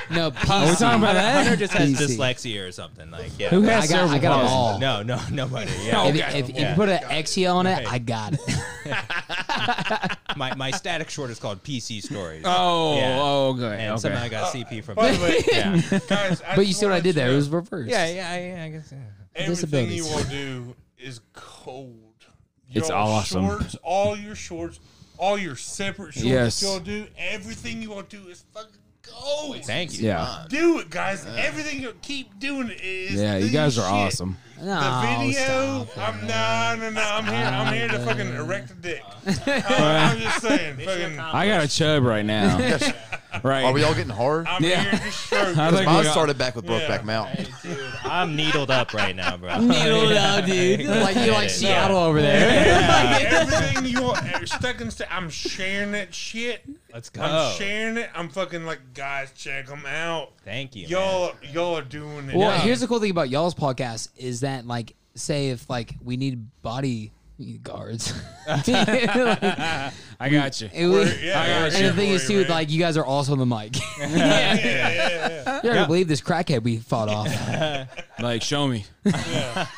Speaker 5: No,
Speaker 7: We're
Speaker 5: PC.
Speaker 7: talking about that. Hunter just has
Speaker 5: PC.
Speaker 7: dyslexia or something. Like, yeah.
Speaker 3: Who has
Speaker 5: I got, I
Speaker 3: cerebral
Speaker 5: got them
Speaker 3: palsy?
Speaker 5: all.
Speaker 7: No, no, nobody. Yeah.
Speaker 5: If, if, if you put an XE on it, I got it.
Speaker 7: my, my static short is called PC Stories.
Speaker 3: Oh,
Speaker 7: Yeah.
Speaker 3: oh, good.
Speaker 7: and somehow I got CP from
Speaker 6: Uh, By the
Speaker 7: that.
Speaker 6: way,
Speaker 7: Yeah.
Speaker 6: guys, I
Speaker 5: But you
Speaker 6: just
Speaker 5: see what I
Speaker 6: wanted
Speaker 5: did
Speaker 6: to
Speaker 5: there? It
Speaker 6: know
Speaker 5: was reversed.
Speaker 7: yeah, yeah, yeah, I guess. Yeah.
Speaker 6: Everything
Speaker 5: disabilities.
Speaker 6: you all do is cold.
Speaker 9: It's
Speaker 6: Y'all
Speaker 9: awesome.
Speaker 6: Shorts, all your shorts, all your separate shorts.
Speaker 9: Yes.
Speaker 6: Y'all do everything you all do is fucking cold.
Speaker 7: Thank you.
Speaker 9: Yeah.
Speaker 6: do it, guys. Everything you keep doing it is.
Speaker 9: Yeah, you
Speaker 6: the
Speaker 9: guys are
Speaker 6: shit.
Speaker 9: awesome.
Speaker 5: No,
Speaker 6: The video,
Speaker 5: stop it.
Speaker 6: I'm no, no, no. I'm here. I'm here to fucking erect a dick. Uh, I'm just saying, fucking.
Speaker 9: I got a chub right now. right.
Speaker 2: Are we all getting hard?
Speaker 6: I'm
Speaker 9: Yeah.
Speaker 6: here to stroke.
Speaker 9: I
Speaker 6: it.
Speaker 9: think we
Speaker 2: Mine
Speaker 9: got-
Speaker 2: started back with
Speaker 6: Yeah.
Speaker 2: Brokeback Mountain.
Speaker 7: I'm needled up right now, bro.
Speaker 5: Needled up, dude. Like you like Seattle over there.
Speaker 6: Yeah, everything you all are stuck in. St- I'm sharing that shit.
Speaker 7: Let's go.
Speaker 6: I'm
Speaker 9: Oh.
Speaker 6: sharing it. I'm fucking like, guys, check them out.
Speaker 7: Thank you. man.
Speaker 6: Y'all, y'all are doing it.
Speaker 5: Well, here's the cool thing about y'all's podcast is that like, say if like we need body guards, Like,
Speaker 3: I got you.
Speaker 5: and we-
Speaker 6: yeah,
Speaker 5: and the thing is too, like you guys are also on the mic.
Speaker 6: yeah, yeah, yeah.
Speaker 5: You're not gonna believe this crackhead we fought off.
Speaker 3: Like, show me. I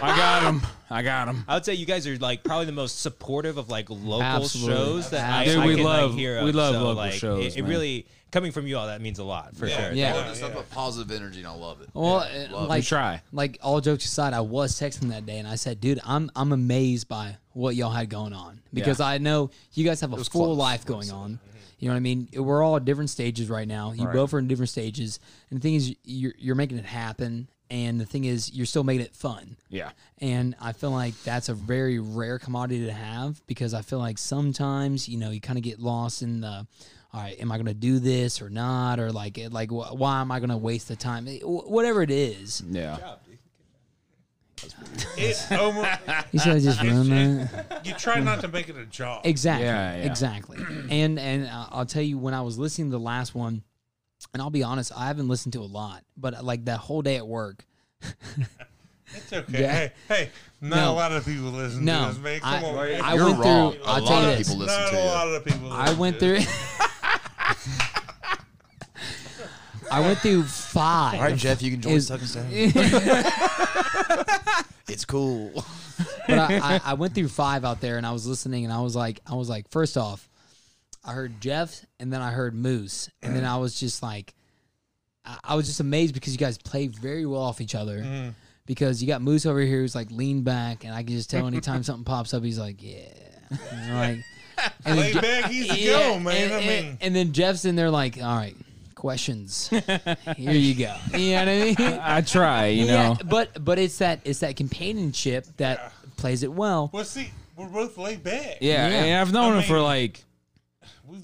Speaker 3: got him. I got him.
Speaker 7: I would say you guys are like probably the most supportive of like local
Speaker 5: Absolutely.
Speaker 7: shows that I,
Speaker 5: Dude,
Speaker 7: I
Speaker 5: we
Speaker 7: can
Speaker 3: love-
Speaker 7: like hear.
Speaker 3: we
Speaker 7: of.
Speaker 3: love
Speaker 7: so,
Speaker 3: local
Speaker 7: like, it-
Speaker 3: shows,
Speaker 7: It,
Speaker 3: man.
Speaker 7: really coming from you all that means a lot for sure.
Speaker 2: I
Speaker 5: Yeah.
Speaker 2: love this stuff about positive energy, and I love it.
Speaker 5: Well,
Speaker 2: Yeah,
Speaker 5: uh,
Speaker 2: love
Speaker 5: like
Speaker 2: it.
Speaker 3: Try.
Speaker 5: like all jokes aside, I was texting that day and I said, dude, I'm I'm amazed by what y'all had going on because I know you guys have a full
Speaker 2: close. Mm-hmm.
Speaker 5: life going on. You know what I mean? We're all at different stages right now. You both are in different stages, and the thing is, you're you're making it happen, and the thing is, you're still making it fun.
Speaker 3: Yeah.
Speaker 5: And I feel like that's a very rare commodity to have because I feel like sometimes, you know, you kind of get lost in the, all right, am I going to do this or not? Or like, it- like wh- why am I going to waste the time? Eh, wh- Whatever it is.
Speaker 3: Yeah.
Speaker 6: It's over.
Speaker 5: You should just ruin that.
Speaker 6: You try not to make it a job.
Speaker 5: Exactly.
Speaker 3: Yeah, yeah.
Speaker 5: Exactly. And, and I- I'll tell you, when I was listening to the last one, and I'll be honest, I haven't listened to a lot, but uh, like that whole day at work,
Speaker 6: It's okay.
Speaker 5: Yeah.
Speaker 6: Hey, hey, not
Speaker 5: No.
Speaker 6: a lot of people listen
Speaker 5: No.
Speaker 6: to this, man.
Speaker 5: I-
Speaker 6: Come on. man.
Speaker 5: I
Speaker 2: You're
Speaker 5: went
Speaker 2: wrong.
Speaker 5: through,
Speaker 2: A
Speaker 5: I'll
Speaker 2: lot
Speaker 5: tell you
Speaker 2: of
Speaker 5: this.
Speaker 2: people listen
Speaker 6: not
Speaker 2: to
Speaker 6: a
Speaker 2: you.
Speaker 6: lot of people.
Speaker 5: I
Speaker 6: listen
Speaker 5: went
Speaker 6: to
Speaker 5: through. I went through five.
Speaker 2: All right, Jeff, you can join
Speaker 5: Is-
Speaker 2: Suck and Save.
Speaker 5: but
Speaker 2: It's cool.
Speaker 5: I, I, I went through five out there, and I was listening, and I was like, I was like, first off, I heard Jeff, and then I heard Moose, and then I was just like, I, I was just amazed because you guys play very well off each other.
Speaker 6: Mm-hmm.
Speaker 5: Because you got Moose over here who's like lean back, and I can just tell anytime something pops up, he's like, yeah, And I'm like.
Speaker 6: it. Lay back, easy
Speaker 5: Yeah,
Speaker 6: go, man.
Speaker 5: And,
Speaker 6: I
Speaker 5: and-
Speaker 6: mean,
Speaker 5: and then Jeff's in there like, all right, questions. Here you go. You know what I mean?
Speaker 3: I try, you know.
Speaker 5: but but it's that it's that companionship that plays it well.
Speaker 6: well, see, we're both laid back.
Speaker 3: Yeah.
Speaker 5: Yeah.
Speaker 3: And I've known
Speaker 6: I
Speaker 3: him for
Speaker 6: mean-
Speaker 3: like,
Speaker 6: We've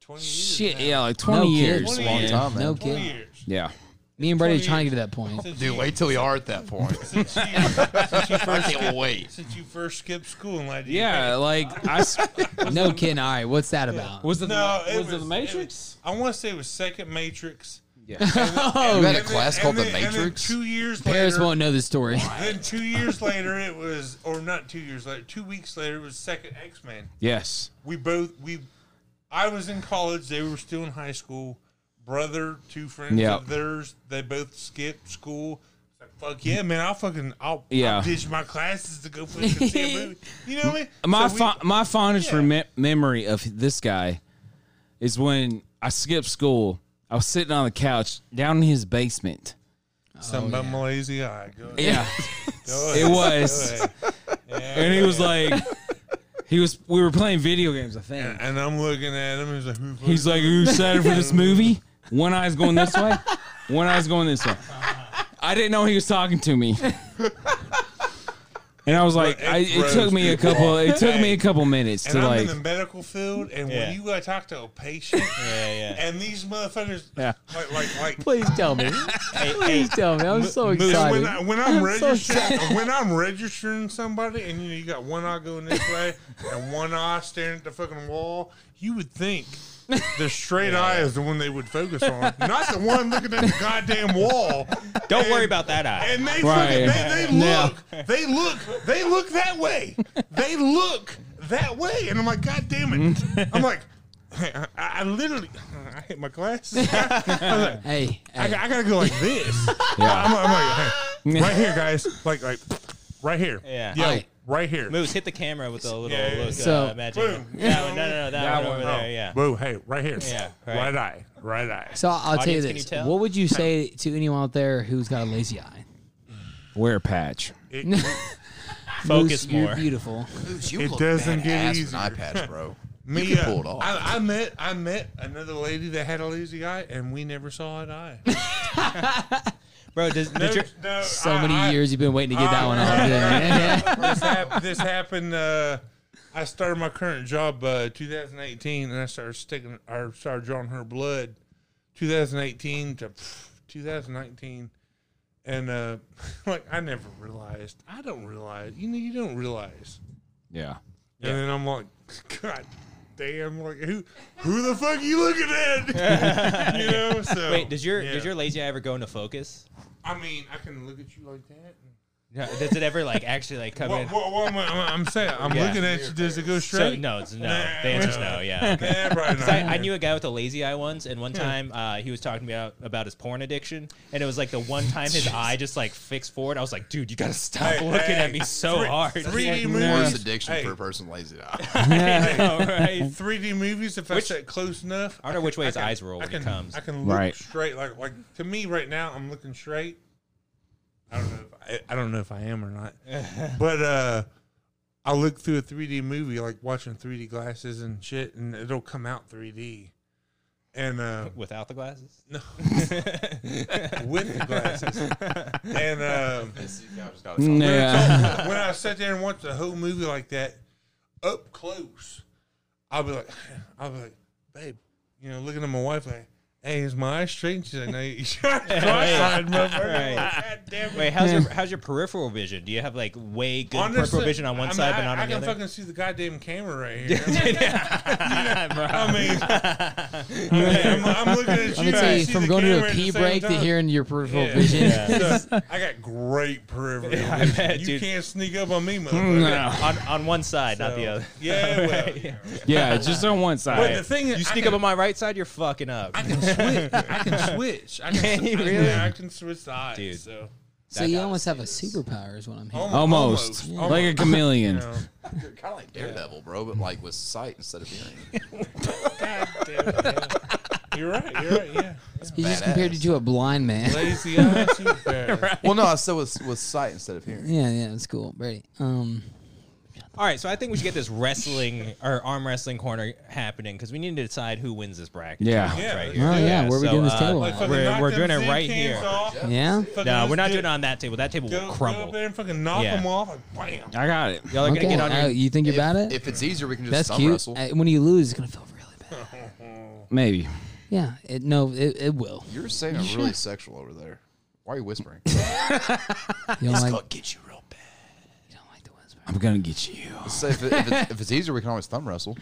Speaker 6: twenty years.
Speaker 3: shit,
Speaker 6: now.
Speaker 3: yeah, like 20
Speaker 5: No
Speaker 3: years.
Speaker 5: kidding.
Speaker 2: Long
Speaker 3: man.
Speaker 2: time, man.
Speaker 5: No
Speaker 6: Twenty
Speaker 5: kidding.
Speaker 6: years.
Speaker 3: Yeah.
Speaker 5: Me and Brady are
Speaker 6: 20
Speaker 5: trying to get to that point.
Speaker 6: Since
Speaker 2: Dude,
Speaker 6: you-
Speaker 2: wait till we are at that point.
Speaker 6: Since you, since you
Speaker 2: I
Speaker 6: first,
Speaker 2: can't wait.
Speaker 6: since you first skipped school and like
Speaker 3: Yeah. Like, I. s-
Speaker 5: No kidding. All right, what's that about?
Speaker 3: Was it,
Speaker 6: No,
Speaker 3: the,
Speaker 6: it
Speaker 3: was, it
Speaker 6: was-
Speaker 3: the
Speaker 6: it
Speaker 3: Matrix?
Speaker 6: I want to say it was second Matrix.
Speaker 2: You had
Speaker 5: Oh,
Speaker 2: a class
Speaker 6: And
Speaker 2: called The
Speaker 6: then- and then
Speaker 2: Matrix?
Speaker 6: two years
Speaker 5: Paris
Speaker 6: later,
Speaker 5: won't know this story.
Speaker 6: then two years later it was, or not two years later, two weeks later it was second X Men.
Speaker 3: Yes.
Speaker 6: We both we, I was in college, they were still in high school. Brother, two friends
Speaker 3: Yeah.
Speaker 6: of theirs, they both skipped school. It's like, Fuck yeah, man! I'll fucking I'll,
Speaker 3: Yeah.
Speaker 6: I'll ditch my classes to go fucking see a movie. You know what I mean?
Speaker 3: my
Speaker 6: So we-
Speaker 3: fo- my fondest
Speaker 6: Yeah.
Speaker 3: remem- memory of this guy is when I skipped school. I was sitting on the couch down in his basement.
Speaker 6: some bum lazy eye. Go ahead.
Speaker 3: Yeah,
Speaker 6: Go
Speaker 3: it
Speaker 6: ahead.
Speaker 3: was,
Speaker 6: Go ahead.
Speaker 3: and he was like, he was. We were playing video games, I think.
Speaker 6: And I'm looking at him. He's like, who fucking-
Speaker 3: He's like, "Are you excited for this movie?" One eye's going this way, one eye's going this way. I didn't know he was talking to me, and I was like,
Speaker 6: It
Speaker 3: I, "It
Speaker 6: grows
Speaker 3: took me a
Speaker 6: people
Speaker 3: couple. It took me
Speaker 6: Hey.
Speaker 3: a couple minutes
Speaker 6: And
Speaker 3: to
Speaker 6: I'm
Speaker 3: like."
Speaker 6: in the medical field, and
Speaker 7: Yeah.
Speaker 6: when you gotta talk to a patient,
Speaker 7: Yeah, yeah.
Speaker 6: and these motherfuckers,
Speaker 3: Yeah.
Speaker 6: like, like, like.
Speaker 5: Please tell me. Please tell me. I'm so
Speaker 6: And when,
Speaker 5: excited.
Speaker 6: I, when I'm
Speaker 5: so
Speaker 6: registering, when I'm registering somebody, and you know you got one eye going this way and one eye staring at the fucking wall, you would think the straight eye is the one they would focus on, not the one looking at the goddamn wall.
Speaker 7: Don't
Speaker 6: And-
Speaker 7: worry about that eye.
Speaker 6: And they
Speaker 3: Right.
Speaker 6: fucking, they, they
Speaker 3: Yeah.
Speaker 6: look, they look, they look that way. They look that way. And I'm like, God damn it. I'm like, I, I literally, I hit my glasses. I, was like,
Speaker 5: Hey,
Speaker 6: I,
Speaker 5: hey.
Speaker 6: got- I gotta go like this. I'm, like- I'm like, hey, right here, guys. Like, like, right here.
Speaker 7: Yeah.
Speaker 6: Yeah.
Speaker 5: Hey.
Speaker 6: Right here.
Speaker 7: Moose, hit the camera with the little
Speaker 6: Yeah, yeah, yeah.
Speaker 7: look,
Speaker 5: So-
Speaker 7: uh, magic.
Speaker 6: Boom.
Speaker 7: That one, no, no, no, that, one, over
Speaker 6: Oh,
Speaker 7: there, yeah.
Speaker 6: Whoa, hey, right here.
Speaker 7: Yeah, right.
Speaker 6: Right eye. Right eye.
Speaker 5: So I'll tell you
Speaker 7: Audience,
Speaker 5: this:
Speaker 7: can you tell?
Speaker 5: What would you say to anyone out there who's got a lazy eye?
Speaker 9: Wear a patch.
Speaker 6: It,
Speaker 7: Focus
Speaker 5: Moose,
Speaker 7: more.
Speaker 5: You're beautiful.
Speaker 8: Dude, you
Speaker 6: It
Speaker 8: look
Speaker 6: doesn't get
Speaker 8: badass with
Speaker 6: easier.
Speaker 8: an eye patch, bro.
Speaker 6: me,
Speaker 8: you can
Speaker 6: uh,
Speaker 8: pull it off.
Speaker 6: I, I met, I met another lady that had a lazy eye, and we never saw an eye.
Speaker 7: Bro, does,
Speaker 6: No,
Speaker 7: did your,
Speaker 6: no,
Speaker 5: So
Speaker 6: I-
Speaker 5: many
Speaker 6: I-
Speaker 5: years you've been waiting to get that
Speaker 6: I-
Speaker 5: one
Speaker 6: I-
Speaker 5: off. Yeah.
Speaker 6: this, hap- this happened. Uh, I started my current job uh, 2018, and I started sticking or started drawing her blood 2018 to pff, 2019, and uh, like I never realized. I don't realize. You know, you don't realize.
Speaker 9: Yeah.
Speaker 6: And then I'm like, God damn! Like who who the fuck you looking at? you know. So
Speaker 7: wait, does your
Speaker 6: yeah.
Speaker 7: does your lazy eye ever go into focus?
Speaker 6: I mean, I can look at you like that.
Speaker 7: No, does it ever like actually like come
Speaker 6: Well,
Speaker 7: in?
Speaker 6: well, well, I'm, I'm, I'm saying I'm
Speaker 7: Yeah.
Speaker 6: looking at you. Does it go
Speaker 7: So,
Speaker 6: straight?
Speaker 7: no, it's no.
Speaker 6: Nah.
Speaker 7: The answer's no. Yeah. Okay.
Speaker 6: Yeah, probably
Speaker 7: 'Cause
Speaker 6: not.
Speaker 7: I, I knew a guy with a lazy eye once, and one time uh, he was talking about about his porn addiction, and it was like the one time his eye just like fixed forward. I was like, dude, you gotta stop
Speaker 6: Hey,
Speaker 7: looking
Speaker 6: hey,
Speaker 7: at me so
Speaker 6: three-
Speaker 7: hard.
Speaker 8: Worst
Speaker 6: 3D movies.
Speaker 8: addiction
Speaker 6: Hey.
Speaker 8: for a person lazy to eye.
Speaker 7: I know, right?
Speaker 6: 3D movies. If I
Speaker 7: Which-
Speaker 6: sit close enough,
Speaker 7: I don't know which way his eyes roll
Speaker 6: I
Speaker 7: when
Speaker 6: can.
Speaker 7: he comes.
Speaker 6: I can look
Speaker 9: Right.
Speaker 6: straight. Like like to me right now, I'm looking straight. I don't know. If I, I don't know if I am or not. but uh, I look through a 3D movie, like watching 3D glasses and shit, and it'll come out 3D. And uh,
Speaker 7: Without the glasses?
Speaker 6: with the glasses, and um,
Speaker 9: Yeah.
Speaker 6: when, when I sat there and watched the whole movie like that, up close, I'll be like, I'll be like, babe, you know, looking at my wife like, hey, is my eye straight? And she's like, no, you're cross-eyed, motherfucker.
Speaker 7: Right.
Speaker 6: God damn it.
Speaker 7: Wait, how's your how's your peripheral vision? Do you have like way good peripheral vision on one
Speaker 6: I mean,
Speaker 7: side,
Speaker 6: I,
Speaker 7: but not
Speaker 6: I
Speaker 7: on the
Speaker 6: can
Speaker 7: other?
Speaker 6: fucking see the goddamn camera right here. I mean, I mean, I'm, I'm looking at you.
Speaker 5: Let me
Speaker 6: I
Speaker 5: tell you,
Speaker 6: see
Speaker 5: from
Speaker 6: the
Speaker 5: going to a
Speaker 6: camera at the
Speaker 5: pee
Speaker 6: same
Speaker 5: break to
Speaker 6: time.
Speaker 5: hearing your peripheral
Speaker 6: Yeah.
Speaker 5: vision.
Speaker 6: So, I got great peripheral vision.
Speaker 7: bet,
Speaker 6: you
Speaker 7: dude.
Speaker 6: can't sneak up on me, motherfucker.
Speaker 7: on, on one side, not the other.
Speaker 6: Yeah, well, yeah.
Speaker 9: Yeah, just on one
Speaker 6: But the
Speaker 9: side.
Speaker 6: thing is,
Speaker 7: You
Speaker 6: I
Speaker 7: sneak
Speaker 6: can-
Speaker 7: up on my right side, you're fucking up.
Speaker 6: I can switch. I can switch. I can,
Speaker 7: Can you
Speaker 6: I,
Speaker 7: really?
Speaker 6: yeah, I can switch the eyes.
Speaker 7: Dude.
Speaker 6: So.
Speaker 5: So you almost have a superpower, is what I'm hearing.
Speaker 6: Almo-
Speaker 9: Almost. Like a chameleon.
Speaker 6: You know,
Speaker 8: kind of like Daredevil, bro, but like with sight instead of hearing.
Speaker 6: God damn it, yeah. You're right. You're right. Yeah.
Speaker 5: He just compared you to a blind man.
Speaker 6: Lazy eye superpower.
Speaker 8: well, no, I said with, with sight instead of hearing.
Speaker 5: Yeah, yeah, it's cool, Brady. Um,
Speaker 7: All right, so I think we should get this wrestling or arm wrestling corner happening because we need to decide who wins this bracket.
Speaker 9: Yeah.
Speaker 6: Yeah.
Speaker 7: Right
Speaker 5: oh
Speaker 7: here.
Speaker 5: yeah,
Speaker 7: Yeah,
Speaker 5: where are we
Speaker 7: so,
Speaker 5: doing this
Speaker 7: uh,
Speaker 5: table?
Speaker 7: like
Speaker 5: at?
Speaker 6: Fucking
Speaker 7: We're-
Speaker 6: knock
Speaker 7: we're
Speaker 6: them
Speaker 7: doing it
Speaker 6: Zed
Speaker 7: right
Speaker 6: cans
Speaker 7: here.
Speaker 6: off.
Speaker 5: yeah,
Speaker 6: Fucking
Speaker 7: No,
Speaker 6: just
Speaker 7: we're not
Speaker 6: do-
Speaker 7: doing it on that table. That table
Speaker 6: Go,
Speaker 7: will
Speaker 6: Go up
Speaker 7: crumble.
Speaker 6: there and fucking knock
Speaker 7: Yeah.
Speaker 6: them off. Like, bam.
Speaker 9: I got it.
Speaker 7: Y'all are
Speaker 5: okay.
Speaker 7: gonna get on
Speaker 5: uh,
Speaker 7: your.
Speaker 5: you think about it?
Speaker 8: If it's easier, we can just
Speaker 5: That's
Speaker 8: thumb
Speaker 5: cute.
Speaker 8: wrestle.
Speaker 5: Uh, when you lose, it's gonna feel really bad.
Speaker 9: Maybe.
Speaker 5: Yeah, it, no, it, it will.
Speaker 8: You're saying it really sexual over there. Why are you whispering?
Speaker 5: You don't like,
Speaker 8: get you real bad.
Speaker 5: you don't like the whisper.
Speaker 9: I'm going to get you.
Speaker 8: So if, it, if, it's, if it's easier, we can always thumb wrestle.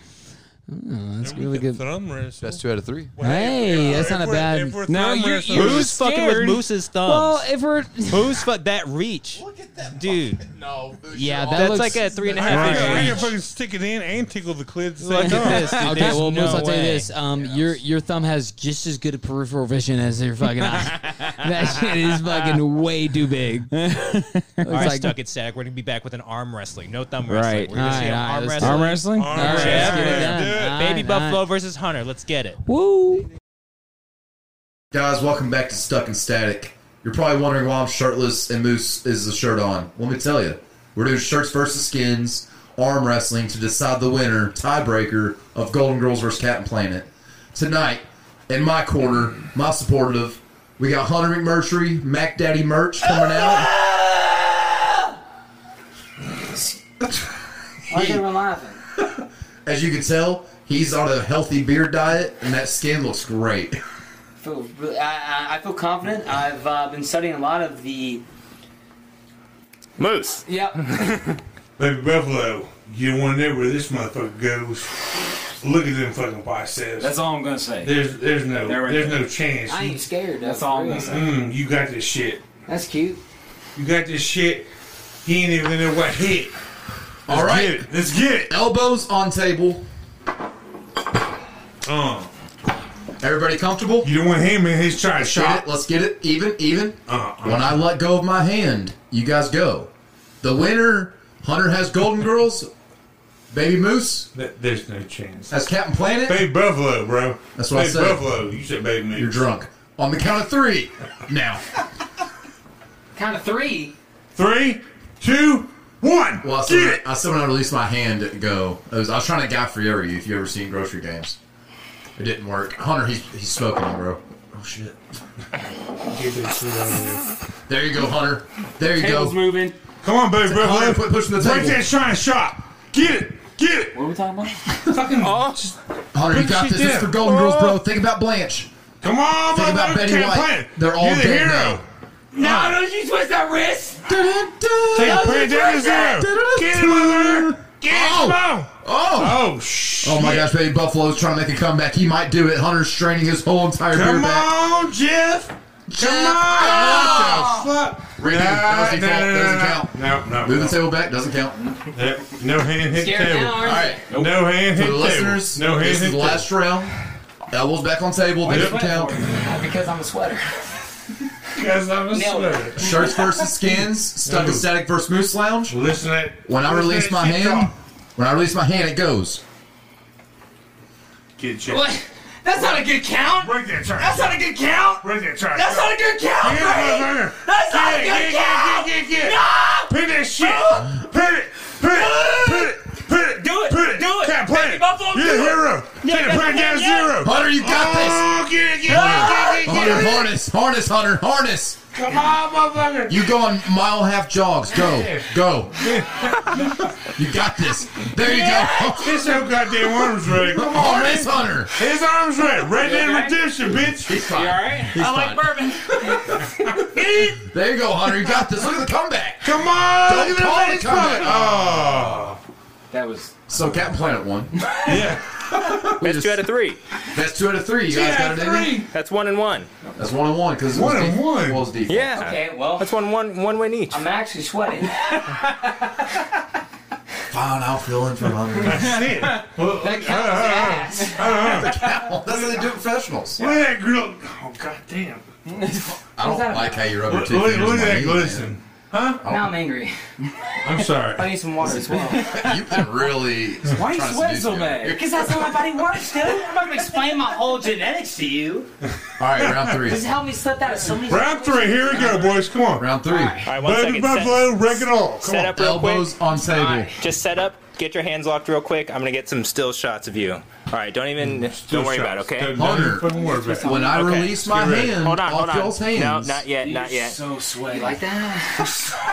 Speaker 5: Oh, that's
Speaker 6: We
Speaker 5: really
Speaker 6: can
Speaker 5: good.
Speaker 6: Thumb wrestle.
Speaker 8: That's two out of three.
Speaker 6: Well,
Speaker 5: Hey,
Speaker 6: if- if-
Speaker 5: that's
Speaker 6: if
Speaker 5: not a
Speaker 6: we're-
Speaker 5: bad-
Speaker 6: If we're
Speaker 9: No,
Speaker 6: thumb
Speaker 9: you-
Speaker 6: wrestling,
Speaker 9: you-
Speaker 7: Who's
Speaker 9: scared.
Speaker 7: fucking with Moose's
Speaker 5: Well,
Speaker 7: thumbs?
Speaker 5: if we're
Speaker 7: Who's fuck that reach, dude?
Speaker 8: No.
Speaker 5: yeah, that
Speaker 7: That's
Speaker 5: looks
Speaker 7: like a three and a
Speaker 6: I
Speaker 7: half
Speaker 6: can- I
Speaker 7: inch
Speaker 6: can
Speaker 7: reach.
Speaker 6: fucking stick it in and tickle the clit at the same
Speaker 7: Look
Speaker 6: time.
Speaker 7: at this. Dude.
Speaker 5: Okay,
Speaker 7: There's
Speaker 5: well,
Speaker 7: no
Speaker 5: Moose, I'll tell you
Speaker 7: way.
Speaker 5: this. Um, your your thumb has just as good a peripheral vision as your fucking eye. that shit is fucking way too big. It's
Speaker 7: All right,
Speaker 5: like,
Speaker 7: stuck it static. We're gonna be back with an arm wrestling, no thumb wrestling.
Speaker 9: Right.
Speaker 7: We're gonna
Speaker 5: All
Speaker 7: see
Speaker 5: right,
Speaker 7: an
Speaker 5: all right,
Speaker 7: arm
Speaker 9: Arm
Speaker 5: let's-
Speaker 7: wrestling.
Speaker 9: wrestling?
Speaker 6: Arm
Speaker 5: all right, let's
Speaker 6: wrestling.
Speaker 5: get it
Speaker 7: Yeah,
Speaker 5: done.
Speaker 6: do it.
Speaker 5: All
Speaker 7: Baby
Speaker 5: right, all right.
Speaker 7: Buffalo versus Hunter. Let's get it.
Speaker 5: Woo!
Speaker 8: Guys, welcome back to Stuck in Static. You're probably wondering why I'm shirtless and Moose is the shirt on. Let me tell you, we're doing shirts versus skins, arm wrestling to decide the winner, tiebreaker of Golden Girls versus Captain Planet. Tonight, in my corner, my supportive, we got Hunter McMurtry, Mac Daddy merch coming out.
Speaker 4: Why is everyone laughing?
Speaker 8: As you can tell, he's on a healthy beer diet, and that skin looks great.
Speaker 4: feel really, I, I- I feel confident. I've uh, been studying a lot of the. Moose. Yeah.
Speaker 6: Baby Buffalo, you don't want to know where this motherfucker goes. Look at them fucking biceps.
Speaker 9: all I'm going to say.
Speaker 6: There's there's no
Speaker 9: They're right
Speaker 6: there's
Speaker 9: there.
Speaker 6: no chance.
Speaker 4: I ain't scared. That's
Speaker 9: all I'm
Speaker 4: real.
Speaker 9: gonna say.
Speaker 6: Mm, you got this shit.
Speaker 4: That's cute.
Speaker 6: You got this shit. He ain't even know what hit. Let's
Speaker 8: All right.
Speaker 6: get it. Let's get it.
Speaker 8: Elbows on table.
Speaker 6: Uh,
Speaker 8: Everybody comfortable?
Speaker 6: you don't want him in his try to
Speaker 8: Get
Speaker 6: shot.
Speaker 8: it? Let's get it even, even.
Speaker 6: Uh, uh.
Speaker 8: When I let go of my hand, you guys go. The winner, Hunter has Golden Girls. Baby Moose
Speaker 6: Th- There's no chance.
Speaker 8: has Captain Planet.
Speaker 6: Baby Buffalo, bro.
Speaker 8: That's what I
Speaker 6: Baby
Speaker 8: said.
Speaker 6: Buffalo. You said Baby Moose.
Speaker 8: You're drunk. On the count of three, now.
Speaker 4: Count of three.
Speaker 6: Three, two, one.
Speaker 8: Well, I
Speaker 6: get
Speaker 8: still,
Speaker 6: it.
Speaker 8: I still when I released my hand at go. I was, I was trying to guy Fieri you if you ever seen grocery games. It didn't work. Hunter, he's, he's smoking, bro. Oh, shit.
Speaker 6: Get this shit out of here.
Speaker 8: There you go, Hunter. There you
Speaker 4: Tables
Speaker 8: go.
Speaker 4: moving.
Speaker 6: Come on, Baby Buffalo.
Speaker 8: Hunter, put, pushing the
Speaker 6: Break
Speaker 8: table.
Speaker 6: that trying shot. Get it. Get it.
Speaker 4: What are we talking about? Fucking.
Speaker 8: Oh. Hunter, you
Speaker 6: Put
Speaker 8: got
Speaker 6: shit
Speaker 8: this. This is
Speaker 6: down.
Speaker 8: for Golden Girls, bro.
Speaker 6: Oh.
Speaker 8: Think about Blanche.
Speaker 6: Come on,
Speaker 8: Think about
Speaker 6: Buffalo.
Speaker 8: Betty
Speaker 6: Can't
Speaker 8: White. They're all
Speaker 6: You're the
Speaker 8: dead
Speaker 6: hero.
Speaker 4: No, don't you twist that wrist.
Speaker 6: Take a
Speaker 8: Dun-dun-dun.
Speaker 6: play down to zero. Get it, Mother. Get it.
Speaker 8: Oh.
Speaker 6: Come on.
Speaker 8: Oh!
Speaker 6: Oh, shit.
Speaker 8: Oh my gosh, baby Buffalo's trying to make a comeback. He might do it. Hunter's straining his whole entire beer
Speaker 6: Come
Speaker 8: back.
Speaker 6: on, Jeff. Come on. What the fuck?
Speaker 8: Ricky, Ah. that was
Speaker 6: Nah,
Speaker 8: default.
Speaker 6: nah, nah,
Speaker 8: Doesn't
Speaker 6: nah,
Speaker 8: count.
Speaker 6: nah. No, no.
Speaker 8: Move the
Speaker 6: no.
Speaker 8: table back. Doesn't count.
Speaker 6: Yep. No hand hit
Speaker 4: Scared
Speaker 6: table.
Speaker 4: now,
Speaker 8: All
Speaker 4: aren't
Speaker 8: right.
Speaker 4: you?
Speaker 6: No hand
Speaker 8: For
Speaker 6: hit
Speaker 8: the
Speaker 6: table.
Speaker 8: listeners,
Speaker 6: no hand
Speaker 8: this
Speaker 6: hit
Speaker 8: is the
Speaker 6: table.
Speaker 8: last round. Elbows back on table. Doesn't
Speaker 4: Sweat
Speaker 8: count.
Speaker 4: for it. Because I'm a sweater.
Speaker 6: Guys, I'm a
Speaker 4: Nailed it.
Speaker 6: sweater.
Speaker 8: Shirts versus skins. Stuck in
Speaker 6: No.
Speaker 8: static versus moose lounge.
Speaker 6: Listen to that.
Speaker 8: When I
Speaker 6: listen to
Speaker 8: release
Speaker 6: that
Speaker 8: my
Speaker 6: shit
Speaker 8: hand,
Speaker 6: talk.
Speaker 8: when I release my hand, it goes.
Speaker 6: Get your
Speaker 4: What? That's not a good count.
Speaker 6: Break that trash.
Speaker 4: That's not a good count.
Speaker 6: Break that trash.
Speaker 4: That's not a good count,
Speaker 6: Get it,
Speaker 4: Brady.
Speaker 6: motherfucker.
Speaker 4: That's not a
Speaker 6: Get it,
Speaker 4: good
Speaker 6: get
Speaker 4: count.
Speaker 6: it, get it, get it, get it.
Speaker 4: No!
Speaker 6: Pin that shit. Pin it. Pin it. Pin it. Pin it.
Speaker 4: Do it.
Speaker 6: Pin it.
Speaker 4: Do it.
Speaker 6: Can't play
Speaker 4: Baby
Speaker 6: it.
Speaker 4: Buffalo, do
Speaker 6: You're the
Speaker 4: it.
Speaker 6: hero. Take it. Put it down
Speaker 4: yeah.
Speaker 6: zero.
Speaker 8: Hunter, you got this.
Speaker 6: Oh, get it, get
Speaker 4: Ah!
Speaker 6: it, get it,
Speaker 8: Hunter,
Speaker 6: Oh, get it.
Speaker 8: harness, harness, Hunter, harness.
Speaker 6: Come on, motherfucker.
Speaker 8: You go on mile and a half jogs. Go, go. You got this. There you go.
Speaker 6: His whole goddamn arm's ready. Come on,
Speaker 8: Harness,
Speaker 6: man.
Speaker 8: Hunter.
Speaker 6: His arm's ready. Red Dead
Speaker 4: You okay?
Speaker 6: Redemption, bitch.
Speaker 8: He's fine.
Speaker 4: You all right?
Speaker 8: He's
Speaker 4: I
Speaker 8: fine.
Speaker 4: like bourbon.
Speaker 8: There you go, Hunter. You got this. Look at the comeback.
Speaker 6: Come on.
Speaker 8: Don't
Speaker 6: Look at
Speaker 8: call
Speaker 6: that
Speaker 8: it
Speaker 6: face
Speaker 8: coming.
Speaker 6: coming. Oh.
Speaker 4: That was.
Speaker 8: So Captain Planet won.
Speaker 6: Yeah.
Speaker 8: We
Speaker 12: That's
Speaker 8: just-
Speaker 12: two out of three.
Speaker 8: That's two out of three. You guys
Speaker 6: Yeah,
Speaker 8: got it in you?
Speaker 6: three.
Speaker 12: That's one and one.
Speaker 8: That's one and one because
Speaker 6: One and one.
Speaker 8: Was default.
Speaker 12: Yeah.
Speaker 4: Okay, well,
Speaker 12: That's one one one win each.
Speaker 4: I'm actually sweating.
Speaker 8: Fine, I'll fill in for Hunter.
Speaker 6: Shit. Well,
Speaker 8: uh,
Speaker 4: That counts as ass.
Speaker 8: That's how they do it professionals.
Speaker 6: Look at that girl. Oh, goddamn.
Speaker 8: I don't like how you're over
Speaker 6: Look,
Speaker 8: two
Speaker 6: look,
Speaker 8: fingers
Speaker 6: look
Speaker 8: in
Speaker 6: at
Speaker 8: my
Speaker 6: that
Speaker 8: knee,
Speaker 6: glisten.
Speaker 8: Oh.
Speaker 4: Now I'm angry.
Speaker 6: I'm
Speaker 4: I
Speaker 6: sorry.
Speaker 4: need some water as well.
Speaker 8: man. You've been really.
Speaker 12: Why
Speaker 8: trying to seduce me.
Speaker 4: Because that's how my body works, dude. I'm not gonna explain my whole genetics to you.
Speaker 8: All right, round three.
Speaker 4: This is how we slept out of so many.
Speaker 6: Round three. Here we go, boys. Come on.
Speaker 8: Round three.
Speaker 12: All right, one
Speaker 6: Baby
Speaker 12: second. Set-
Speaker 6: Buffalo, wreck it all.
Speaker 12: Set,
Speaker 6: Come on.
Speaker 12: up real
Speaker 8: Elbows
Speaker 12: quick.
Speaker 8: on table.
Speaker 12: Just set up. Get your hands locked real quick. I'm gonna get some still shots of you. All right, don't even.
Speaker 6: Still
Speaker 12: Don't worry
Speaker 6: shots.
Speaker 12: about it. Okay.
Speaker 6: Don't- don't
Speaker 8: Hunter.
Speaker 6: even fucking worry about it.
Speaker 8: When I
Speaker 12: Okay,
Speaker 8: release my
Speaker 6: get ready.
Speaker 8: hand
Speaker 12: Hold on,
Speaker 8: off
Speaker 12: hold on.
Speaker 8: y'all's hands,
Speaker 12: No, not yet, not yet.
Speaker 4: So sweaty. Like that?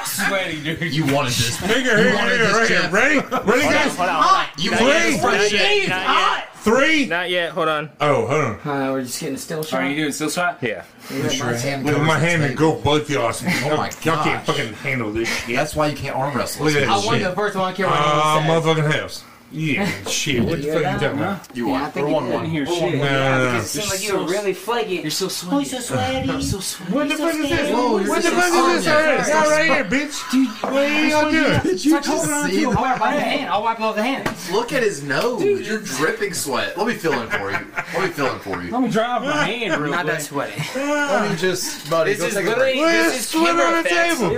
Speaker 9: Sweaty, dude.
Speaker 8: you wanted this.
Speaker 6: Bigger,
Speaker 8: You
Speaker 6: here,
Speaker 8: wanted
Speaker 6: here,
Speaker 8: this,
Speaker 6: right here.
Speaker 8: Jeff.
Speaker 6: Ready? Ready, guys?
Speaker 12: Hold on, hold on.
Speaker 4: Hot.
Speaker 8: You
Speaker 12: Not
Speaker 8: wanted
Speaker 12: yet,
Speaker 8: this
Speaker 12: not
Speaker 8: fresh
Speaker 12: yet,
Speaker 8: shit.
Speaker 4: It's
Speaker 12: not yet.
Speaker 4: hot.
Speaker 6: Three.
Speaker 12: Not yet. Hold on.
Speaker 6: Oh, hold on.
Speaker 4: Uh, we're just getting a still shot.
Speaker 9: Are you doing still shot?
Speaker 12: Yeah.
Speaker 8: Your hand
Speaker 6: Look at
Speaker 8: covers
Speaker 6: my
Speaker 8: the
Speaker 6: hand and
Speaker 8: table.
Speaker 6: go both y'all's.
Speaker 8: Oh my
Speaker 6: Y'all can't
Speaker 8: gosh.
Speaker 6: fucking handle this shit.
Speaker 8: That's why you can't arm wrestle.
Speaker 6: Look at
Speaker 4: I
Speaker 6: that
Speaker 4: won
Speaker 6: shit.
Speaker 4: the first one. I can't
Speaker 6: Ah,
Speaker 4: remember what it
Speaker 6: motherfucking house. Yeah, shit. What the
Speaker 4: said.
Speaker 6: fuck you
Speaker 4: Yeah,
Speaker 6: talking
Speaker 4: huh?
Speaker 6: about?
Speaker 8: You
Speaker 4: Yeah, I
Speaker 8: won.
Speaker 4: think
Speaker 8: We're
Speaker 4: you
Speaker 8: one
Speaker 4: did.
Speaker 8: one.
Speaker 9: Here, shit.
Speaker 6: No, no, no.
Speaker 4: It seemed like you were really flaky. You're so sweaty. Oh, you're so sweaty. I'm so sweaty.
Speaker 6: What the fuck is this?
Speaker 8: Whoa, you're
Speaker 6: What the
Speaker 8: so
Speaker 6: fuck is this
Speaker 8: sorry.
Speaker 6: right here? Y'all right here, bitch. What are y'all doing?
Speaker 8: Did you just see
Speaker 4: I'll
Speaker 8: that?
Speaker 4: wipe off the hand. I'll wipe off the hand.
Speaker 8: Look at his nose. You're dripping sweat. Let me fill in for you. Let me fill in for you.
Speaker 9: I'm driving my hand real
Speaker 4: Not
Speaker 9: quick.
Speaker 4: that sweaty.
Speaker 8: Let me just, buddy,
Speaker 4: This
Speaker 8: go
Speaker 4: is
Speaker 8: take a
Speaker 4: literally-
Speaker 8: break.
Speaker 6: Look at
Speaker 4: This
Speaker 6: this
Speaker 4: is
Speaker 6: sweat
Speaker 4: camera
Speaker 6: on the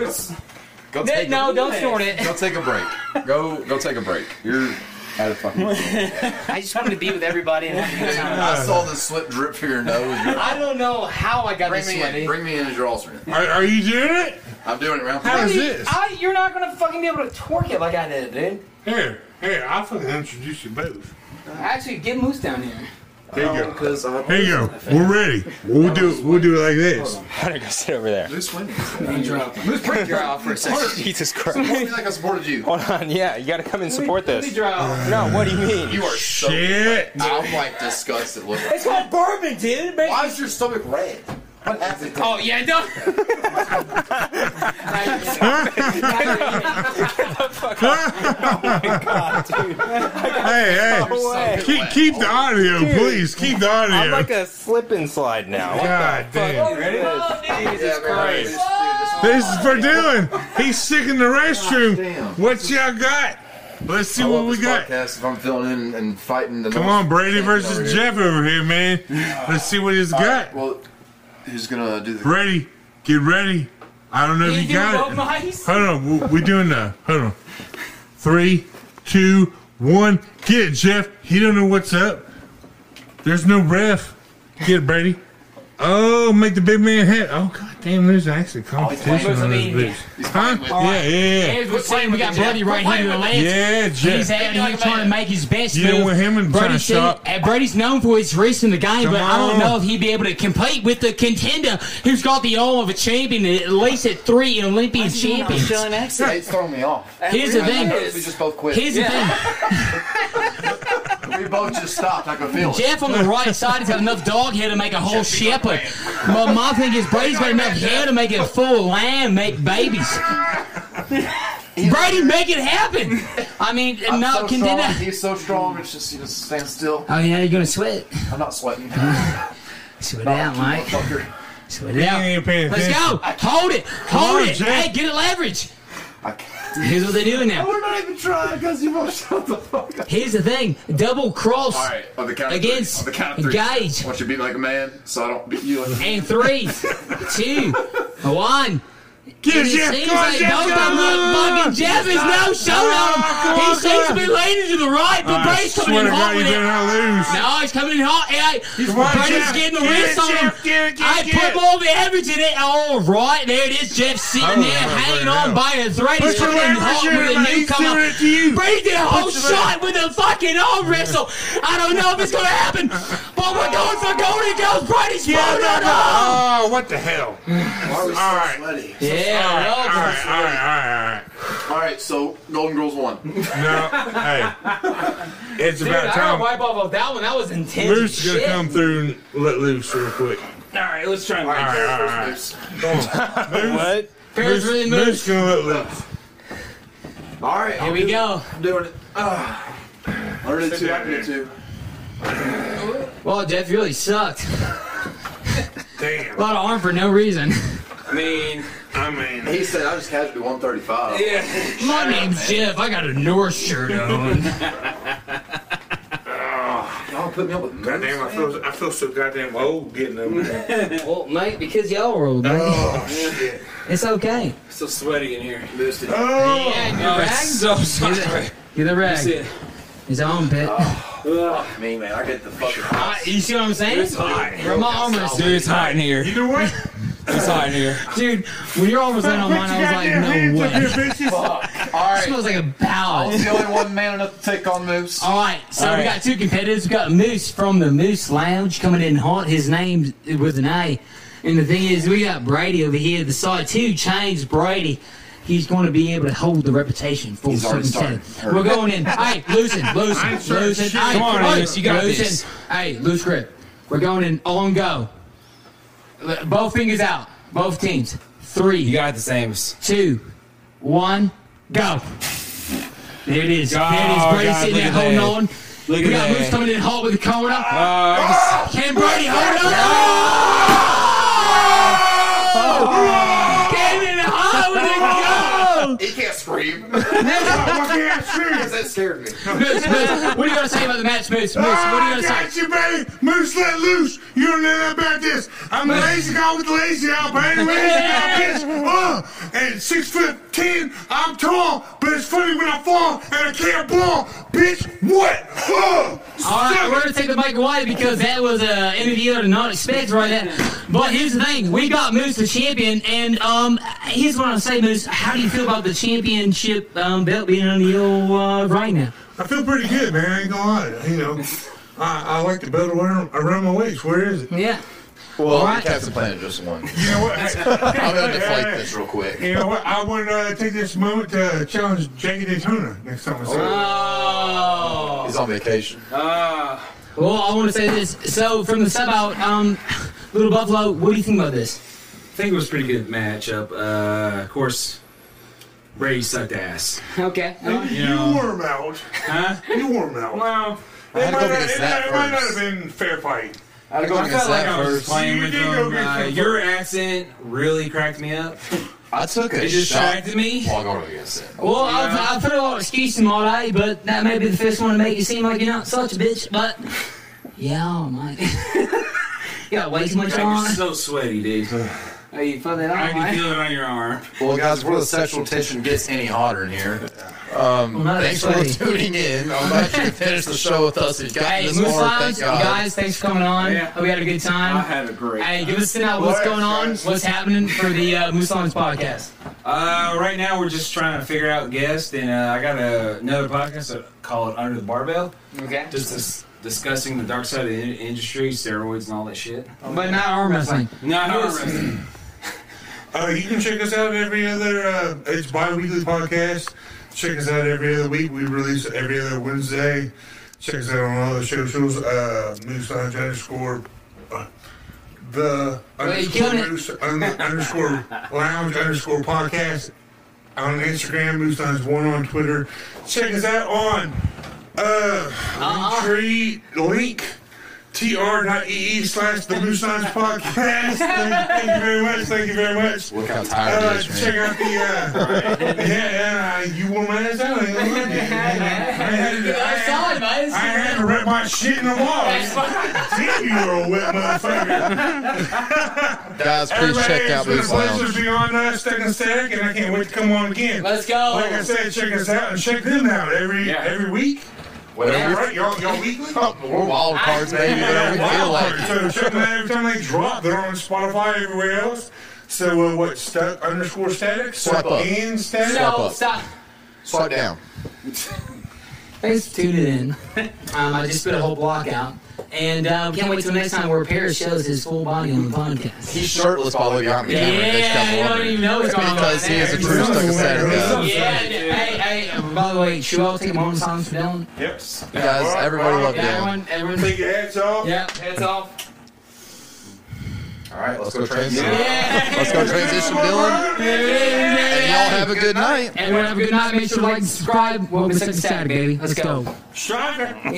Speaker 4: effects.
Speaker 6: table.
Speaker 8: Go take,
Speaker 4: No,
Speaker 8: a,
Speaker 4: don't snort it.
Speaker 8: go take a break. Go, go take a break. You're out of fucking.
Speaker 4: I just wanted to be with everybody. And have a good time.
Speaker 8: I saw the slip drip from your nose. You're-
Speaker 4: I don't know how I got
Speaker 8: Bring
Speaker 4: this
Speaker 8: me in.
Speaker 4: sweaty.
Speaker 8: Bring me in as your alternate.
Speaker 6: Are, are you doing it?
Speaker 8: I'm doing it round
Speaker 6: How
Speaker 8: three.
Speaker 6: is this?
Speaker 4: I, you're not gonna fucking be able to torque it like I did, dude.
Speaker 6: Here, here, I'll fucking introduce you both.
Speaker 4: Actually, get Moose down here.
Speaker 6: There
Speaker 8: Oh,
Speaker 6: you go. Here you go. We're ready. We'll do it. We'll do it like this.
Speaker 12: I'm gonna go sit over there.
Speaker 8: Who's winning?
Speaker 4: Moose, break your off for a second.
Speaker 12: Jesus Christ.
Speaker 8: Seems like I supported you.
Speaker 7: Oh,
Speaker 12: Hold on. Yeah, you gotta come and support
Speaker 4: Let me
Speaker 12: this.
Speaker 4: draw off.
Speaker 12: No, what do you mean?
Speaker 8: You are so.
Speaker 6: Shit.
Speaker 8: I'm like disgusted. Look.
Speaker 4: It's called bourbon, dude. Make-
Speaker 8: Why is your stomach red? What happened?
Speaker 4: Oh yeah, don't.
Speaker 6: Hey,
Speaker 8: Oh,
Speaker 12: No
Speaker 6: hey.
Speaker 12: way.
Speaker 6: Keep, keep the audio, please. Keep the audio.
Speaker 12: I'm like a slip and slide now.
Speaker 6: God damn.
Speaker 8: Jesus Christ.
Speaker 6: This is for Dylan. He's sick in the restroom.
Speaker 8: damn.
Speaker 6: What y'all got? Let's see
Speaker 8: I
Speaker 6: what
Speaker 8: love
Speaker 6: we
Speaker 8: this
Speaker 6: got.
Speaker 8: Podcast if I'm filling in and fighting the.
Speaker 6: Come
Speaker 8: North
Speaker 6: on, Brady
Speaker 8: Station over
Speaker 6: versus
Speaker 8: here.
Speaker 6: Jeff over here, man. Let's see what he's
Speaker 8: All right,
Speaker 6: got.
Speaker 8: well, who's gonna do the?
Speaker 6: Brady, get ready. I don't know if you got it. Hold on, we- we're doing the. Hold on. Three, two, one. Get it, Jeff. He don't know what's up. There's no ref. Get it, Brady. Oh, make the big man hit. Oh, god damn, there's actually
Speaker 8: Oh,
Speaker 6: competition
Speaker 5: playing
Speaker 6: on
Speaker 5: with
Speaker 6: this
Speaker 5: me.
Speaker 6: bitch. Huh? Yeah, yeah,
Speaker 5: Here's what's saying we got Brody right here in the
Speaker 6: yeah.
Speaker 5: lens.
Speaker 6: Yeah,
Speaker 5: He's
Speaker 6: Jeff.
Speaker 5: out here trying to make his best
Speaker 6: You don't
Speaker 5: move.
Speaker 6: want him in
Speaker 5: Brody's,
Speaker 6: trying to
Speaker 5: seen- uh, Brody's known for his wrist in the game,
Speaker 6: Come
Speaker 5: but I
Speaker 6: on.
Speaker 5: don't know if he'd be able to compete with the contender who's got the arm of a champion, at least at three Olympian champions.
Speaker 8: It's throwing me off.
Speaker 5: Here's the
Speaker 8: I
Speaker 5: thing.
Speaker 8: noticed we just both quit.
Speaker 5: Here's the thing.
Speaker 8: we both just stopped. I could feel it.
Speaker 5: Jeff on the right side has got enough dog hair to make a whole shepherd. But my thing is, Brady's got enough hair to make a full lamb make babies. Brady, make it happen! I mean,
Speaker 8: I'm
Speaker 5: no,
Speaker 8: so
Speaker 5: can
Speaker 8: strong.
Speaker 5: that.
Speaker 8: He's so strong. It's just he just stands still.
Speaker 5: Oh, yeah, you're gonna sweat.
Speaker 8: I'm not sweating.
Speaker 5: Sweat it out, Mike.
Speaker 8: Motherfucker.
Speaker 5: Sweat it out.
Speaker 6: He ain't paying
Speaker 5: Let's
Speaker 6: attention.
Speaker 5: go! Hold it! Hold
Speaker 6: on,
Speaker 5: it!
Speaker 6: Jeff.
Speaker 5: Hey, get it leverage!
Speaker 8: I can't.
Speaker 5: Here's what they're doing now.
Speaker 8: We're not even trying because you won't shut the fuck up.
Speaker 5: Here's the thing double cross
Speaker 8: All right, on the count of
Speaker 5: Against
Speaker 8: three. On the count of three.
Speaker 5: Gage.
Speaker 8: I want you to beat me like a man, so I don't beat you like a
Speaker 5: and three, two, one.
Speaker 6: Get
Speaker 5: It
Speaker 6: it, Jeff.
Speaker 5: seems
Speaker 6: Come on,
Speaker 5: like
Speaker 6: Jeff.
Speaker 5: both of them
Speaker 6: Come
Speaker 5: look
Speaker 6: on.
Speaker 5: fucking Jeff is no show on him. He
Speaker 6: on,
Speaker 5: seems to
Speaker 6: come
Speaker 5: be leaning to the right, but
Speaker 6: I
Speaker 5: Brady's coming
Speaker 6: swear
Speaker 5: in
Speaker 6: to God,
Speaker 5: hot
Speaker 6: you
Speaker 5: with
Speaker 6: better
Speaker 5: it.
Speaker 6: not lose.
Speaker 5: No, he's coming in hot. Hey,
Speaker 6: on,
Speaker 5: Brady's
Speaker 6: Jeff.
Speaker 5: getting the
Speaker 6: Get it,
Speaker 5: wrist on him.
Speaker 6: Jeff. Get it, get
Speaker 5: I
Speaker 6: it,
Speaker 5: put
Speaker 6: get it.
Speaker 5: more of the average in it. All right, there it is. Jeff sitting
Speaker 6: Oh,
Speaker 5: there
Speaker 6: yeah,
Speaker 5: hanging
Speaker 6: right
Speaker 5: on
Speaker 6: now.
Speaker 5: by a thread. He's
Speaker 6: Put your
Speaker 5: coming in hot
Speaker 6: leverage in,
Speaker 5: with
Speaker 6: man.
Speaker 5: a
Speaker 6: He's doing
Speaker 5: newcomer.
Speaker 6: it to you.
Speaker 5: Brady did a whole
Speaker 6: your
Speaker 5: shot with a fucking arm wrestle. I don't know if it's going to happen, but we're going for golden goes. Brady's
Speaker 6: Yeah,
Speaker 5: throwing
Speaker 6: no,
Speaker 5: it
Speaker 6: no.
Speaker 5: up.
Speaker 6: Oh, what the hell?
Speaker 8: Why
Speaker 6: All
Speaker 8: are we so
Speaker 6: All right.
Speaker 8: sweaty?
Speaker 5: Yeah,
Speaker 6: right,
Speaker 5: well,
Speaker 6: all right, all right,
Speaker 8: All right, so Golden Girls won.
Speaker 6: all right. No, hey, it's
Speaker 5: Dude,
Speaker 6: about
Speaker 5: I gotta
Speaker 6: time.
Speaker 5: wipe off of that one. That was intense.
Speaker 6: Moose
Speaker 5: as
Speaker 6: is gonna
Speaker 5: shit.
Speaker 6: come through and let loose real quick.
Speaker 5: All right, let's try.
Speaker 6: All
Speaker 5: Right.
Speaker 6: right, all right.
Speaker 3: What?
Speaker 5: Ferris
Speaker 6: Moose,
Speaker 5: really moves.
Speaker 6: Moose gonna let loose.
Speaker 8: All right,
Speaker 5: Here we go.
Speaker 8: I'm doing it. Ah. I already two. I did two.
Speaker 5: Well, Jeff really sucked.
Speaker 6: Damn.
Speaker 5: A lot of arm for no reason.
Speaker 13: I mean,
Speaker 6: I mean,
Speaker 8: He said I just had to do 135.
Speaker 5: My name's Jeff. I got a North shirt on.
Speaker 8: Y'all put me up with
Speaker 6: damn, I
Speaker 8: nerves.
Speaker 6: feel, I feel so goddamn old getting over there.
Speaker 5: well, mate, because y'all were old, mate.
Speaker 6: Oh shit.
Speaker 5: It's okay.
Speaker 13: so sweaty in here.
Speaker 8: Moose, did you-
Speaker 6: Oh,
Speaker 5: Yeah,
Speaker 3: Oh, it's so sorry.
Speaker 5: you're the rag. His armpit.
Speaker 8: Ah, Me, man, I get the fucking.
Speaker 5: I- Ah, you see what I'm saying? It's hot. Bro, my arm was,
Speaker 3: Dude, it's hot in here.
Speaker 6: you know what?
Speaker 3: It's hot in here.
Speaker 5: dude. When your arm was laying on mine, I was like, no way.
Speaker 6: way.
Speaker 8: All
Speaker 5: It
Speaker 8: right,
Speaker 5: smells like a bowel.
Speaker 8: he's the only one man enough to take on Moose.
Speaker 5: All right, so
Speaker 3: All
Speaker 5: we
Speaker 3: right.
Speaker 5: got two competitors. We got Moose from the Moose Lounge coming in hot. His name with an A. And the thing is, we got Brady over here. The side two chains Brady. He's going to be able to hold the reputation for
Speaker 8: He's already
Speaker 5: certain
Speaker 8: started.
Speaker 5: set. We're going in. Hey, loosen, loosen,
Speaker 6: ain't started
Speaker 5: loosen.
Speaker 6: shit.
Speaker 5: Hey,
Speaker 3: Come on,
Speaker 5: hey,
Speaker 3: Amos, you got
Speaker 5: loosen.
Speaker 3: this.
Speaker 5: Hey, loose grip. We're going in on go. L- Both fingers out. Both teams.
Speaker 3: You
Speaker 5: Three,
Speaker 3: got the same. It's
Speaker 5: two, one, go. There it is. there it is.
Speaker 3: Oh,
Speaker 5: Brady
Speaker 3: God,
Speaker 5: sitting
Speaker 3: look
Speaker 5: there
Speaker 3: at
Speaker 5: holding
Speaker 3: that.
Speaker 5: on.
Speaker 3: Look
Speaker 5: we
Speaker 3: at
Speaker 5: got
Speaker 3: that.
Speaker 5: Moose coming in hot with a corner.
Speaker 3: Uh,
Speaker 6: Ah,
Speaker 5: Can Brady hold on? Oh! Came in hot with
Speaker 8: He can't scream. that scared me.
Speaker 5: a goal. Moose, Moose, what are you gonna say about the match, Moose? Moose, what are you
Speaker 6: Ah, I
Speaker 5: gonna
Speaker 6: got
Speaker 5: say?
Speaker 6: you, baby. Moose let loose. You don't know nothing about this. I'm a lazy guy with lazy eye, baby. Lazy guy, bitch. Oh, and six foot ten. I'm tall, but it's funny when I fall and I can't ball, bitch. What? Oh,
Speaker 5: All right,
Speaker 6: suck
Speaker 5: we're
Speaker 6: it.
Speaker 5: gonna take the mic away because that was uh, an interview I did not expect right there. But here's the thing: we got Moose the champion, and um, here's what I'm saying, Moose. How do you feel about the championship um, belt being on the old uh, right now?
Speaker 6: I feel pretty good, man. I ain't gonna lie. You know, I, I like to build around, around my waist. Where is it?
Speaker 5: Yeah.
Speaker 8: Well,
Speaker 5: right.
Speaker 8: Captain Planet just won.
Speaker 6: You know what? Hey,
Speaker 8: I'm gonna deflate this real quick.
Speaker 6: You know what? I want to uh, take this moment to challenge Jackie Daytona next time I see
Speaker 5: Uh,
Speaker 6: him.
Speaker 5: Oh.
Speaker 8: He's on vacation.
Speaker 5: Well, I want to say this. So, from the sub out, um, Little Buffalo, what do you think about this?
Speaker 14: I think it was a pretty good matchup. Uh, of course, Brady sucked ass.
Speaker 5: Okay.
Speaker 6: You warm out. Huh? You warm out.
Speaker 14: Well,
Speaker 6: It
Speaker 8: had to
Speaker 6: might
Speaker 8: go
Speaker 6: not-
Speaker 8: against
Speaker 6: it
Speaker 8: that
Speaker 6: might- it might not have
Speaker 8: first.
Speaker 6: been fair fight.
Speaker 3: I
Speaker 8: go
Speaker 3: felt
Speaker 8: against
Speaker 3: like
Speaker 8: that
Speaker 3: I was
Speaker 8: first.
Speaker 3: playing
Speaker 8: You
Speaker 3: with
Speaker 8: did go
Speaker 3: them.
Speaker 8: against
Speaker 3: Uh,
Speaker 8: them
Speaker 3: your accent really cracked me up.
Speaker 8: I took a
Speaker 3: It just
Speaker 8: shot.
Speaker 3: distracted me.
Speaker 8: While going against it.
Speaker 5: Well, I've, I've put a lot of excuses in my day, but that may be the first one to make you seem like you're not such a bitch. But yeah, oh, mate. you got way too much
Speaker 3: You're
Speaker 5: on.
Speaker 3: so sweaty, dude.
Speaker 15: Are you fucking
Speaker 3: I can
Speaker 15: alright?
Speaker 3: feel it on your arm.
Speaker 8: Well, guys, before the sexual tension gets any hotter in here, um,
Speaker 5: not
Speaker 8: thanks for
Speaker 5: excited.
Speaker 8: tuning in. I'm glad you could finish the show with us. It's gotten
Speaker 5: Hey,
Speaker 8: this
Speaker 5: Moose
Speaker 8: far.
Speaker 5: Lions,
Speaker 8: Thank God.
Speaker 5: guys, thanks for coming on.
Speaker 3: Yeah.
Speaker 5: Hope you had a good
Speaker 3: I
Speaker 5: time.
Speaker 3: had a great.
Speaker 5: Hey, give us a out what's going on, what's happening for the uh, Moose Lions podcast.
Speaker 3: Uh, right now we're just trying to figure out guests, and uh, I got a, another podcast uh, called Under the Barbell,
Speaker 15: Okay.
Speaker 3: just dis- discussing the dark side of the in- industry, steroids, and all that shit.
Speaker 5: But not arm wrestling.
Speaker 3: No, I don't remember.
Speaker 6: Uh, you can check us out every other. Uh, it's bi-weekly podcast. Check us out every other week. We release every other Wednesday. Check us out on all the socials. Uh, Moose Lounge underscore uh, the
Speaker 5: Well, you
Speaker 6: underscore
Speaker 5: killing it.
Speaker 6: Moose un- underscore Lounge underscore podcast on Instagram. Moose Lounge one on Twitter. Check us out on uh, Linktree link. tr.ee E slash the Moose Lounge podcast. Thank you very much. Thank you very much.
Speaker 8: Look how tired
Speaker 6: Uh,
Speaker 8: he is,
Speaker 6: check
Speaker 8: man.
Speaker 6: out the uh, yeah, yeah, you want my ass out. I ain't gonna look at you. I had to- I had-
Speaker 5: Solid, mate.
Speaker 6: I had to rip my shit in the wall. Damn, you are a wet motherfucker.
Speaker 8: Guys, please
Speaker 6: Everybody,
Speaker 8: check
Speaker 6: it's
Speaker 8: out
Speaker 6: been a
Speaker 8: Moose Lounge.
Speaker 6: pleasure beyond us, Stack and Static, and I can't wait to come on again.
Speaker 5: Let's go.
Speaker 6: Like I said, check us out and check them out every
Speaker 3: Yeah.
Speaker 6: every week.
Speaker 8: Whatever.
Speaker 6: Right, y'all, y'all weekly.
Speaker 8: We're wild cards, baby. Whatever we feel like.
Speaker 6: So check them out every time they drop. They're on Spotify everywhere else. So uh, what? Stuck underscore static.
Speaker 8: Swipe up.
Speaker 6: And static.
Speaker 8: Swipe
Speaker 5: No,
Speaker 8: up.
Speaker 5: stop.
Speaker 8: Swipe down.
Speaker 5: Thanks for tuning in. Um, I just spit a whole block out. And uh, we can't wait till next time where Paris shows his full body on the podcast.
Speaker 8: He's shirtless by the way behind me.
Speaker 5: Yeah,
Speaker 8: Cameron. They stuck
Speaker 5: you
Speaker 8: one
Speaker 5: don't
Speaker 8: in.
Speaker 5: even know what's going on.
Speaker 8: Because he is a
Speaker 5: Yeah,
Speaker 8: true stuck and static guy.
Speaker 5: hey, hey, uh, by the way, should we all take a moment of silence for Dylan?
Speaker 6: Yep.
Speaker 8: Guys, everybody love
Speaker 5: Yeah,
Speaker 8: Dylan.
Speaker 5: everyone, everyone.
Speaker 6: Take your hats off.
Speaker 5: Yeah.
Speaker 15: Heads off.
Speaker 8: All right, let's go transition.
Speaker 5: Yeah.
Speaker 8: Let's go transition, Dylan. And y'all have a good night.
Speaker 5: Everyone have a good night. Make sure to like and subscribe. Welcome to Second Saturday, baby. Let's go.
Speaker 6: Striker.